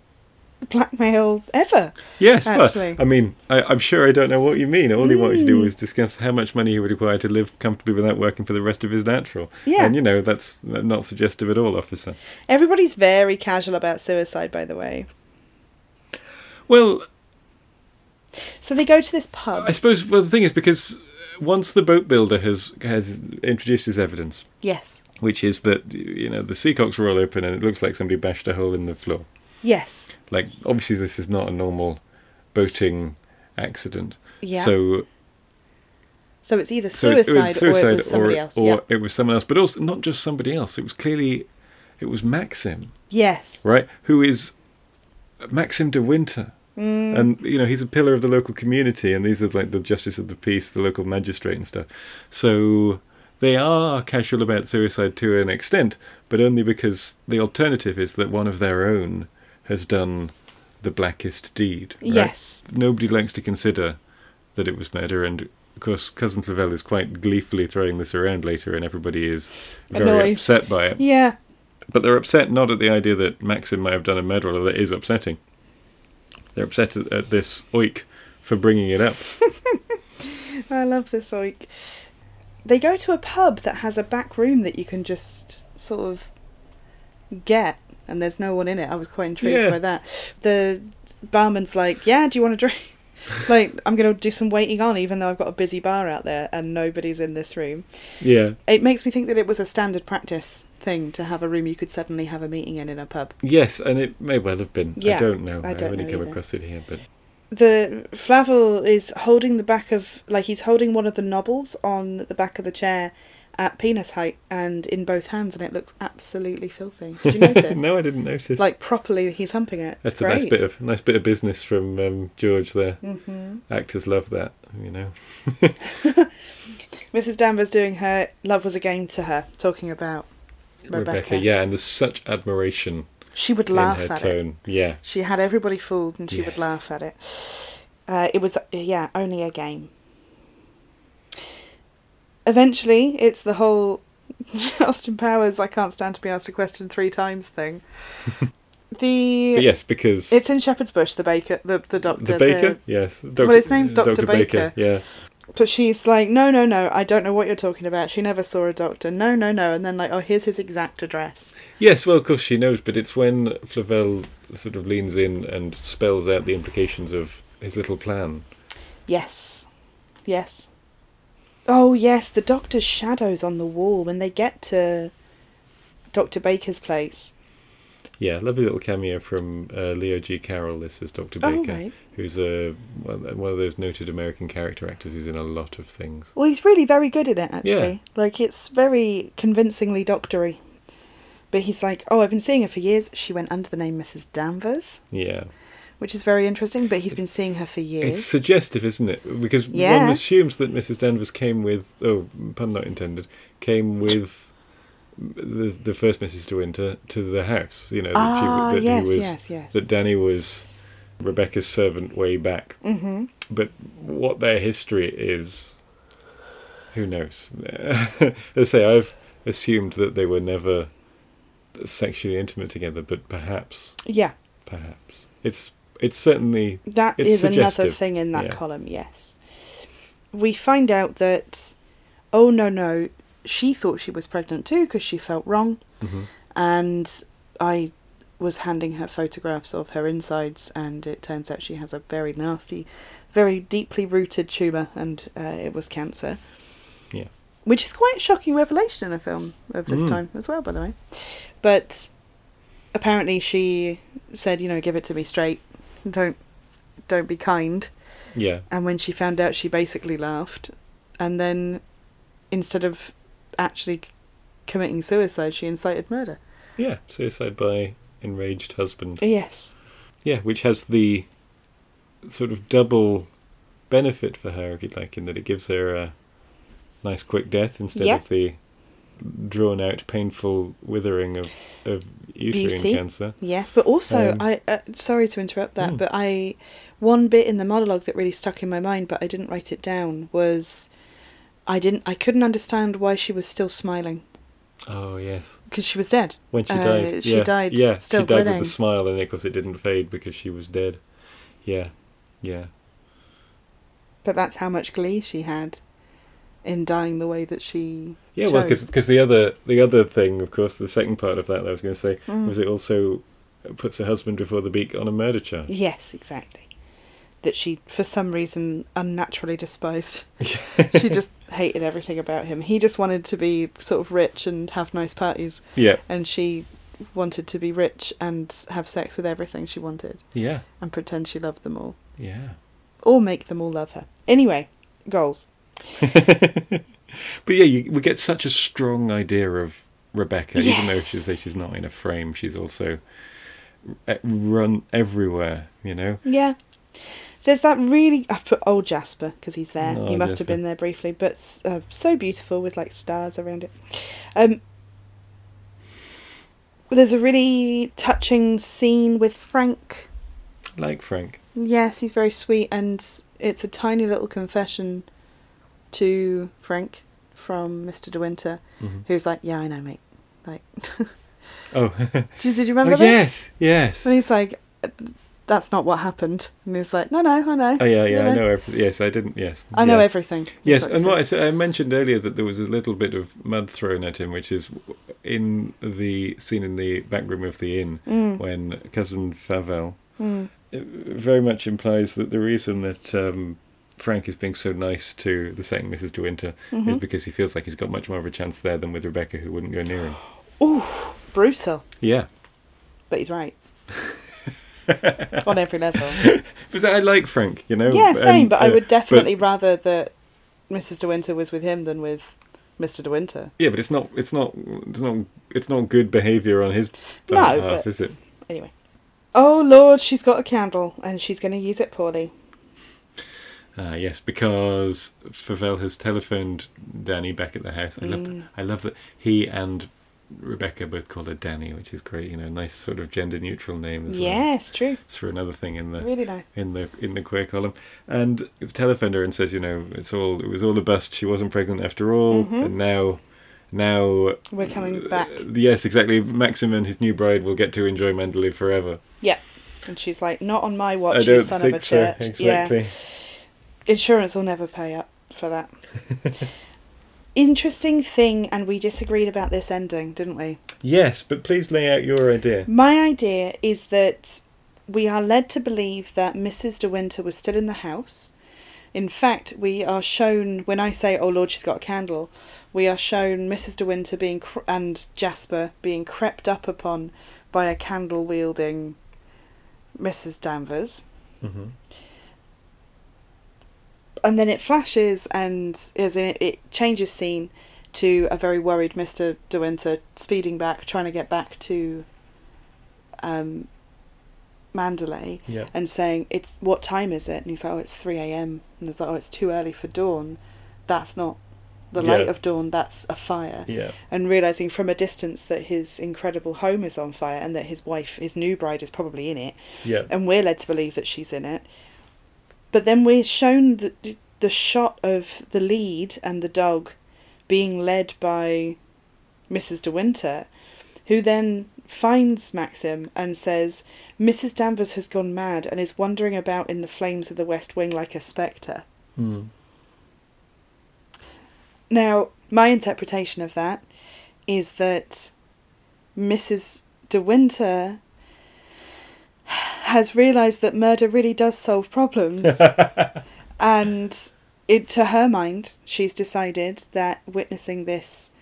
blackmail ever.
Yes, well,
Actually. Hmm.
I mean, I, I'm sure I don't know what you mean. All he wanted to do was discuss how much money he would require to live comfortably without working for the rest of his natural.
Yeah.
And, you know, that's not suggestive at all, officer.
Everybody's very casual about suicide, by the way.
Well,
So they go to this pub.
Oh, I suppose well, the thing is because once the boat builder has has introduced his evidence,
yes,
which is that you know the seacocks were all open and it looks like somebody bashed a hole in the floor.
yes,
Like obviously this is not a normal boating accident.
Yeah.
So
So it's either
so
suicide,
it, it was
or it was somebody
or,
else.
or
yeah.
it was someone else, but also not just somebody else. It was clearly it was Maxim,
Yes.
right? Who is Maxim de Winter.
Mm.
And you know he's a pillar of the local community, and these are like the justice of the peace, the local magistrate, and stuff. So they are casual about suicide to an extent, but only because the alternative is that one of their own has done the blackest deed. right?
Yes.
nobody likes to consider that it was murder, and of course, cousin Flavel is quite gleefully throwing this around later, and everybody is very
Annoyed.
upset by it.
Yeah.
But they're upset not at the idea that Maxim might have done a murder, although that is upsetting. They're upset at, at this oik for bringing it up.
I love this oik. They go to a pub that has a back room that you can just sort of get, and there's no one in it. I was quite intrigued
Yeah.
by that. The barman's like, "Yeah, do you want a drink?" like, I'm gonna do some waiting on, even though I've got a busy bar out there and nobody's in this room.
Yeah.
It makes me think that it was a standard practice thing to have a room you could suddenly have a meeting in in a pub.
Yes, and it may well have been. I
Yeah,
don't know.
I
I,
don't
only
know
came
either.
across it here, but
the Flavel is holding the back of like he's holding one of the knobbles on the back of the chair at penis height and in both hands and it looks absolutely filthy. Did you notice?
no, I didn't notice.
Like properly he's humping it.
That's
It's
a
great.
nice bit of nice bit of business from um, George there. Mm-hmm. Actors love that, you know.
Mrs. Danvers doing her Love Was a Game to her, talking about Rebecca.
yeah, and there's such admiration
She would
in
laugh
her
at it.
tone. Yeah,
She had everybody fooled and she would
Yes.
laugh at it. Uh, it was, yeah, only a game. Eventually, it's the whole Austin Powers, I can't stand to be asked a question three times thing. the.
but yes, because
It's in Shepherd's Bush, the baker, the, the doctor.
the baker. yes, Dr.
his name's Dr. Baker.
Yeah,
But she's like, no, no, no, I don't know what you're talking about. She never saw a doctor. No, no, no. And then, like, oh, here's his exact address.
yes. Well, of course she knows, but it's when Flavel sort of leans in and spells out the implications of his little plan.
Yes. Yes. Oh, yes, the doctor's shadow's on the wall when they get to Dr. Baker's place.
Yeah, lovely little cameo from uh, Leo G. Carroll. This is Dr.
Oh,
Baker,
right.
who's a one one of those noted American character actors who's in a lot of things.
Well, he's really very good at it, actually.
Yeah.
Like, it's very convincingly doctory. But he's like, oh, I've been seeing her for years. She went under the name Mrs. Danvers,
Yeah.
which is very interesting, but he's been seeing her for years.
It's suggestive, isn't it? Because
Yeah.
one assumes that Mrs. Danvers came with, oh, pun not intended, came with the the first Mrs. De Winter to the house. You know, that,
Ah,
that
yes,
was,
yes, yes.
that Danny was Rebecca's servant way back. Mm-hmm. But what their history is, who knows? Let's say I've assumed that they were never sexually intimate together, but perhaps,
yeah,
perhaps it's it's certainly
that
It's
is another
suggestive,
thing in that
yeah.
column, yes. We find out that, oh, no, no, she thought she was pregnant too because she felt wrong. and I was handing her photographs of her insides, and it turns out she has a very nasty, very deeply rooted tumor, and uh, it was cancer.
Yeah.
Which is quite a shocking revelation in a film of this
Mm.
time as well, by the way. But apparently, she said, you know, give it to me straight, don't, don't be kind.
yeah.
And when she found out, she basically laughed. And then, instead of actually committing suicide, she incited murder.
Yeah, suicide by enraged husband.
Eh. Yes.
Yeah, which has the sort of double benefit for her, if you like, in that it gives her a nice quick death instead
Yeah.
of the drawn out, painful withering of, of uterine
Beauty.
cancer.
Yes, but also
Um,
I uh, sorry to interrupt that,
Mm.
but I one bit in the monologue that really stuck in my mind, but I didn't write it down was I didn't I couldn't understand why she was still smiling
Oh, yes.
because she was dead.
When she
Uh,
died.
she
yeah.
died
Yeah,
still
she died
grinning.
with a smile, and of course it didn't fade because she was dead. Yeah, yeah.
But that's how much glee she had in dying the way that she
Yeah, well,
chose.
because the other the other thing, of course, the second part of that that I was going to say
Mm.
was it also puts her husband before the beak on a murder charge.
Yes, exactly. That she for some reason unnaturally despised. she just hated everything about him. He just wanted to be sort of rich and have nice parties.
Yeah,
and she wanted to be rich and have sex with everything she wanted
yeah,
and pretend she loved them all
yeah.
or make them all love her. Anyway, goals.
But yeah, you, we get such a strong idea of Rebecca, even though
Yes.
she say she's not in a frame, she's also r- e, run everywhere. You know,
Yeah. There's that really. I put old Jasper because he's there.
Oh,
he must have
Jasper.
been there briefly, but s- uh, so beautiful with like stars around it. Um, there's a really touching scene with Frank
like Frank.
Yes, he's very sweet, and it's a tiny little confession to Frank from Mr. De Winter,
Mhm.
who's like, "Yeah, I know, mate." Like,
Oh,
did you, did you remember
Oh,
this?
yes, yes.
And he's like, "That's not what happened." And he's like, "No, no, I know.
Oh yeah, yeah.
You
I know. Every, yes, I didn't. Yes,
I know
yeah.
everything." is
Yes,
what he
and what I,
says.
said, I mentioned earlier that there was a little bit of mud thrown at him, which is in the scene in the back room of the inn
Mm,
when cousin Favel
mm,
it very much implies that the reason that um, Frank is being so nice to the second Mrs. De Winter is
mhm.
because he feels like he's got much more of a chance there than with Rebecca, who wouldn't go near him.
Ooh, brutal,
Yeah,
but he's right on every level.
but I like Frank, you know.
Yeah, same,
and,
but I
uh,
would definitely rather that Mrs. De Winter was with him than with Mr. De Winter.
yeah, but it's not. It's not. It's not. It's not good behaviour on his
No,
behalf,
but-
is it?
Anyway. Oh Lord, she's got a candle and she's going to use it poorly.
Ah, yes, because Favel has telephoned Danny back at the house. I love
Mm.
that. I love that he and Rebecca both call her Danny, which is great. You know, nice sort of gender neutral name as well.
Yes, true.
It's for another thing in the
Really nice.
in the in the queer column, and telephoned her and says, you know, it's all it was all a bust. She wasn't pregnant after all,
Mhm.
and now now uh,
We're coming back.
yes, exactly. Maxim and his new bride will get to enjoy Mendeleev forever.
Yeah. And she's like, not on my
I
watch, you
don't
son of
think
a
so.
church.
Exactly.
Yeah. Insurance will never pay up for that. Interesting thing, and we disagreed about this ending, didn't we?
Yes, but please lay out your idea.
My idea is that we are led to believe that Mrs. De Winter was still in the house. In fact, we are shown when I say, "Oh Lord, she's got a candle," we are shown Mrs. De Winter being cr- and Jasper being crept up upon by a candle wielding Mrs. Danvers,
hmm
and then it flashes and is in, it changes scene to a very worried Mr. De Winter speeding back, trying to get back to um, Mandalay.
Yeah.
and saying, "It's what time is it?" And he's like, "Oh, it's three a.m." And it's like, "Oh, it's too early for dawn." That's not the
Yeah.
light of dawn. That's a fire.
Yeah.
And realizing from a distance that his incredible home is on fire and that his wife, his new bride, is probably in it,
Yeah.
and we're led to believe that she's in it. But then we're shown the the shot of the lead and the dog being led by Mrs. De Winter, who then finds Maxim and says, "Mrs. Danvers has gone mad and is wandering about in the flames of the West Wing like a spectre."
Mm.
Now, my interpretation of that is that Mrs. De Winter has realised that murder really does solve problems. and it, to her mind, she's decided that witnessing this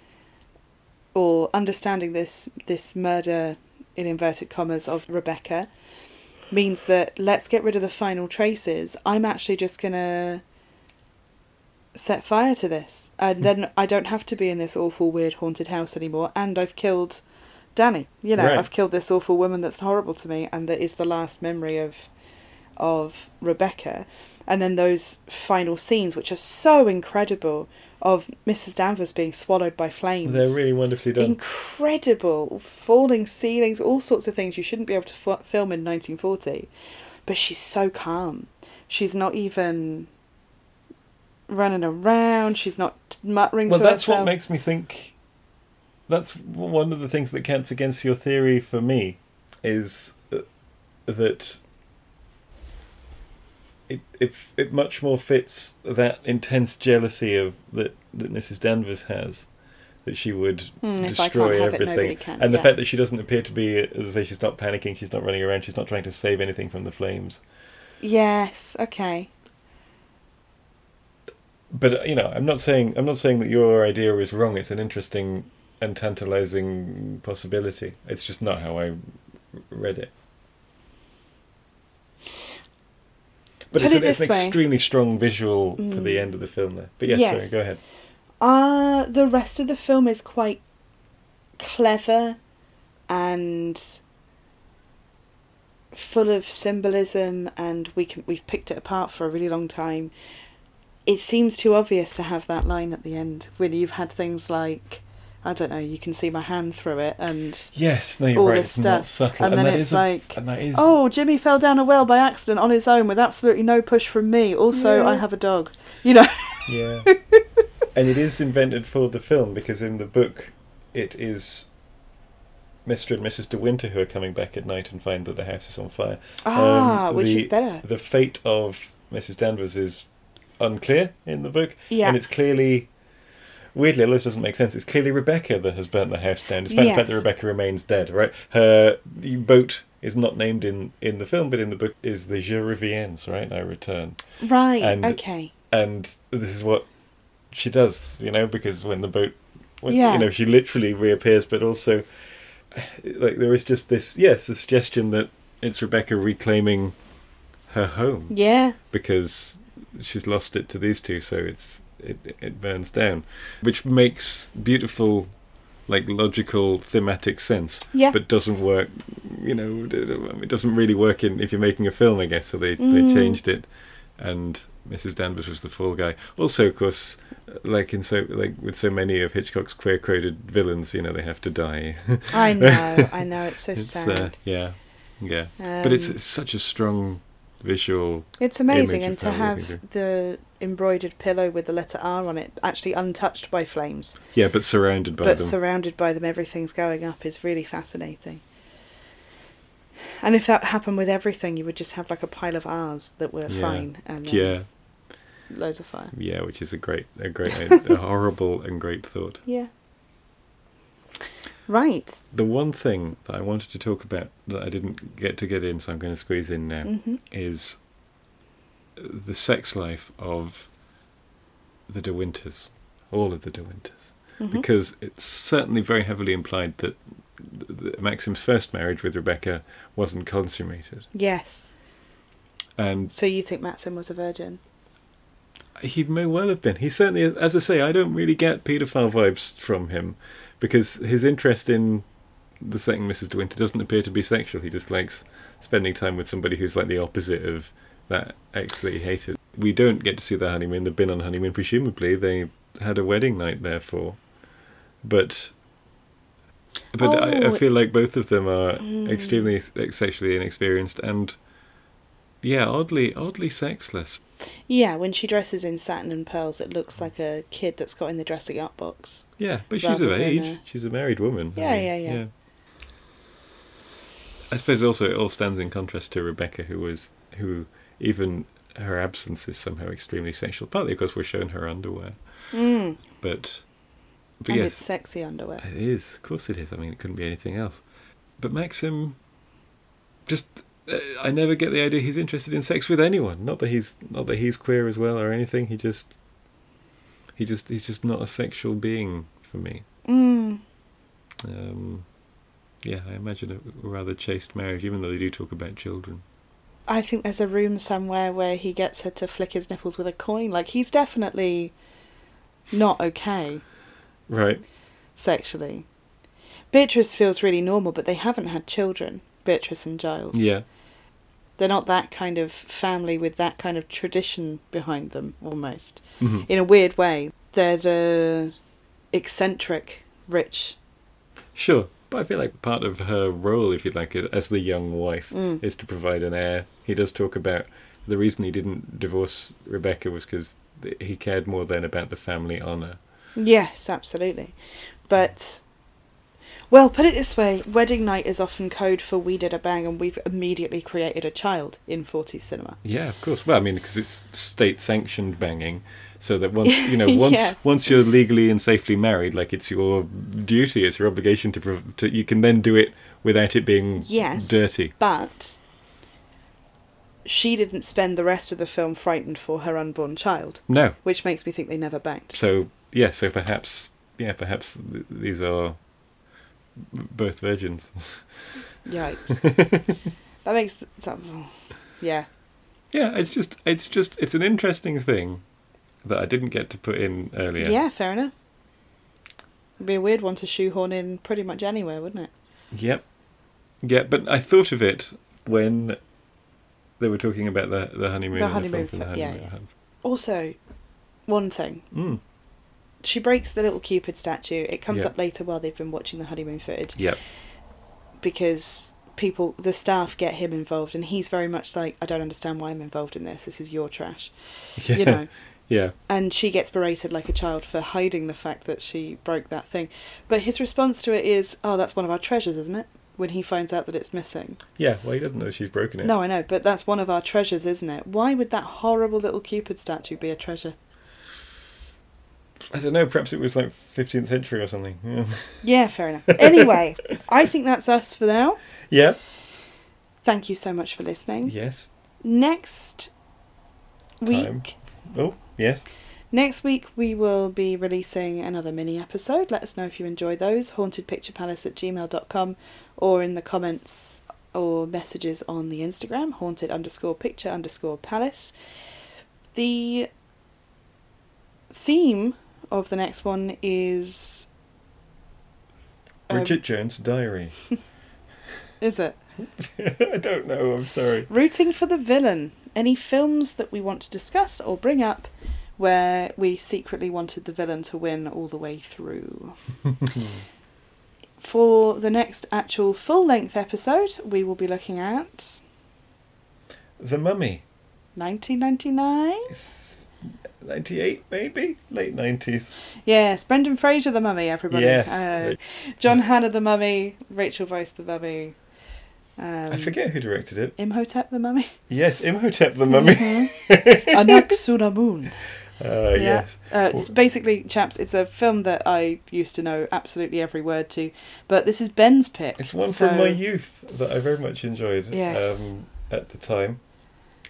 or understanding this this murder in inverted commas of Rebecca means that let's get rid of the final traces. I'm actually just gonna set fire to this and then I don't have to be in this awful weird haunted house anymore and I've killed Danny, you know,
Right.
I've killed this awful woman that's horrible to me, and that is the last memory of of Rebecca. And then those final scenes, which are so incredible, of Mrs. Danvers being swallowed by flames.
They're really wonderfully done.
Incredible falling ceilings, all sorts of things you shouldn't be able to f- film in 1940. But she's so calm. She's not even running around. She's not muttering
Well,
to
that's
herself.
what makes me think. That's one of the things that counts against your theory for me, is uh, that it it it much more fits that intense jealousy of that that Mrs. Danvers has, that she would
Hmm, if I can't
destroy
have it, nobody
everything,
can,
and the
yeah.
fact that she doesn't appear to be, as I say, she's not panicking, she's not running around, she's not trying to save anything from the flames.
Yes, okay.
but uh, you know, I'm not saying I'm not saying that your idea is wrong. It's an interesting and tantalizing possibility. It's just not how I r- read it. But
Put
it's,
it
an, it's
this
an
way. Mm.
extremely strong visual for the end of the film there. But yes,
Yes.
sorry, go ahead.
Uh, the rest of the film is quite clever and full of symbolism and we can we've picked it apart for a really long time. It seems too obvious to have that line at the end when you've had things like I don't know, you can see my hand through it and
Yes, no, you're
All
right. It's
this
not
stuff.
subtle,
And then
that
it's
is a-
like,
and that is
Oh, Jimmy fell down a well by accident on his own with absolutely no push from me. Also,
Yeah.
I have a dog. You know.
Yeah. and it is invented for the film because in the book it is Mr. and Mrs. De Winter who are coming back at night and find that the house is on fire. Um,
Ah, which
the-
is better.
The fate of Mrs. Danvers is unclear in the book.
Yeah.
And it's clearly. Weirdly, although this doesn't make sense, it's clearly Rebecca that has burnt the house down, despite the fact that
Yes.
Rebecca remains dead, right? Her boat is not named in, in the film, but in the book is the Je Reviens, right? I return
Right,
and-
okay.
and this is what she does, you know, because when the boat, when,
Yeah.
you know, she literally reappears, but also, like, there is just this, yes, the suggestion that it's Rebecca reclaiming her home
Yeah.
because she's lost it to these two, so it's it it burns down, which makes beautiful, like, logical thematic sense,
Yeah.
but doesn't work, you know, d- d- it doesn't really work in if you're making a film, I guess. So they
Mm.
they changed it and Mrs. Danvers was the fall guy. Also, of course, like in so like with so many of Hitchcock's queer-coded villains, you know, they have to die.
I know, I know. It's so
it's
sad.
uh, yeah, yeah. but it's,
Um,
it's such a strong visual.
it's amazing,
image
and
of
to
how we
have the embroidered pillow with the letter R on it, actually untouched by flames,
Yeah, but surrounded by
but
them.
surrounded by them, everything's going up, is really fascinating. And if that happened with everything, you would just have like a pile of R's that were
Yeah.
fine and then
yeah,
loads of fire.
yeah, which is a great, a great, a horrible and great thought.
Yeah. Right.
The one thing that I wanted to talk about that I didn't get to get in, so I'm going to squeeze in now,
Mhm.
is the sex life of the De Winters, all of the De Winters,
Mm-hmm.
because it's certainly very heavily implied that th- th- Maxim's first marriage with Rebecca wasn't consummated,
Yes.
and
So you think Matson was a virgin?
He may well have been. He certainly, as I say, I don't really get paedophile vibes from him because his interest in the second Mrs. De Winter doesn't appear to be sexual. He just likes spending time with somebody who's like the opposite of that ex that he hated. We don't get to see their honeymoon. They've been on honeymoon, presumably. They had a wedding night, therefore. But. But I, I
Oh.
feel like both of them are extremely ex- sexually inexperienced and, yeah, oddly, oddly sexless.
Yeah, when she dresses in satin and pearls, it looks like a kid that's got in the dressing up box.
Yeah, but she's
rather
of
than
age.
a-
She's a married woman. I
Yeah,
mean,
yeah, yeah.
I suppose also it all stands in contrast to Rebecca, who was who even her absence is somehow extremely sexual. Partly, of course, we're shown her underwear,
Mm.
but but
And
yes,
it's sexy underwear.
it is. Of course, it is. I mean, it couldn't be anything else. But Maxim, just uh, I never get the idea he's interested in sex with anyone. Not that he's not that he's queer as well or anything. He just he just he's just not a sexual being for me.
Mm.
Um, yeah, I imagine a rather chaste marriage, even though they do talk about children.
I think there's a room somewhere where he gets her to flick his nipples with a coin. Like, he's definitely not okay
Right.
sexually. Beatrice feels really normal, but they haven't had children, Beatrice and Giles.
Yeah.
They're not that kind of family with that kind of tradition behind them, almost.
Mhm.
In a weird way, they're the eccentric rich.
Sure, but I feel like part of her role, if you like, as the young wife,
Mm.
is to provide an heir. He does talk about the reason he didn't divorce Rebecca was because he cared more then about the family honour.
Yes, absolutely. But, well, put it this way wedding night is often code for we did a bang and we've immediately created a child in 40s cinema.
Yeah, of course. Well, I mean, because it's state-sanctioned banging, so that once you know, once
Yes.
once you're legally and safely married, like it's your duty, it's your obligation to, prov- to you can then do it without it being
Yes.
dirty.
But she didn't spend the rest of the film frightened for her unborn child,
No,
which makes me think they never banged.
so yeah, so perhaps yeah, perhaps th- these are both virgins.
Yikes. that makes th- that, oh, yeah.
Yeah, it's just it's just it's an interesting thing that I didn't get to put in earlier.
yeah. fair enough. It'd be a weird one to shoehorn in pretty much anywhere, wouldn't it?
Yep. Yeah, but I thought of it when they were talking about the the honeymoon.
The
and
honeymoon
film from
fa- yeah, Also, one thing.
Mm.
She breaks the little Cupid statue. It comes
Yeah.
up later while they've been watching the honeymoon footage
Yep.
because people, the staff, get him involved, and he's very much like, "I don't understand why I'm involved in this. This is your trash,"
Yeah.
you know.
Yeah.
and she gets berated like a child for hiding the fact that she broke that thing. But his response to it is, "Oh, that's one of our treasures, isn't it?" When he finds out that it's missing.
Yeah. Well, he doesn't know she's broken it.
No, I know, but that's one of our treasures, isn't it? Why would that horrible little Cupid statue be a treasure?
I don't know. Perhaps it was like 15th century or something. Yeah.
Yeah, fair enough. Anyway, I think that's us for now.
yeah.
Thank you so much for listening.
Yes.
Next week,
Time. Oh. Yes.
next week we will be releasing another mini episode. Let us know if you enjoy those. Hauntedpicturepalace at gmail.com or in the comments or messages on the Instagram, haunted underscore picture underscore palace. The theme of the next one is. Um,
Bridget Jones' Diary.
Is it?
I don't know. I'm sorry.
Rooting for the villain. Any films that we want to discuss or bring up where we secretly wanted the villain to win all the way through. for the next actual full length episode, we will be looking at
The Mummy.
1999.
It's 98 maybe late 90s
Yes, Brendan Fraser, the mummy, everybody.
Yes.
Uh, John Hannah, the mummy. Rachel Weisz, the mummy. Um,
i forget who directed it
Imhotep, the mummy.
yes imhotep the mummy
Anak Sunamun.
uh, yes
Uh, it's basically, chaps, it's a film that I used to know absolutely every word to, but this is Ben's pick.
It's one
so-
from my youth that I very much enjoyed
Yes.
um, at the time,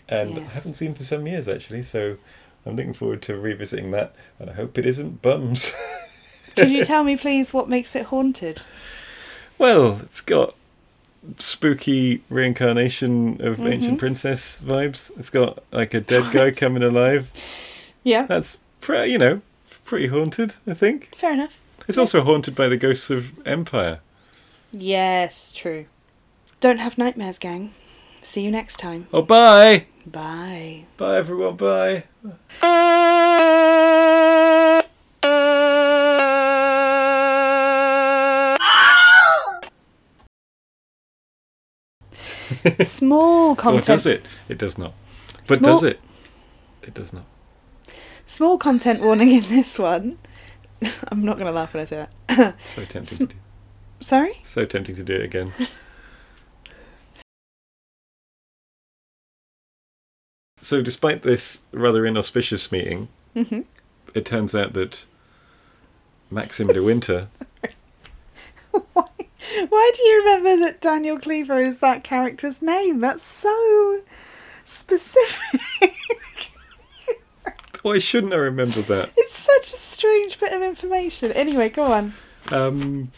and
Yes.
haven't seen for some years actually. So I'm looking forward to revisiting that, and I hope it isn't bums.
Could you tell me, please, what makes it haunted?
well, it's got spooky reincarnation of
Mm-hmm.
ancient princess vibes. It's got like a dead guy
Vibes.
coming alive.
Yeah,
That's pretty, you know, pretty haunted. I think
fair enough.
it's also haunted by the ghosts of empire.
Yes, true. Don't have nightmares, gang. See you next time.
Oh, bye,
Bye.
bye everyone, bye.
Small content.
Or does it? It does not. But
Small-
does it? It does not.
Small content warning in this one. I'm not going to laugh when I say that.
So tempting
Sm-
to do.
Sorry?
So tempting to do it again. so, despite this rather inauspicious meeting,
hmm
it turns out that Maxim de Winter.
Why, why do you remember that Daniel Cleaver is that character's name? That's so specific.
Why shouldn't I remember that?
it's such a strange bit of information. Anyway, go on.
Um,